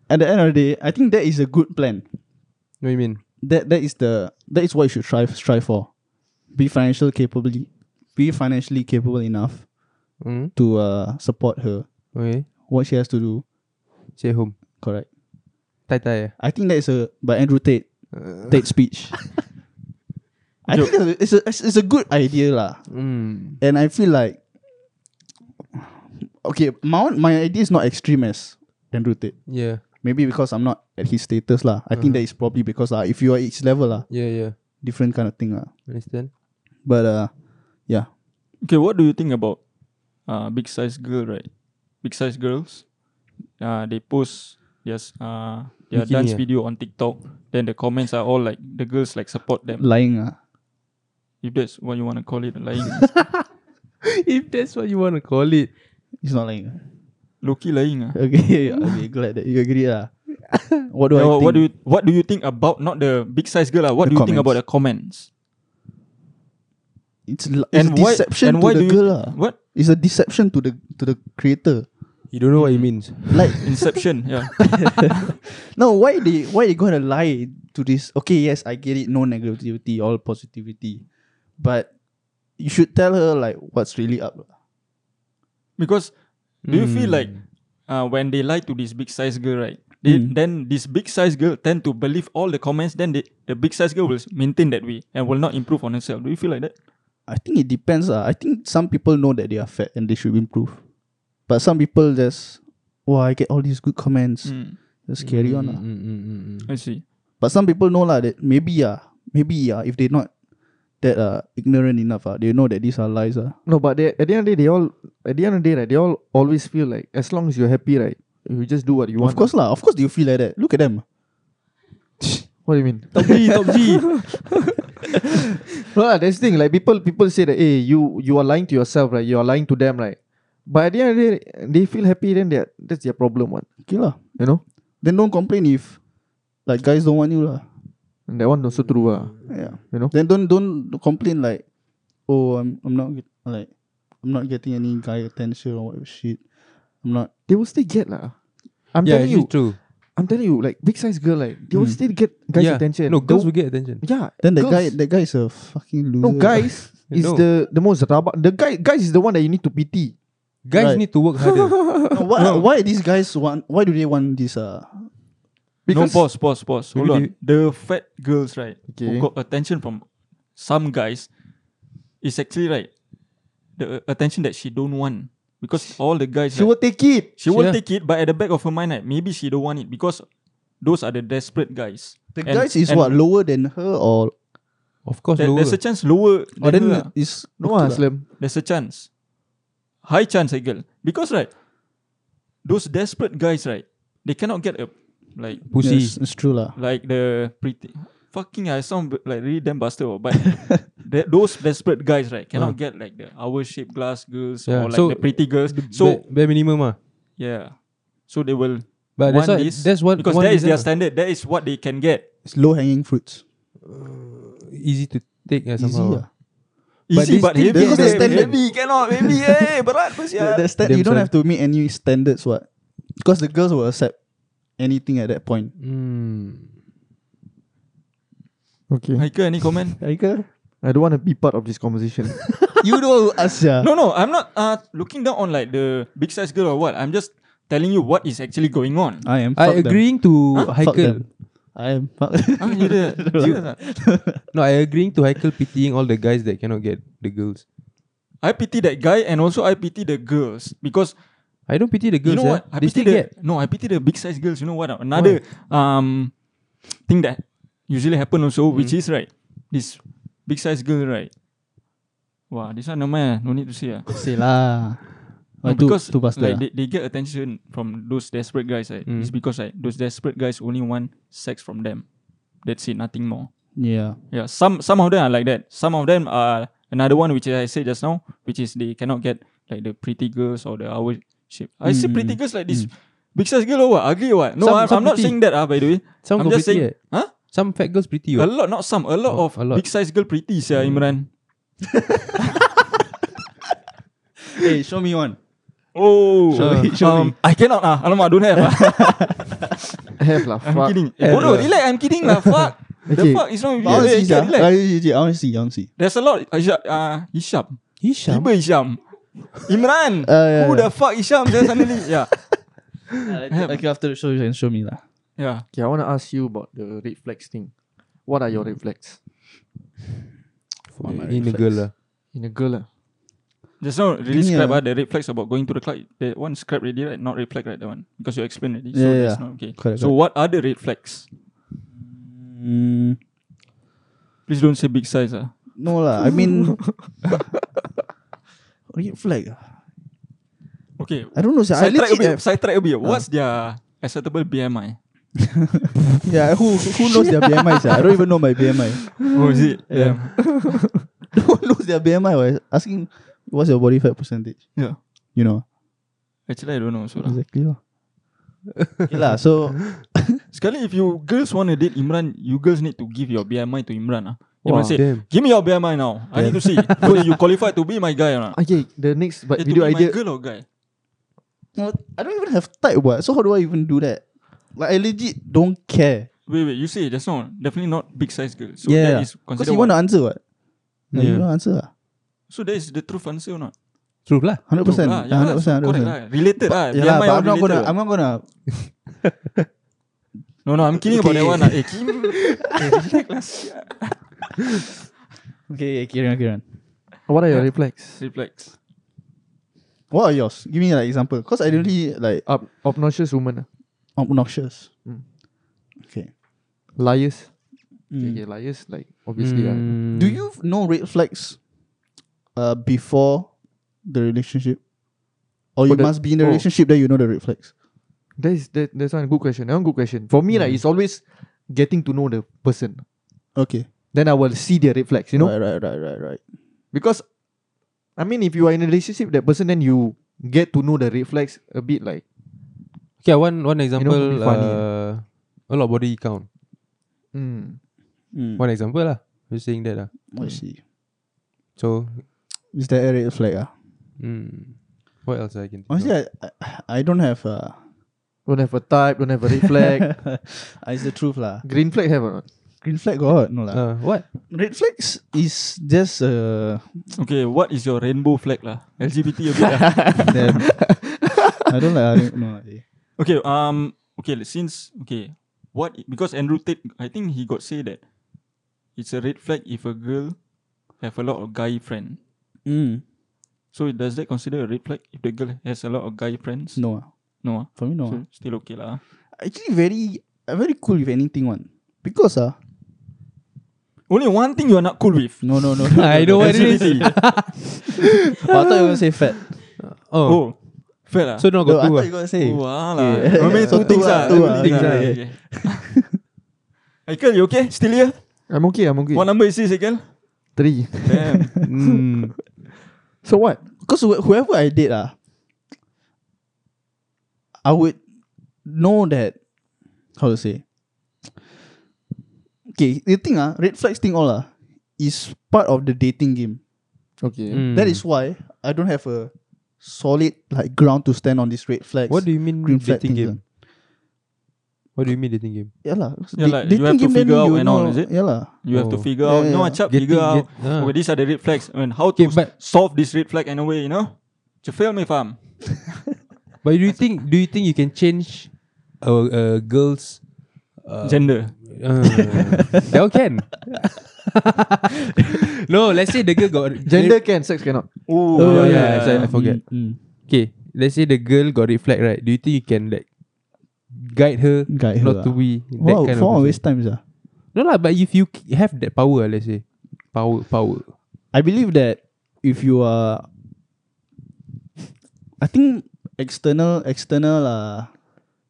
B: at the end of the day, I think that is a good plan.
A: What do you mean?
B: That that is the that is what you should strive strive for. Be financially capable. Be financially capable enough
A: Mm?
B: to uh, support her.
A: Okay.
B: What she has to do,
A: Stay home.
B: correct.
A: Tai tai. eh?
B: I think that is a by Andrew Tate Tate speech. I think that's a- it's a it's it's a good idea lah.
A: Mm.
B: and I feel like okay, my own, my idea is not extreme as Andrew Tate.
A: Yeah.
B: Maybe because I'm not at his status lah. I
D: Mm-hmm.
B: think that is probably because uh, if you are at his level lah,
A: Yeah, yeah.
B: different kind of thing lah.
A: [laughs] Understand?
B: But uh, yeah,
D: Okay, what do you think about uh big size girl, right? Big size girls, uh, they post their s- uh
A: Bikini,
D: their
B: eh?
D: dance
A: ah.
D: video on TikTok. Then the comments are all like the girls like support them.
B: lying ah. [laughs]
D: If that's what you want to call it, lying.
A: if that's what you want to call it.
B: It's not lying. [laughs]
D: Loki lying ah.
B: Okay, I'll
D: [laughs]
B: be glad that you agree lah. What do
D: Yeah,
B: I
D: what,
B: think?
D: what do you what do you think about not the big size girl? ah? What
B: The
D: do you think
B: comments.
D: about the comments?
B: it's, l- it's
D: and why-
B: deception
D: and why
B: to the
D: do you-
B: girl ah. lah.
D: What?
B: It's a deception to the to the creator.
A: You don't know what it means.
B: Like [laughs]
D: Inception, yeah.
B: no, why they why they gonna lie to this? Okay, yes, I get it. No negativity, all positivity. But you should tell her like what's really up. lah.
D: Because do you feel
A: Mm.
D: like uh, when they lie to this big size girl, right? They,
B: Mm.
D: Then this big size girl tend to believe all the comments. Then they, the big size girl will s- maintain that way and will not improve on herself. Do you feel like that?
B: I think it depends. lah. I think some people know that they are fat and they should improve. But some people just, wow, I get all these good comments.
D: Mm,
B: Just carry on. lah.
A: Mm, mm, mm, mm, mm.
D: I see.
B: But some people know lah that maybe ah, maybe ah, if they're not that uh, ignorant enough ah, they know that these are lies ah.
C: No, but they, at the end of the day, they all at the end of the day, right? They all always feel like as long as you're happy, right? You just do what you want.
B: Of course lah, of course you feel like that. Look at them.
C: What do you mean?
D: Top G, top G.
C: no, lah, that's the thing. Like people, people say that, hey, you you are lying to yourself, right? You are lying to them, right? But at the end of the day, they feel happy. Then they are- that's their problem, one.
B: Okay lah.
C: You know,
B: Then don't complain if like guys don't want you lah.
C: and that one also true, ah.
B: Yeah.
C: You know?
B: Then don't don't complain like, oh I'm I'm not get, like I'm not getting any guy attention or whatever shit. I'm not.
C: They will still get lah. I'm
A: Yeah,
C: telling
A: it's
C: you,
A: true. Hmm.
C: I'm telling you, like big size girl, like they will
B: Mm.
C: still get guys'
A: yeah.
C: attention.
A: No, girls
C: The-
A: will get attention.
C: yeah.
B: Then the
C: girls-
B: guy that guy is a fucking
A: [laughs]
B: loser.
C: No, guys is
A: No.
C: the the most rabak. The guy guys is the one that you need to pity.
A: Guys
B: Right.
A: need to work [laughs] harder.
B: No, [laughs] why, why these guys want? Why do they want this? Uh,
D: no, pause, pause, pause. Hold
A: Maybe
D: on. The fat girls, right?
C: Okay.
D: Who got attention from some guys is actually right. The uh, attention that she don't want because all the guys
C: She
D: right,
C: will take it.
D: She won't
A: Yeah.
D: take it, but at the back of her mind, right, maybe she don't want it because those are the desperate guys.
B: the
D: And-
B: guys is
D: and
B: what lower than her or
A: of course,
D: there-
A: lower.
D: there's a chance lah. lower
B: or
A: Oh,
D: than
B: then
D: her.
B: is
C: No, ah, Slim.
D: There's a chance, high chance, I girl. Because right, those desperate guys, right, they cannot get a like
A: pussy.
B: Yes, it's true lah.
D: like the pretty fucking I sound b- like really damn bastard,
A: [laughs]
D: oh, but the, those desperate guys, right, cannot get like the hour shaped glass girls
A: Oh. Yeah,
D: or like
A: so
D: the pretty girls.
A: so
D: So
A: bare, bare minimum ah.
D: yeah, so they will
A: But that's
D: want
A: why
D: this
A: that's what
D: because
A: one
D: that is
A: reason
D: their
A: ah.
D: standard. That is what they can get.
B: It's low hanging fruits.
A: easy ah. to take yeah,
B: Easy
A: somehow.
B: lah.
A: But
D: Easy
A: this-
D: but
A: this-
D: heavy.
B: this is the
D: man.
B: standard.
D: Heavy cannot [laughs] heavy. Eh, berat pun
B: The,
D: sial.
B: the sta-
A: Damn
B: you don't
A: son.
B: have to meet any standards what, because the girls will accept anything at that point.
A: Mm.
C: Okay.
D: Haikal, any comment?
B: Aika,
C: I don't want to be part of this conversation.
B: you know us yeah.
D: [laughs] No, no, I'm not uh, looking down on like the big size girl or what. I'm just telling you what is actually going on.
B: I am.
A: I
B: fuck them.
A: agreeing to
B: Fuck
A: Haikal.
B: them. I am. Fuck.
D: Ah, you did. [laughs] You-
A: No, I agreeing to Haikal pitying all the guys that cannot get the girls.
D: I pity that guy and also I pity the girls because
A: I don't pity the girls.
D: you know
A: eh.
D: what? I
A: they
D: pity
A: still
D: the
A: get.
D: no, I pity the big size girls. You know what? Another um thing that usually happen also, which
A: Mm.
D: is right this big size girl right. Wow, this one no man, no need to say. ah.
B: [laughs] Say lah.
D: No,
B: Why too,
D: because
B: too bastard
D: like
B: ah?
D: they, they get attention from those desperate guys. Right?
A: Mm.
D: It's because like those desperate guys only want sex from them. That's it, nothing more.
B: Yeah.
D: Yeah, some some of them are like that. Some of them are another one which I said just now, which is they cannot get like the pretty girls or the hour shape. I see pretty girls like this. Big size girl or what? Ugly or what?
A: Mm.
D: No,
A: Some-
D: I'm,
A: some
D: I'm not
A: pretty.
D: saying that ah, by the way.
A: Some
D: I'm
A: got
D: just
A: pretty,
D: saying, huh?
A: eh. Some fat girls pretty.
D: A
A: what.
D: lot, not some. A lot
A: Oh,
D: of
A: a lot. Mm.
D: big size girl pretty, yeah, Imran.
B: hey, show me one.
D: Oh,
A: [laughs] Show me-
B: show
D: um, I cannot ah. Alamak, I don't have ah.
A: [laughs]
C: Have lah.
D: I'm
C: fuck.
D: kidding. Eh, bodoh, relax. I'm kidding
A: [laughs]
D: lah. Fuck. The
C: Okay.
D: fuck? It's not with
B: I want to
D: you.
B: see.
A: ah?
B: sia.
D: Relax,
B: I
D: relax.
B: want to see. I want to see. I want to see.
D: There's a lot. Hisham. Uh, Hisham.
A: Hisham.
D: Tiba Hisham. Imran.
B: [laughs] Uh, yeah,
D: Who
B: yeah.
D: the fuck Hisham? Then suddenly,
B: [laughs]
D: yeah.
B: Uh, okay, after the show, you can show me lah.
D: Yeah.
C: Okay, I want to ask you about the red flags thing. What are your red flags
A: For-
B: One of my
A: in a
B: reflex.
A: girl ah. eh. lah.
C: in a girl? lah?
D: There's no really
B: Give me
D: script
B: a-
D: ah, the red flags about going to the club. The one script already, right? Not red flag, right? That one. Because you explained already. So
B: Yeah,
D: that's
B: yeah.
D: not okay.
B: Correct,
D: so what are the red flags?
B: Mm,
D: Please don't say big size. ah.
B: no lah. I mean, [laughs] red flag. ah.
D: Okay.
B: I don't know. sia. I
D: Sidetrack a
B: legit
D: bit.
B: have,
D: Sidetrack a bit. What's their acceptable
B: [laughs]
D: BMI?
B: yeah. Who
D: [laughs]
B: who knows their BMI? sia? I [laughs] don't even know my BMI.
D: Oh, is it?
B: Yeah. who knows their BMI? Was asking what's your body fat percentage?
D: Yeah.
B: You know,
D: Actually, I don't know. So lah.
B: Exactly
D: [laughs]
B: lah. okay lah, so
D: Sekali if you girls want to date Imran, you girls need to give your BMI to Imran. Ah. Imran
C: Wah,
D: say,
A: damn.
D: give me your BMI now. I need to see whether you qualify to be my guy
B: [laughs]
D: or not.
C: Okay, the next but
D: Eh, to
C: video
D: be my
C: idea.
D: girl or guy?
B: no, I don't even have type what. So how do I even do that? Like I legit don't care.
D: Wait, wait. You say that's not definitely not big size girl. So
B: Yeah.
D: that is
B: Because
D: considered.
B: you want to
D: what?
B: answer what? No, you
A: Yeah.
B: don't answer lah.
D: So that is the truth answer or not?
A: True lah.
B: Hundred percent.
D: True lah, yeah,
B: Hundred
D: lah, so
B: percent.
D: correct lah. Related lah.
B: Yeah, lah, but
D: BMI all
B: I'm not gonna.
D: related.
B: I'm not gonna.
D: No, no. I'm kidding about that
B: Okay.
D: one. lah. Eh, Kim.
B: [laughs]
D: Eh, relax lah, sia.
B: Okay, okay, Kiran, Kiran.
C: What are your reflex?
D: Reflex.
B: What are yours? Give me like example. Cause I
C: Hmm.
B: really like
C: Ob- obnoxious woman. ah.
B: obnoxious.
C: Mm.
B: Okay.
C: Liars. Okay,
B: Mm.
C: okay, liars like obviously. ah.
A: Hmm. Mm.
B: Do you f- know red flags? Uh, before the relationship, or you
C: But the-
B: must be in the
C: oh.
B: relationship that you know the red flags.
C: That is that that's one good question. That one good question. For me, like it's always getting to know the person.
B: Okay.
C: Then I will see their red flags, you know?
B: Right, right, right, right, right.
C: Because I mean if you are in a relationship with that person, then you get to know the red flags a bit like
A: Okay, one one example.
C: be funny,
A: uh, a lot body count.
C: mm,
D: Hmm.
B: Mm.
A: One example lah. You're saying that lah.
B: I see.
A: So,
B: Is that a red flag? Ah,
A: mm, what else I can? Think
B: honestly,
A: of?
B: I, I, I don't have. Uh,
C: don't have a type, don't have a red [laughs] flag.
B: Ah, [laughs] it's the truth
C: [laughs]
B: lah.
C: Green flag have or not?
B: Green flag got no lah.
A: Uh,
D: [laughs]
A: what?
B: red flags is just
C: [laughs]
B: uh,
D: Okay, what is your rainbow flag lah? LGBT a bit lah.
B: them. I don't like. I don't know. eh.
D: Okay, um okay, since okay, what because Andrew Tate I think he got say that it's a red flag if a girl have a lot of guy friend.
C: Hmm.
B: Mm.
D: So does that consider a red flag if the girl has a lot of guy friends?
B: No, ah.
D: No. ah?
B: for me no. ah.
D: So still okay lah. ah.
B: actually very uh, very cool with anything one because ah
D: Only one thing you are not cool with.
B: no no no, no
A: I
B: no,
A: know what it is.
B: no.
D: LGBT.
B: Oh, I thought you were gonna say fat.
A: [laughs] Oh,
D: oh. Fair lah.
A: so now
B: No,
A: got two
B: I thought
A: ah.
B: you were gonna say.
D: Wah lah.
B: Okay.
D: Normally two
B: Two
D: things
B: lah,
D: ah.
B: two
D: Two
B: ah,
D: things
B: okay,
D: ah. Okay. Haikal, you okay? Still here?
C: I'm okay, I'm okay.
D: What number is this,
B: [laughs]
D: Haikal?
C: Three.
D: Damn.
A: Mm.
C: So what?
B: Because wh- whoever I date ah, I would know that how to say. Okay, the thing ah, red flags thing all ah, is part of the dating game.
C: Okay.
A: Mm.
B: That is why I don't have a solid like ground to stand on this red flags.
A: What do you mean
B: green flag
A: dating
B: thing
A: game?
B: ah.
A: What do you mean dating game?
B: Yeah lah. because
D: Yeah,
B: da-
D: like, you have to
B: then
D: figure out
B: you
D: and all,
B: know-
D: is it?
B: Yeah lah.
D: You have to
A: Oh.
D: figure
B: Yeah,
D: out. No,
B: yeah.
D: I chap
A: Getting-
D: figure out.
A: get- ah.
D: Okay, these are the red flags. I mean, how
A: Okay,
D: to s-
A: but-
D: solve this red flag in a way, you know? You fail me, fam.
A: But do you think do you think you can change a, a girl's uh,
D: Gender.
A: Uh, [laughs] they all can. [laughs] no, let's say the girl got
C: Gender can, sex cannot.
D: Oh,
A: yeah, yeah, yeah, sorry, I forget.
B: Mm,
A: Okay, let's say the girl got red flag, right? Do you think you can like guide her
B: mm. Guide her
A: not
B: lah.
A: to be that
B: Wow,
A: kind
B: four
A: of
B: waste times ah.
A: person? No lah, but if you c- have that power, let's say power, power.
B: I believe that if you are, I think external external uh,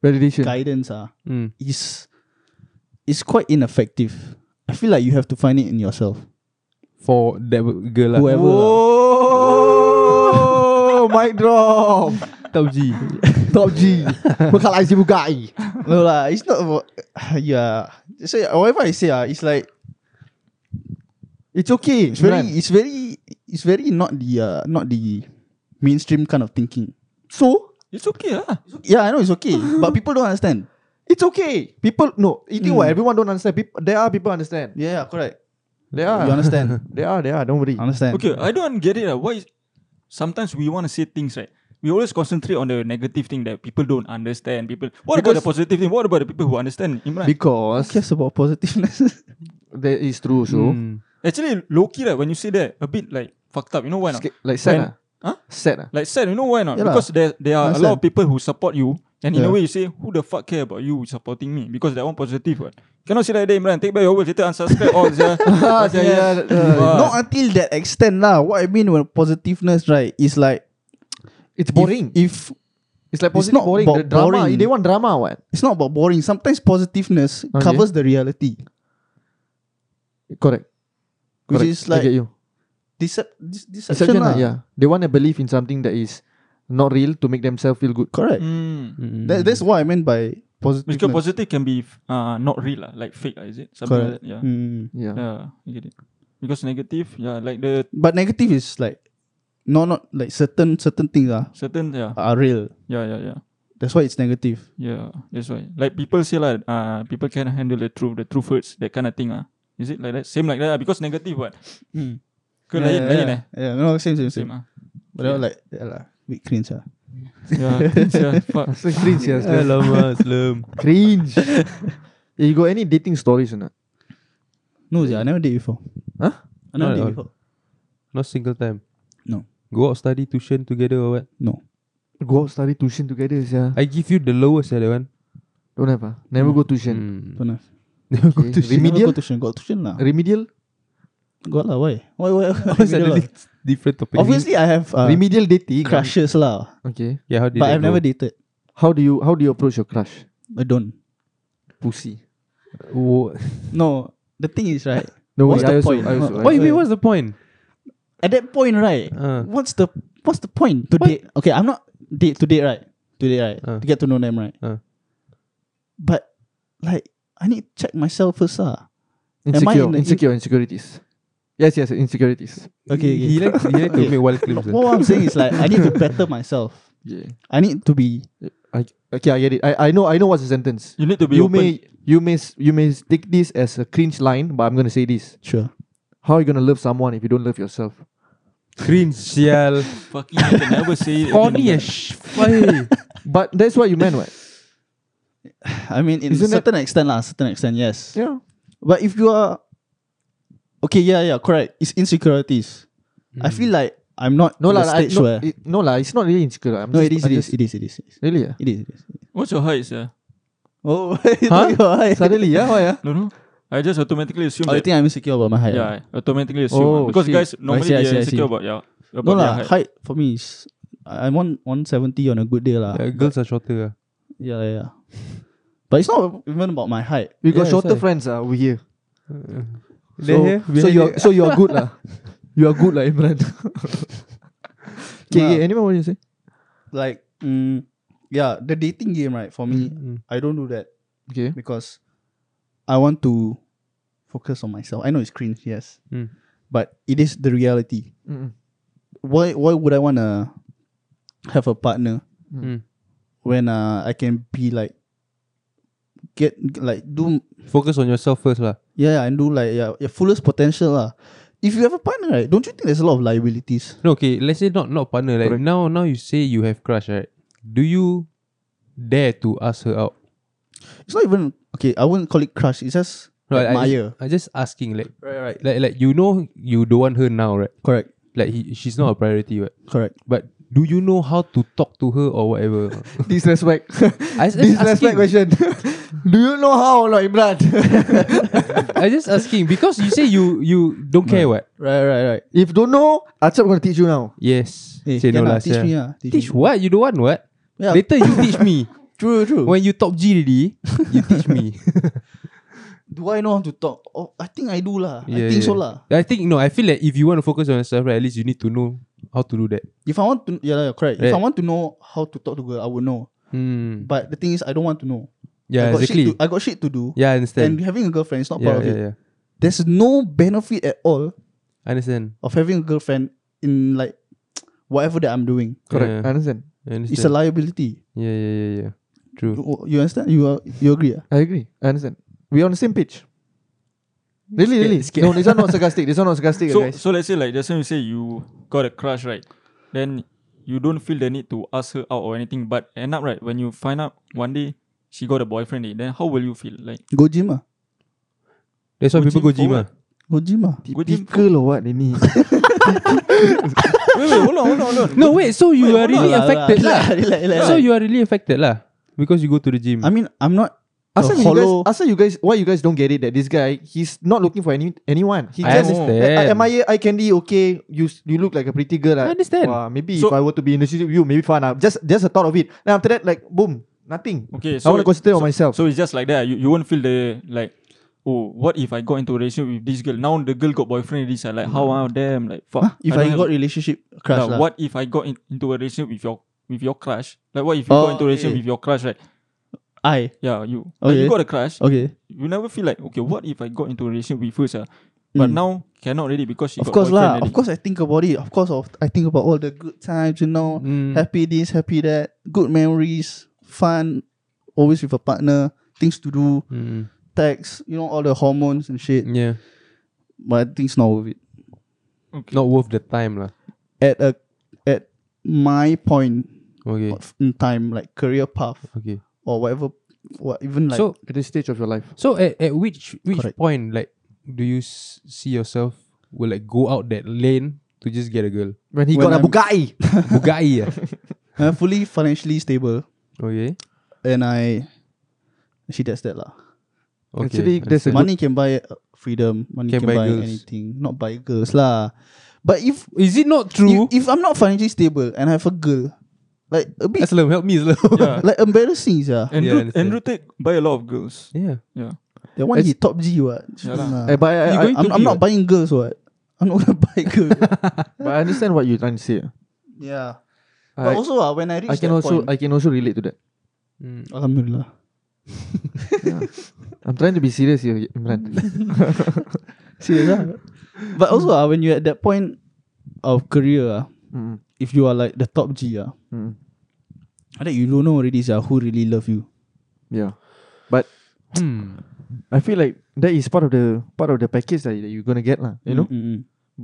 C: Validation.
B: guidance uh,
A: Mm.
B: is is quite ineffective. I feel like you have to find it in yourself.
A: For that w- girl lah
B: Whoever,
C: [laughs]
B: ah.
C: Oh, mic drop.
A: Top [laughs] G
C: Top G. [laughs] Bekal IC bukai.
B: no lah, it's not about [sighs] yeah. So whatever I say, uh, it's like
C: It's okay.
B: it's very,
C: Imran.
B: it's very, it's very not the uh, not the mainstream kind of thinking. So
D: It's okay lah.
B: yeah, I know it's okay, but people don't understand.
C: It's okay. People no. You think
B: Mm.
C: what? Everyone don't understand. People, there are people understand.
B: Yeah, correct.
C: There are.
B: You understand?
C: [laughs] There are. There are. Don't worry.
B: understand?
D: Okay, I don't get it. lah. Why is, sometimes we want to say things, right? We always concentrate on the negative thing that people don't understand. People, what about the
C: Because-
D: positive thing? What about the people who understand? Imran?
C: Because
B: Cares about
D: [laughs]
B: positiveness.
C: that is true. So
A: Mm.
D: Actually, Loki, right? When you say that, a bit like fucked up. You know why not?
C: Sca- like sad.
D: When-
C: ah.
D: Huh?
C: Sad. ah.
D: Like sad, you know why not?
B: Yeah lah.
D: because there there are a lot of
B: Understand.
D: people who support you, and in
B: Yeah.
D: a way you say, who the fuck care about you supporting me? Because that one positive one. Cannot say like that, Imran. Take back your words later, unsubscribe Oh, all.
B: [laughs]
D: sia.
C: Ah,
D: Fucking
C: yeah,
D: hell.
C: yeah,
D: Ah.
B: Not until that extent lah. What I mean when positiveness, right, is like
C: It's boring.
B: If, if
C: it's like
B: it's
C: positive
B: not
C: boring.
B: bo-
C: the drama.
B: boring.
C: They want drama. What?
B: it's not about boring, sometimes positiveness covers the reality,
C: Correct.
B: which
C: Correct.
B: is like
C: I get you.
B: decep- dis- deception
C: Deception,
B: lah.
C: ah, yeah. They want to believe in something that is not real to make themselves feel good.
B: Correct.
D: Mm.
B: That, that's what I meant by positive.
D: Because positive can be f- uh, not real, lah, like fake, lah, is it? Something like
B: Correct.
D: that. Yeah.
B: Mm.
C: Yeah.
D: Yeah, I get it. Because negative, yeah, like the
B: But negative is like, no, not like certain certain things are,
D: certain, yeah,
B: are real.
D: yeah, yeah, yeah,
B: That's why it's negative.
D: yeah. That's why, like people say, like, uh, people can handle the truth, the truth hurts, that kind of thing, ah. Is it like that? Same like that, ah, because negative, what?
B: Mm.
D: Ke lain,
B: yeah,
D: lain,
B: yeah.
D: eh?
B: yeah, no, same, same,
D: Same,
B: same.
D: ah.
B: But that one like, yeah, lah, weak cringe lah.
D: Yeah, yeah, fuck.
C: So cringe,
A: [laughs]
C: yeah, Aslam.
A: Alamak, Slam.
B: [laughs]
C: cringe. Eh, you got any dating stories or not?
B: No, yeah, I never did before.
C: Huh?
B: I never
A: Not at
B: did
A: all.
B: before.
A: Not single time.
B: No.
A: Go out study tuition together or what?
B: No.
C: Go out study tuition together, yeah.
A: I give you the lowest eh, that one.
C: Don't have, ah. Never go tuition.
A: Mm.
B: Don't have.
C: Okay.
B: Never
C: Remedial?
B: Go tuition. Got tuition lah.
C: Remedial?
B: Got lah. Why? Why? Why?
A: [laughs] Oh, suddenly it's different topic.
B: Obviously, I have uh,
C: Remedial dating.
B: crushes lah,
C: Okay.
A: yeah, how did
B: but
A: that
B: I've never
A: go?
B: dated.
C: How do you how do you approach your crush?
B: I don't.
C: Pussy.
A: Oh.
B: No, the thing is
A: [laughs]
B: right.
C: No,
B: What's
C: wait, I
B: the
C: also,
B: point?
C: I also, I
A: What you
C: also-
A: mean? What's the point?
B: At that point, right?
A: Uh.
B: What's the What's the point to
A: What?
B: date? Okay, I'm not date to date right. To date right.
A: Uh.
B: To get to know them right.
A: Uh.
B: But like, I need to check myself first ah. Am I
C: Insecure,
B: in the-
C: insecure, insecurities. Yes, yes, insecurities.
B: Okay.
A: He, he
B: okay.
A: like he like to [laughs]
B: Okay.
A: make wild claims. eh.
B: what I'm saying is like, I need to
A: [laughs]
B: better myself.
C: Yeah.
B: I need to be
C: I, okay, I get it. I, I know I know what's the sentence.
D: You need to be
C: you
D: open.
C: may you may s- you may take this as a cringe line, but I'm gonna say this.
B: sure.
C: How are you gonna love someone if you don't love yourself?
A: Cringe, sial.
D: Fucking, I can never say it.
A: Corny [laughs]
D: again.
A: as sh- why?
C: But that's what you meant, right?
B: I mean, in
C: Isn't that-
B: certain extent lah. Certain extent, yes.
C: [laughs] Yeah.
B: But if you are okay, yeah, yeah, correct. It's insecurities. I feel like I'm not
C: No
B: in
C: lah,
B: the
C: I,
B: stage
C: no,
B: where
C: it, no lah. It's not really insecure. I'm
B: no,
C: just,
B: it is,
C: I'm
B: it is,
C: just-
B: it is, it is, it is,
C: Really? Yeah.
B: it is, it is.
D: What's your height, yeah?
B: [laughs] Oh, huh?
C: [laughs] Suddenly, yeah, why, yeah.
D: No, no. I just automatically assume
B: Oh, you
D: that.
B: think I'm insecure about my height? ah?
D: yeah, I automatically assume
C: Oh,
D: ah. because
C: shit.
D: guys
B: I
D: normally
B: see, I
D: they're
B: see, I see.
D: insecure about yeah about
B: No
D: their
B: lah,
D: height.
B: height for me is I'm one one seventy on a good day lah.
A: Uh, girls are shorter. ah.
B: Yeah, yeah, yeah. But it's not even about my height.
C: We got
A: Yeah,
C: shorter
A: that's why.
C: friends uh, over here.
A: There, here,
C: So, so
A: behind
C: you are
A: there.
C: so you are good [laughs] lah. You are good lah, Imran. [laughs] okay,
B: Nah.
C: yeah, anyone what do you say?
B: Like, mm, yeah, the dating game, right? For me,
A: Mm,
B: I don't do that
C: Okay.
B: because I want to focus on myself. I know it's cringe, yes,
A: Mm.
B: but it is the reality.
C: Mm-mm.
B: why why would I wanna have a partner
A: Mm.
B: Hmm. when uh, I can be like get like do
A: Focus on yourself first lah.
B: yeah and do like yeah, your fullest potential lah. If you have a partner, right, don't you think there's a lot of liabilities?
A: No, okay. Let's say not not partner. Like
C: Correct.
A: now now you say you have crush right? Do you dare to ask her out?
B: It's not even okay. I wouldn't call it crush. It's just
A: No, I-
B: admire.
A: I, I just asking like right,
C: [laughs]
A: right. like like you know you don't want her now right?
B: correct,
A: Like he, she's not a priority right?
B: correct.
A: But do you know how to talk to her or whatever?
C: [laughs] Disrespect.
B: [laughs]
A: I just
C: Disrespect
A: asking.
C: question. [laughs] do you know how or not, Imran? [laughs]
A: I just asking because you say you you don't care what?
B: Right, right, right.
C: if don't know, Achap gonna teach you now.
A: Yes.
B: Hey,
A: Say
B: Eh, can
A: no lah,
B: lah, teach
A: sia.
B: me ah. Teach,
A: Teach
B: me.
A: what? You don't want what?
B: Yeah.
A: Later you teach
B: [laughs]
A: me.
B: True, true.
A: When you top G already, you teach me.
B: do I know how to talk? Oh, I think I do lah. [laughs] I
A: Yeah,
B: think so
A: yeah.
B: lah.
A: I think no, I feel like if you want to focus on yourself, right, at least you need to know how to do that.
B: If I want to, yeah, yeah correct. If
A: Right.
B: I want to know how to talk to girl, I will know.
A: Hmm.
B: But the thing is, I don't want to know. I
A: Yeah,
B: got
A: exactly.
B: Shit to, I got shit to do.
A: yeah, I
B: And
A: understand.
B: having a girlfriend is not
A: yeah,
B: part of
A: yeah,
B: it.
A: yeah.
B: There's no benefit at all
A: I understand.
B: of having a girlfriend in like whatever that I'm doing.
C: Correct.
A: Yeah.
C: I understand.
A: I understand.
B: It's a liability.
A: yeah, yeah, yeah, yeah. True.
B: You, you understand? You are, you agree? ah?
C: I agree. I understand. We're on the same page. Really, really.
A: scared.
C: No, these are not sarcastic. These are not sarcastic,
D: So
C: guys.
D: so let's say like just now you say you got a crush right, then you don't feel the need to ask her out or anything. But end up right when you find out one day she got a boyfriend, eh, then how will you feel?
B: [laughs]
D: Like
B: Go gym ah.
A: That's why
D: Go
A: people go
D: gym
A: gym.
D: forward.
A: ah.
B: Go gym ah.
D: Good thing-
C: Typical or what they need.
D: wait wait hold on hold on hold on.
A: No, wait, so you are really
B: Lah, lah,
A: affected
B: [laughs] lah,
A: lah.
B: lah, lah, lah.
A: So you are really affected lah. Because you go to the gym.
B: I mean, I'm not. a
C: Asal you guys,
B: hollow.
C: asal you guys, why you guys don't get it that this guy, he's not looking for any anyone. He
A: I
C: just,
A: understand.
C: I, am I, I candy, okay, you s- you look like a pretty girl.
A: I
C: ah.
A: understand.
C: Wah, maybe
D: So-
C: if I were to be in a relationship with you, maybe fun. ah. Just just a thought of it. Then after that, like, boom, nothing.
D: Okay,
C: I
D: so
C: want to concentrate
D: so,
C: on myself.
D: so it's just like that. You, you won't feel the like. Oh, what if I got into a relationship with this girl? Now the girl got boyfriend. This like how ah damn like fuck.
B: Mm. Huh? If I,
D: don't have-
B: got relationship crush
D: Yeah,
B: lah.
D: what if I got in, into a relationship with your with your crush? Like what if you got
B: Oh,
D: into a relationship
B: eh.
D: with your crush, right?
B: I.
D: Yeah, you. Like
B: Okay.
D: you got a crush.
B: Okay.
D: You never feel like okay, what if I got into a relationship with her, sir? But
B: Mm.
D: now cannot really because she
B: of
D: got
B: course
D: boyfriend
B: lah.
D: already.
B: Of course, I think about it. Of course, of, I think about all the good times. You know,
A: Mm.
B: happy this, happy that, good memories, fun, always with a partner, things to do,
A: Mm.
B: tax. You know, all the hormones and shit.
A: Yeah.
B: But I think it's not worth it.
A: Not worth the time lah.
B: At a, at my point
A: Okay.
B: of in time, like career path
A: Okay.
B: or whatever, what even like.
A: so
C: At this stage of your life.
A: so at, at which which
B: Correct.
A: point like do you s- see yourself will like go out that lane to just get a girl?
C: When he
B: When
C: got a
B: I'm-
A: [laughs]
C: Bugatti.
A: Bugai [laughs] ah.
B: I'm uh, fully financially stable,
A: Okay.
B: and I actually that's that lah.
A: okay.
C: Actually, there's a
A: understand.
B: Money can buy uh, freedom. Money
A: Can
B: can,
A: buy
B: buy,
A: girls.
B: anything. Not buy girls lah. But if
A: Is it not true?
B: you, if I'm not financially stable and I have a girl, like a bit
A: Aslam, help me Aslam.
D: Yeah.
B: like embarrassing, yeah.
A: Yeah,
D: Andrew
A: understand.
D: Andrew Tech buy a lot of girls.
A: [laughs] yeah.
D: Yeah.
B: That one he top G what?
D: Yeah lah.
B: Nah.
C: Eh, but, I,
A: You
C: I,
A: going-
B: I'm,
A: to
B: I'm
A: be
B: not
A: what?
B: buying girls what? I'm not gonna [laughs] buy girls.
C: [laughs] but I understand what you're trying to say.
B: yeah. But
C: I,
B: also uh, when I reach
C: I can
B: that
C: also
B: point,
C: I can also relate to that.
A: Mm.
B: Alhamdulillah.
C: I'm trying to be serious here, Imran.
B: Serious lah. [laughs] But also uh, when you're at that point of career, ah,
C: Mm,
B: if you are like the top G, uh,
C: mm,
B: I think you don't know already sia, who really love you.
C: yeah.
A: Hmm.
C: I feel like that is part of the part of the package that, that you're gonna get, lah. You
A: Mm.
C: know,
B: Mm-mm.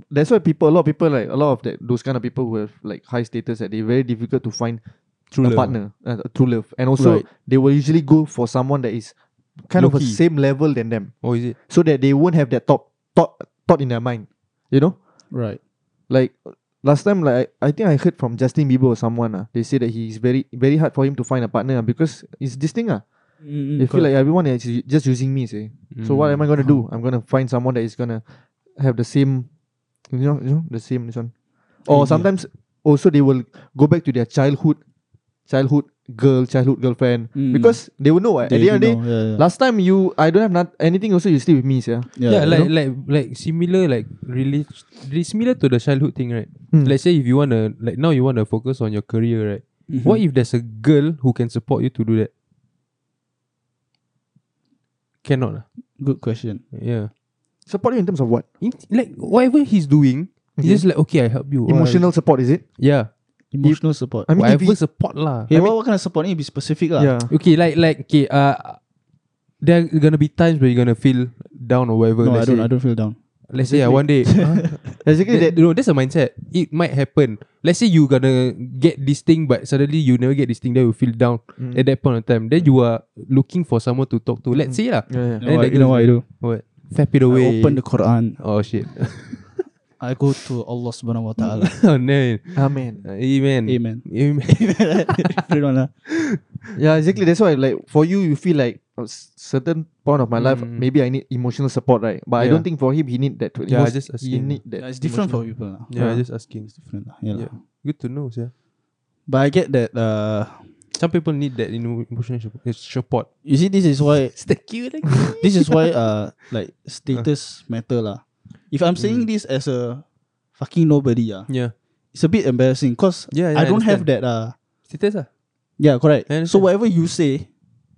C: that's why people, a lot of people, like a lot of that, those kind of people who have like high status, that they very difficult to find
A: True
C: a
A: love.
C: partner, uh, a true love, and also
A: Right.
C: they will usually go for someone that is kind of a
A: Low-key.
C: same level than them,
A: Oh, is it?
C: so that they won't have that thought thought thought in their mind. You know,
B: Right.
C: like last time, like I I think I heard from Justin Bieber or someone. Uh, they say that he is very very hard for him to find a partner ah, because it's this thing. Ah,
B: Mm-mm,
A: Mm,
C: they feel like everyone is u- just using me. Say. So what am I gonna
A: Hmm.
C: do? I'm gonna find someone that is gonna have the same, you know, you know, the same this one. Or
B: Idea.
C: sometimes also they will go back to their childhood, childhood girl, childhood girlfriend
A: Hmm.
B: Mm.
C: because they will know. ah, At the end of the day,
B: know, yeah, yeah.
C: last time you I don't have not anything. Also, you stay with me, yeah.
A: Yeah, like
B: you know?
A: like like similar like really, really similar to the childhood thing, right?
B: Hmm.
C: Mm.
A: Let's say if you wanna like now you wanna focus on your career, right?
B: Mhm.
A: What if there's a girl who can support you to do that? Cannot. ah.
B: Mm-hmm. Good question.
A: Yeah.
C: Support you in terms of what?
A: In- like whatever he's doing,
C: Okay.
A: he's just like okay, I help you. or I-
C: Emotional support is it?
A: Yeah.
B: Emotional support.
C: I mean, if
A: whatever
C: he-
A: support lah.
B: Hey, what, what kind of support need to be specific lah?
C: yeah.
A: Okay, like like okay, uh there are gonna be times where you're gonna feel down or whatever.
B: No, I
A: let's
B: don't.
A: say.
B: I don't feel down.
A: Let's say uh,
B: [laughs]
A: one day huh?
C: Basically,
A: that,
C: that,
A: no, that's a mindset. It might happen. Let's say you gonna get this thing, but suddenly you never get this thing, then you feel down
C: Mm.
A: at that point of time. Then you are looking for someone to talk to.
B: Mm.
A: Let's say lah,
C: yeah, yeah.
B: You
A: And
B: know, what,
A: that
B: you know what I do?
A: what? Fap it
B: I
A: away.
B: open the Quran.
A: oh shit. [laughs]
B: I go to Allah Subhanahu Wa Taala.
A: oh no.
C: Amen.
A: Amen.
B: Amen. [laughs]
A: Amen. [laughs]
B: Pray on lah.
C: Yeah, exactly. That's why, like, for you, you feel like a s- certain point of my life,
A: Mm.
C: maybe I need emotional support, right? But
A: Yeah.
C: I don't think for him, he need that.
A: Yeah, I
C: Emos-
A: just
C: he
A: asking.
C: need that.
B: Yeah, it's different for people lah.
A: yeah,
C: Yeah.
A: just asking.
B: It's different lah. Yeah,
A: Yeah.
B: lah.
A: Good to know, yeah.
B: But I get that. Uh,
A: Some people need that emo- emotional sup- uh, support.
B: you see, this is why.
A: cute like
B: [laughs] this is why. Uh, like status
A: Uh.
B: matter lah. If I'm
A: Mm.
B: saying this as a fucking nobody, ah,
A: Yeah.
B: it's a bit embarrassing because
A: Yeah, yeah, I
B: I don't have
A: understand.
B: that. Uh,
A: Status ah.
B: Yeah, correct.
A: I
B: So
A: understand.
B: whatever you say,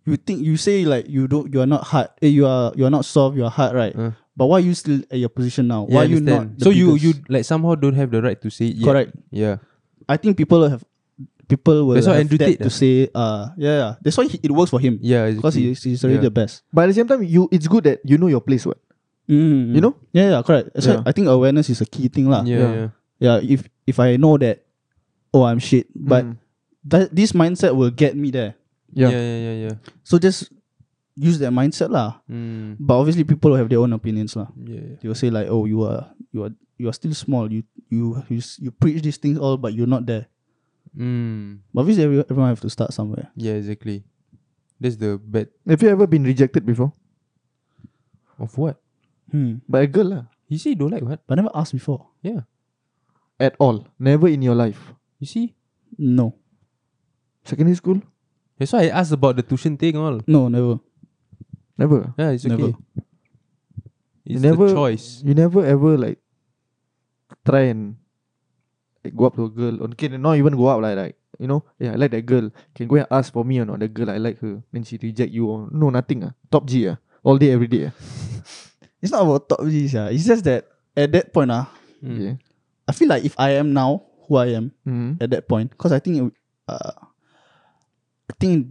B: you think you say like you don't you are not hard, eh, you are you are not soft, you are hard, right?
A: Uh.
B: But why you still at your position now?
A: Yeah,
B: why
A: I
B: you
A: understand.
B: not? the
A: So you you
B: biggest?
A: like somehow don't have the right to say it yet.
B: correct?
A: Yeah.
B: I think people have people will
A: That's why
B: have
A: Andrew
B: that
A: Tate, ah.
B: to say uh yeah, yeah. that's why he, it works for him
A: Yeah.
B: because
A: exactly.
B: he's, he's already
A: Yeah.
B: the best.
C: But at the same time, you it's good that you know your place, what?
B: Mm,
C: You know?
B: Yeah, yeah, correct. That's why
C: Yeah.
B: I think awareness is a key thing lah.
A: yeah,
C: Yeah.
A: yeah.
B: yeah. If if I know that, oh I'm shit, but
C: Mm.
B: that this mindset will get me there.
A: Yeah.
C: Yeah.
A: Yeah. Yeah. Yeah.
B: So just use that mindset lah.
A: Mm.
B: But obviously people will have their own opinions lah.
A: Yeah.
B: they will say like, "Oh, you are you are you are still small. You you you, s- you preach these things all, but you're not there."
A: Mm.
B: But obviously, every- everyone have to start somewhere.
A: Yeah, exactly. That's the bet
C: Have you ever been rejected before?
A: of what?
C: By a girl, lah.
A: You see, you don't like what?
B: Hmm. But I never asked before.
C: At all. Never in your life.
A: You see?
B: No,
C: Secondary school?
A: That's why I asked about the tuition thing all.
B: no, never.
C: Never.
A: Yeah, it's okay.
B: Never.
A: It's
C: Never-
A: the choice.
C: You never ever, like, try and like, go up to a girl. Or, okay, not even go up, like, like you know, yeah, I like that girl. Can go and ask for me or not? The girl I like her. Then she reject you or no nothing ah. Top G ah. All day every day ah.
B: It's not about top G, yeah. It's just that at that point, ah,
A: Mm.
C: Yeah.
B: I feel like if I am now who I am
C: Mm.
B: at that point, because I think, it- uh, I think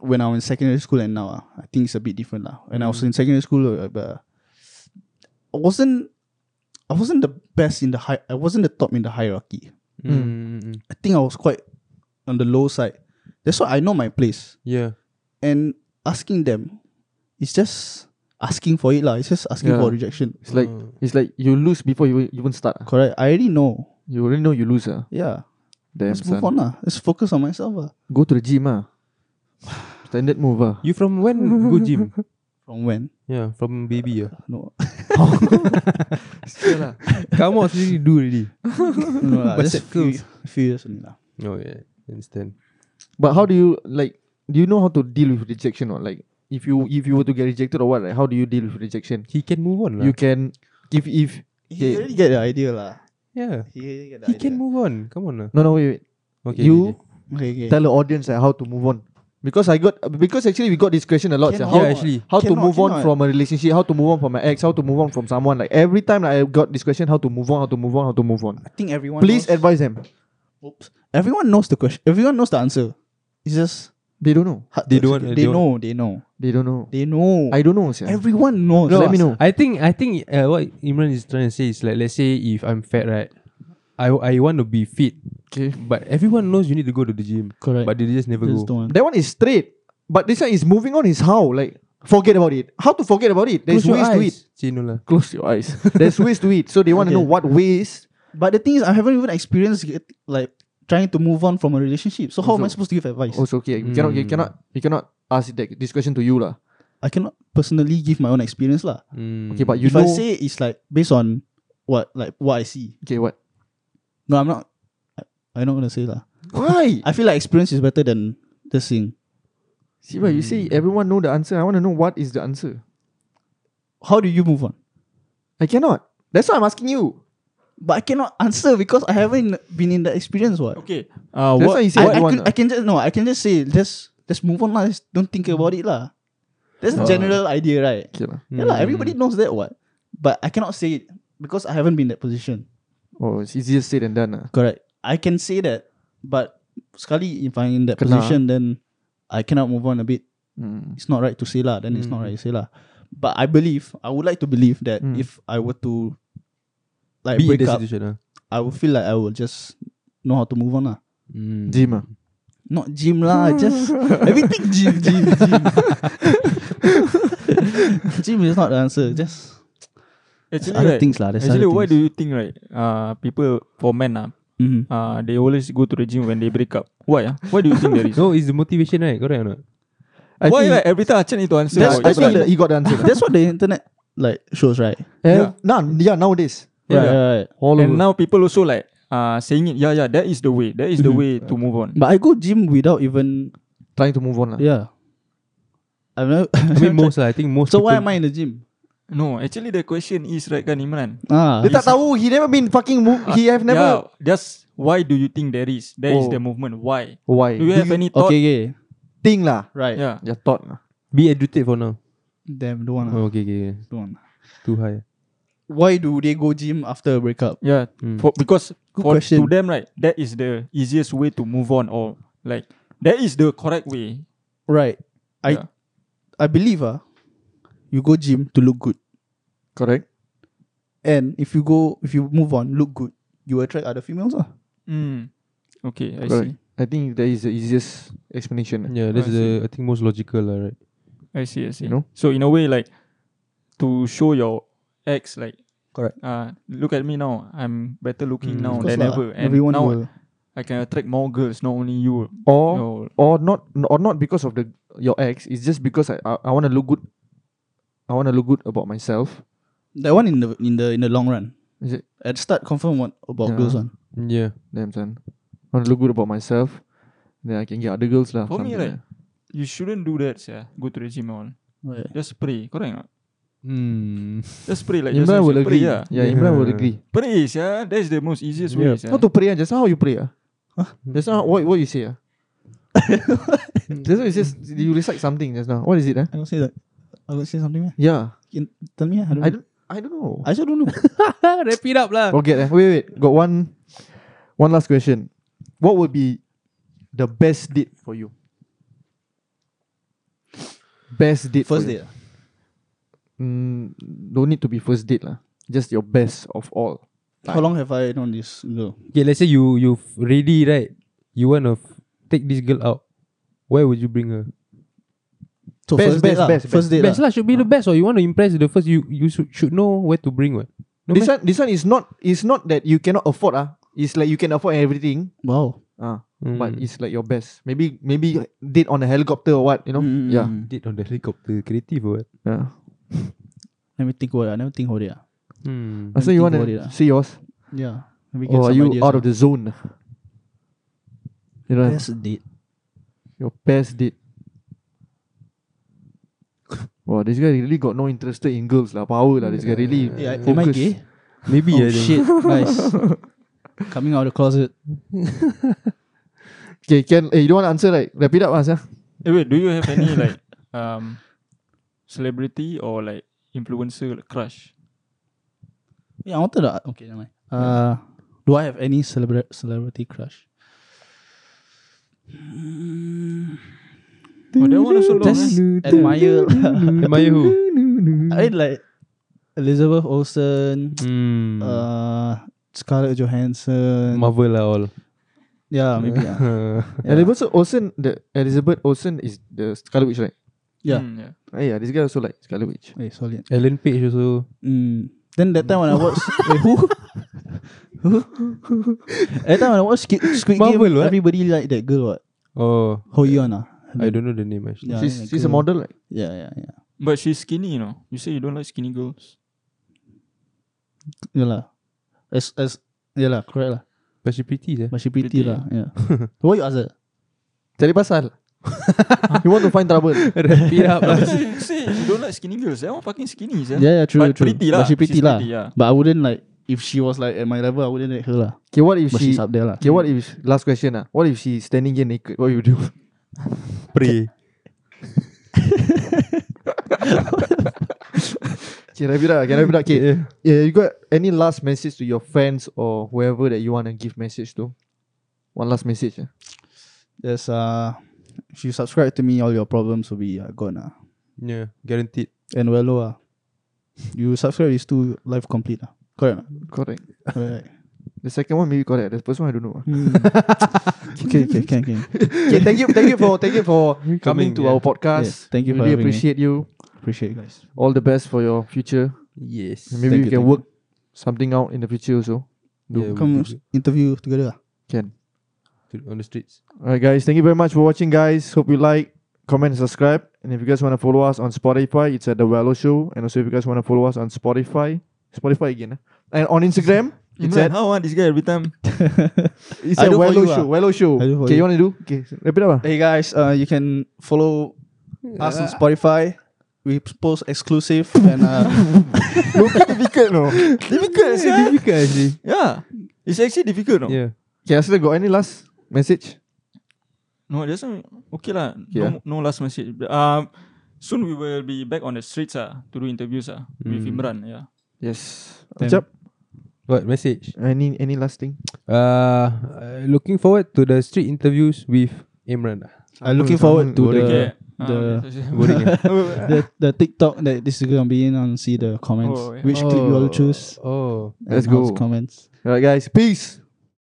B: when I was in secondary school and now, ah, I think it's a bit different lah. When I
C: Mm.
B: was in secondary school, uh, but I wasn't, I wasn't the best in the high. I wasn't the top in the hierarchy.
A: Mm. Mm.
B: I think I was quite on the low side. That's why I know my place.
A: Yeah.
B: And asking them, it's just asking for it lah. It's just asking
C: Yeah.
B: for rejection.
C: It's like
A: Oh.
C: it's like you lose before you even start. ah.
B: Correct. I already know.
C: You already know you lose ah.
B: Yeah.
C: Damn
B: Let's move
C: son.
B: on lah. Let's focus on myself lah.
C: Go to the gym ah. [sighs] Standard move ah.
A: You from when go gym?
B: From when?
A: Yeah, from baby yeah.
B: No.
C: Still lah.
A: Come on, really do already.
B: no lah. Just few,
A: Bicycles.
B: few years only lah.
A: Oh yeah, understand.
C: But how do you like? Do you know how to deal with rejection or like if you if you were to get rejected or what? Like how do you deal with rejection?
A: He can move on lah.
C: You can if if
B: He
C: Yeah.
B: already get the idea lah.
A: yeah.
B: He already get the
A: He
B: idea.
A: can move on. Come on lah.
C: no no wait, wait.
A: Okay.
C: you
B: Okay, okay.
C: tell the audience like, how to move on because I got because actually we got this question a lot. so
B: Cannot.
C: how
A: Yeah, actually.
C: how to
B: Cannot,
C: move on
B: cannot.
C: from a relationship? How to move on from an ex? How to move on from someone? Like every time I got this question, how to move on? How to move on? How to move on?
B: I think everyone
C: Please
B: knows,
C: advise them.
B: oops, everyone knows the question. Everyone knows the answer. It's just
C: They don't know.
B: hard
A: They
B: to
A: don't-
B: execute.
A: they
B: They
A: don't-
B: know. They know.
C: They don't know.
B: They know.
C: I don't know. Sia.
B: Everyone knows.
C: Let me know.
A: I think I think uh, what Imran is trying to say is like let's say if I'm fat right, I I want to be fit,
C: Okay.
A: but everyone knows you need to go to the gym,
B: Correct.
A: but they just never
B: Just
A: go.
B: don't.
C: That one is straight, but this one is moving on. Is how like forget about it. How to forget about it?
A: Close
C: There's
A: your
C: ways to
A: eyes.
C: it.
A: Cik Nola.
C: Close your eyes. [laughs] There's ways to it. So they want to
B: Okay.
C: know what ways.
B: But the thing is, I haven't even experienced get, like trying to move on from a relationship. So how am I
C: Also-
B: supposed to give advice?
C: Also Oh, okay. You cannot. You
A: Mm.
C: cannot. You cannot ask that, this question to you lah.
B: I cannot personally give my own experience lah.
A: Mm.
C: Okay, but you
B: if
C: know.
B: I say it's like based on what like what I see.
C: okay, what?
B: No, I'm not. I, I'm not gonna say lah.
C: Why?
B: I feel like experience is better than the thing.
C: [laughs] See, but you say everyone know the answer. I want to know what is the answer.
B: How do you move on?
C: I cannot. That's why I'm asking you.
B: But I cannot answer because I haven't been in the experience. What?
D: Okay.
C: Uh, That's why you say
B: I, I,
C: everyone.
B: could- I can just no. I can just say just just move on lah. Just don't think about it lah. That's
C: Uh.
B: a general idea, right?
C: okay lah.
B: Yeah lah.
A: Mm.
B: Everybody knows that what. But I cannot say it because I haven't been in that position.
C: Oh, it's easier said than done. ah.
B: Correct. I can say that, but sekali if I'm in that
C: Kena.
B: position, then I cannot move on a bit.
C: Mm.
B: It's not right to say lah. Then it's not
A: Mm.
B: right to say lah. But I believe I would like to believe that
C: Mm.
B: if I were to like
A: be in
B: break
A: the
B: up,
A: situation. ah.
B: I would feel like I will just know how to move on lah.
A: Mm.
C: Gym. ah.
B: Not gym
D: [laughs]
B: lah, just everything gym, gym, gym. [laughs] gym is not the answer. Just
D: Actually,
B: other
D: right,
B: things lah. There's
D: actually
B: other
D: why do
B: things.
D: you think right? Uh, people for men ah,
B: Mhm.
D: uh, they always go to the gym when they break up. Why ah? Why do you think there is?
A: No, it's the motivation, right? Correct or not?
C: I
D: Why
C: think,
D: right? Every time I check need to answer.
B: That's-
C: I
D: about it.
B: that's
C: think
B: why-
C: that he got the answer.
B: That's what the internet like shows, right?
C: [laughs] yeah. Nah, yeah, nowadays.
B: Right,
D: Yeah.
B: right, right.
C: All
D: and
C: over.
D: now people also like uh saying it. Yeah, yeah. That is the way. That is
C: Mm-hmm.
D: the way to move on.
B: But I go gym without even
C: trying to move on. lah.
B: yeah. I know.
A: I mean most lah. I think most.
B: [laughs] so why am
A: people-
B: I in the gym?
D: No, actually the question is right kan Imran.
B: Ah,
C: Dia tak tahu. He never been fucking move. He have never.
D: Yeah, just why do you think there is? That
C: Oh.
D: is the movement. Why?
C: Why?
D: Do you have any thought?
B: okay, okay,
C: Thing lah.
B: right.
D: Yeah.
C: Yeah, thought lah.
A: be educated for now?
B: Damn, don't wanna,
A: Oh, okay, okay, okay.
B: don't wanna.
A: Too high.
B: Why do they go gym after a breakup?
D: Yeah.
A: Mm.
D: For, because
B: Good
D: for,
B: question.
D: to them right, that is the easiest way to move on or like that is the correct way.
B: Right. I
D: Yeah.
B: I believe ah, you go gym to look good,
C: Correct.
B: and if you go, if you move on, look good, you attract other females ah.
D: Mm. Okay, I
C: Correct.
D: see.
C: I think that is the easiest explanation.
A: Yeah, that's
D: I
A: the I think most logical lah, right?
D: I see. I see.
C: know?
D: So in a way, like to show your ex, like
B: Correct.
D: Uh, look at me now. I'm better looking
A: Mm.
D: now
A: Of
B: Because
D: than
B: lah,
D: ever, and
B: everyone
D: now
B: will.
D: I can attract more girls, not only you.
C: Or
D: Your-
C: or not or not because of the your ex. It's just because I I, I want to look good. I want to look good about myself.
B: That one in the in the in the long run.
C: Is it?
B: At start, confirm what about
C: Yeah.
B: girls ah. one.
A: Yeah.
C: Damn son. I want to look good about myself. Then I can get other girls lah.
D: For me,
C: something
D: like- you shouldn't do that, yeah. Go to the gym and all.
B: Right.
D: Just pray, correct or not?
B: Mm.
A: Hmm.
D: Just pray like
C: that. Imran
D: just
C: will agree.
D: Pray, yeah.
C: yeah, Imran will
A: Yeah.
C: agree.
D: Pray, yeah. That's the most easiest way.
C: How to pray? ah? Just now how you pray? ah? Just now, what, what you say?
D: [laughs]
C: ah? just now you just you recite something just now. What is it? Ah,
B: I don't say that. I don't say something. Man.
C: Yeah.
B: Can, tell me. ah, I don't.
C: I
B: know.
C: don't I don't know.
B: I also don't know.
A: Wrap it up
B: Uh,
A: lah.
C: Forget eh. Wait, wait, wait. Got one one last question. What would be the best date for you? Best date. for
B: First
C: you.
B: date. ah?
C: Mm, don't need to be first date lah. Just your best of all.
B: How long have I known this girl?
A: Okay, let's say you you f- ready right. You wanna f- take this girl out. Where would you bring her?
B: So
C: Best,
B: first
C: best,
B: date lah.
C: best,
B: first date ah.
A: best
B: lah.
A: lah should be the best. Or you want to impress the first, you you should, should know where to bring what. No
C: this
A: meh?
C: one, this one is not is not that you cannot afford ah. It's like you can afford everything.
B: Wow.
C: Ah,
A: Mm.
C: but it's like your best. Maybe maybe date on a helicopter or what you know.
B: Mm, mm,
C: Yeah,
B: mm.
A: did on the helicopter creative or what?
C: yeah.
B: Let me think about it. I never think about it. ah.
A: Hmm.
C: Ah, so you
B: think
C: want
B: about it
C: to
B: lah.
C: see yours?
B: Yeah. Let me get
C: Or are
B: some
C: you
B: ideas,
C: out
B: ah.
C: of the zone? You know,
B: best date?
C: your best date. Wow, this guy really got no interest in girls lah. Power lah, this guy really
B: Yeah, am I
C: focused.
B: gay?
A: Maybe
B: Oh
A: I think.
B: shit! nice. Coming out of the closet.
C: Okay, can eh, you don't want to answer right? Wrap it up, Asa.
D: Eh, wait, do you have any like [laughs] um celebrity or like influencer like, crush?
B: Yeah, I wanted to. Okay, never mind. Uh, do I have any celebra- celebrity crush?
D: Oh, that one also long.
B: Just
D: eh?
B: admire.
A: Hmm. Admire who?
B: I like Elizabeth Olsen,
A: Hmm.
B: uh, Scarlett Johansson.
A: Marvel lah [laughs] all.
B: yeah, maybe. yeah. Yeah.
C: Elizabeth Olsen, the Elizabeth Olsen is the Scarlet Witch, right?
B: Yeah.
D: Mm, yeah.
C: Eh, yeah, this guy also like Scarlet Witch.
B: Wait, solid.
A: Ellen Page also.
B: Mm. Then that time when I watched, wait, who? Who? That time when I watched Squid, Squid Game,
A: Marvel, what?
B: everybody liked that girl. What?
A: Oh,
B: Ho Yeon ah.
A: I don't know the name actually.
B: Yeah,
C: she's
B: that
C: she's a
B: girl.
C: model, like
B: Yeah, yeah, yeah.
D: But she's skinny, you know. You say you don't like skinny girls.
B: Yeah lah. As as yeah lah, correct lah.
A: But she pretty eh? seh.
B: But she pretty,
D: Pretty.
B: lah. Yeah. [laughs] Why you ask that?
C: Cari pasal. [laughs] you want to find trouble?
A: Wrap it up lah.
D: No, [laughs] that's why you say you don't like skinny girls. That one fucking skinny, eh? yeah.
B: Yeah, yeah, true,
D: But
B: true.
D: pretty
B: but
D: lah.
B: she pretty
D: She's
B: lah.
D: pretty, yeah.
B: But I wouldn't like if she was like at my level, I wouldn't like her lah.
C: Okay, what if
B: But
C: she?
B: she's up there lah.
C: Okay, what if last question ah? What if she's standing here naked? What you do? [laughs]
A: Pray.
C: Okay, wrap it up. Okay, wrap it up. Okay, yeah, you got any last message to your fans or whoever that you want to give message to? One last message. ah.
B: There's uh, if you subscribe to me, all your problems will be uh, gone ah.
A: Yeah, guaranteed.
B: And well ah. You subscribe is to life complete ah. Correct. or
C: Correct.
B: not? Alright.
C: [laughs] The second one maybe correct. The first one I don't know. ah.
B: [laughs] okay, okay, can, can.
C: okay, thank you, thank you for thank you
B: [laughs]
C: for coming,
A: Coming,
C: to
A: yeah.
C: our podcast.
B: Yes, thank you for
C: really
B: having me.
C: appreciate you.
B: Appreciate it, guys.
C: All the best for your future.
A: Yes.
C: And maybe
B: Thank you,
C: we can
B: thank
C: work something out in the future also.
A: Yeah, we
B: Come
A: can
B: interview together. ah.
C: Can.
A: do- on the streets.
C: Alright guys, thank you very much for watching guys. Hope you like, comment, and subscribe. And if you guys want to follow us on Spotify, it's at the Wello Show. And also if you guys want to follow us on Spotify, Spotify again. eh. And on
B: [laughs]
C: Instagram, it's
D: Man,
C: at
D: how ah, this guy every time?
C: it's
B: I
C: at
B: do for
C: Wello
B: you, ah.
C: Show. Wello Show.
B: I do for
C: Okay,
B: you.
C: you want to do? Okay, wrap
D: [laughs]
C: it up. ah.
B: Hey guys, uh, you can follow us on Spotify. We post
C: [laughs]
B: exclusive and uh,
D: difficult, no. [laughs] difficult, yeah.
A: Difficult actually.
D: yeah. It's actually difficult,
A: [laughs]
D: no.
A: Yeah.
C: Okay, Asli, got any last message?
D: No, that's not, okay lah.
C: Yeah.
D: No, no last message. Um, soon we will be back on the streets ah to do interviews ah with
A: Mm.
D: Imran. Yeah.
C: Yes.
B: Then-
C: Jap,
A: What message?
C: any any last thing?
A: Uh, uh, looking forward to the street interviews with Imran. lah.
B: I'm looking forward to the
D: Okay. Ah, Oh,
B: the-
D: okay, so-
A: Boring.
D: [laughs]
A: ah.
B: the, the TikTok that this is gonna be in and see the comments.
D: Oh, yeah.
B: Which clip you will choose?
A: Oh.
B: and
C: Let's
B: how's
C: go.
B: Comments.
C: Alright guys, peace.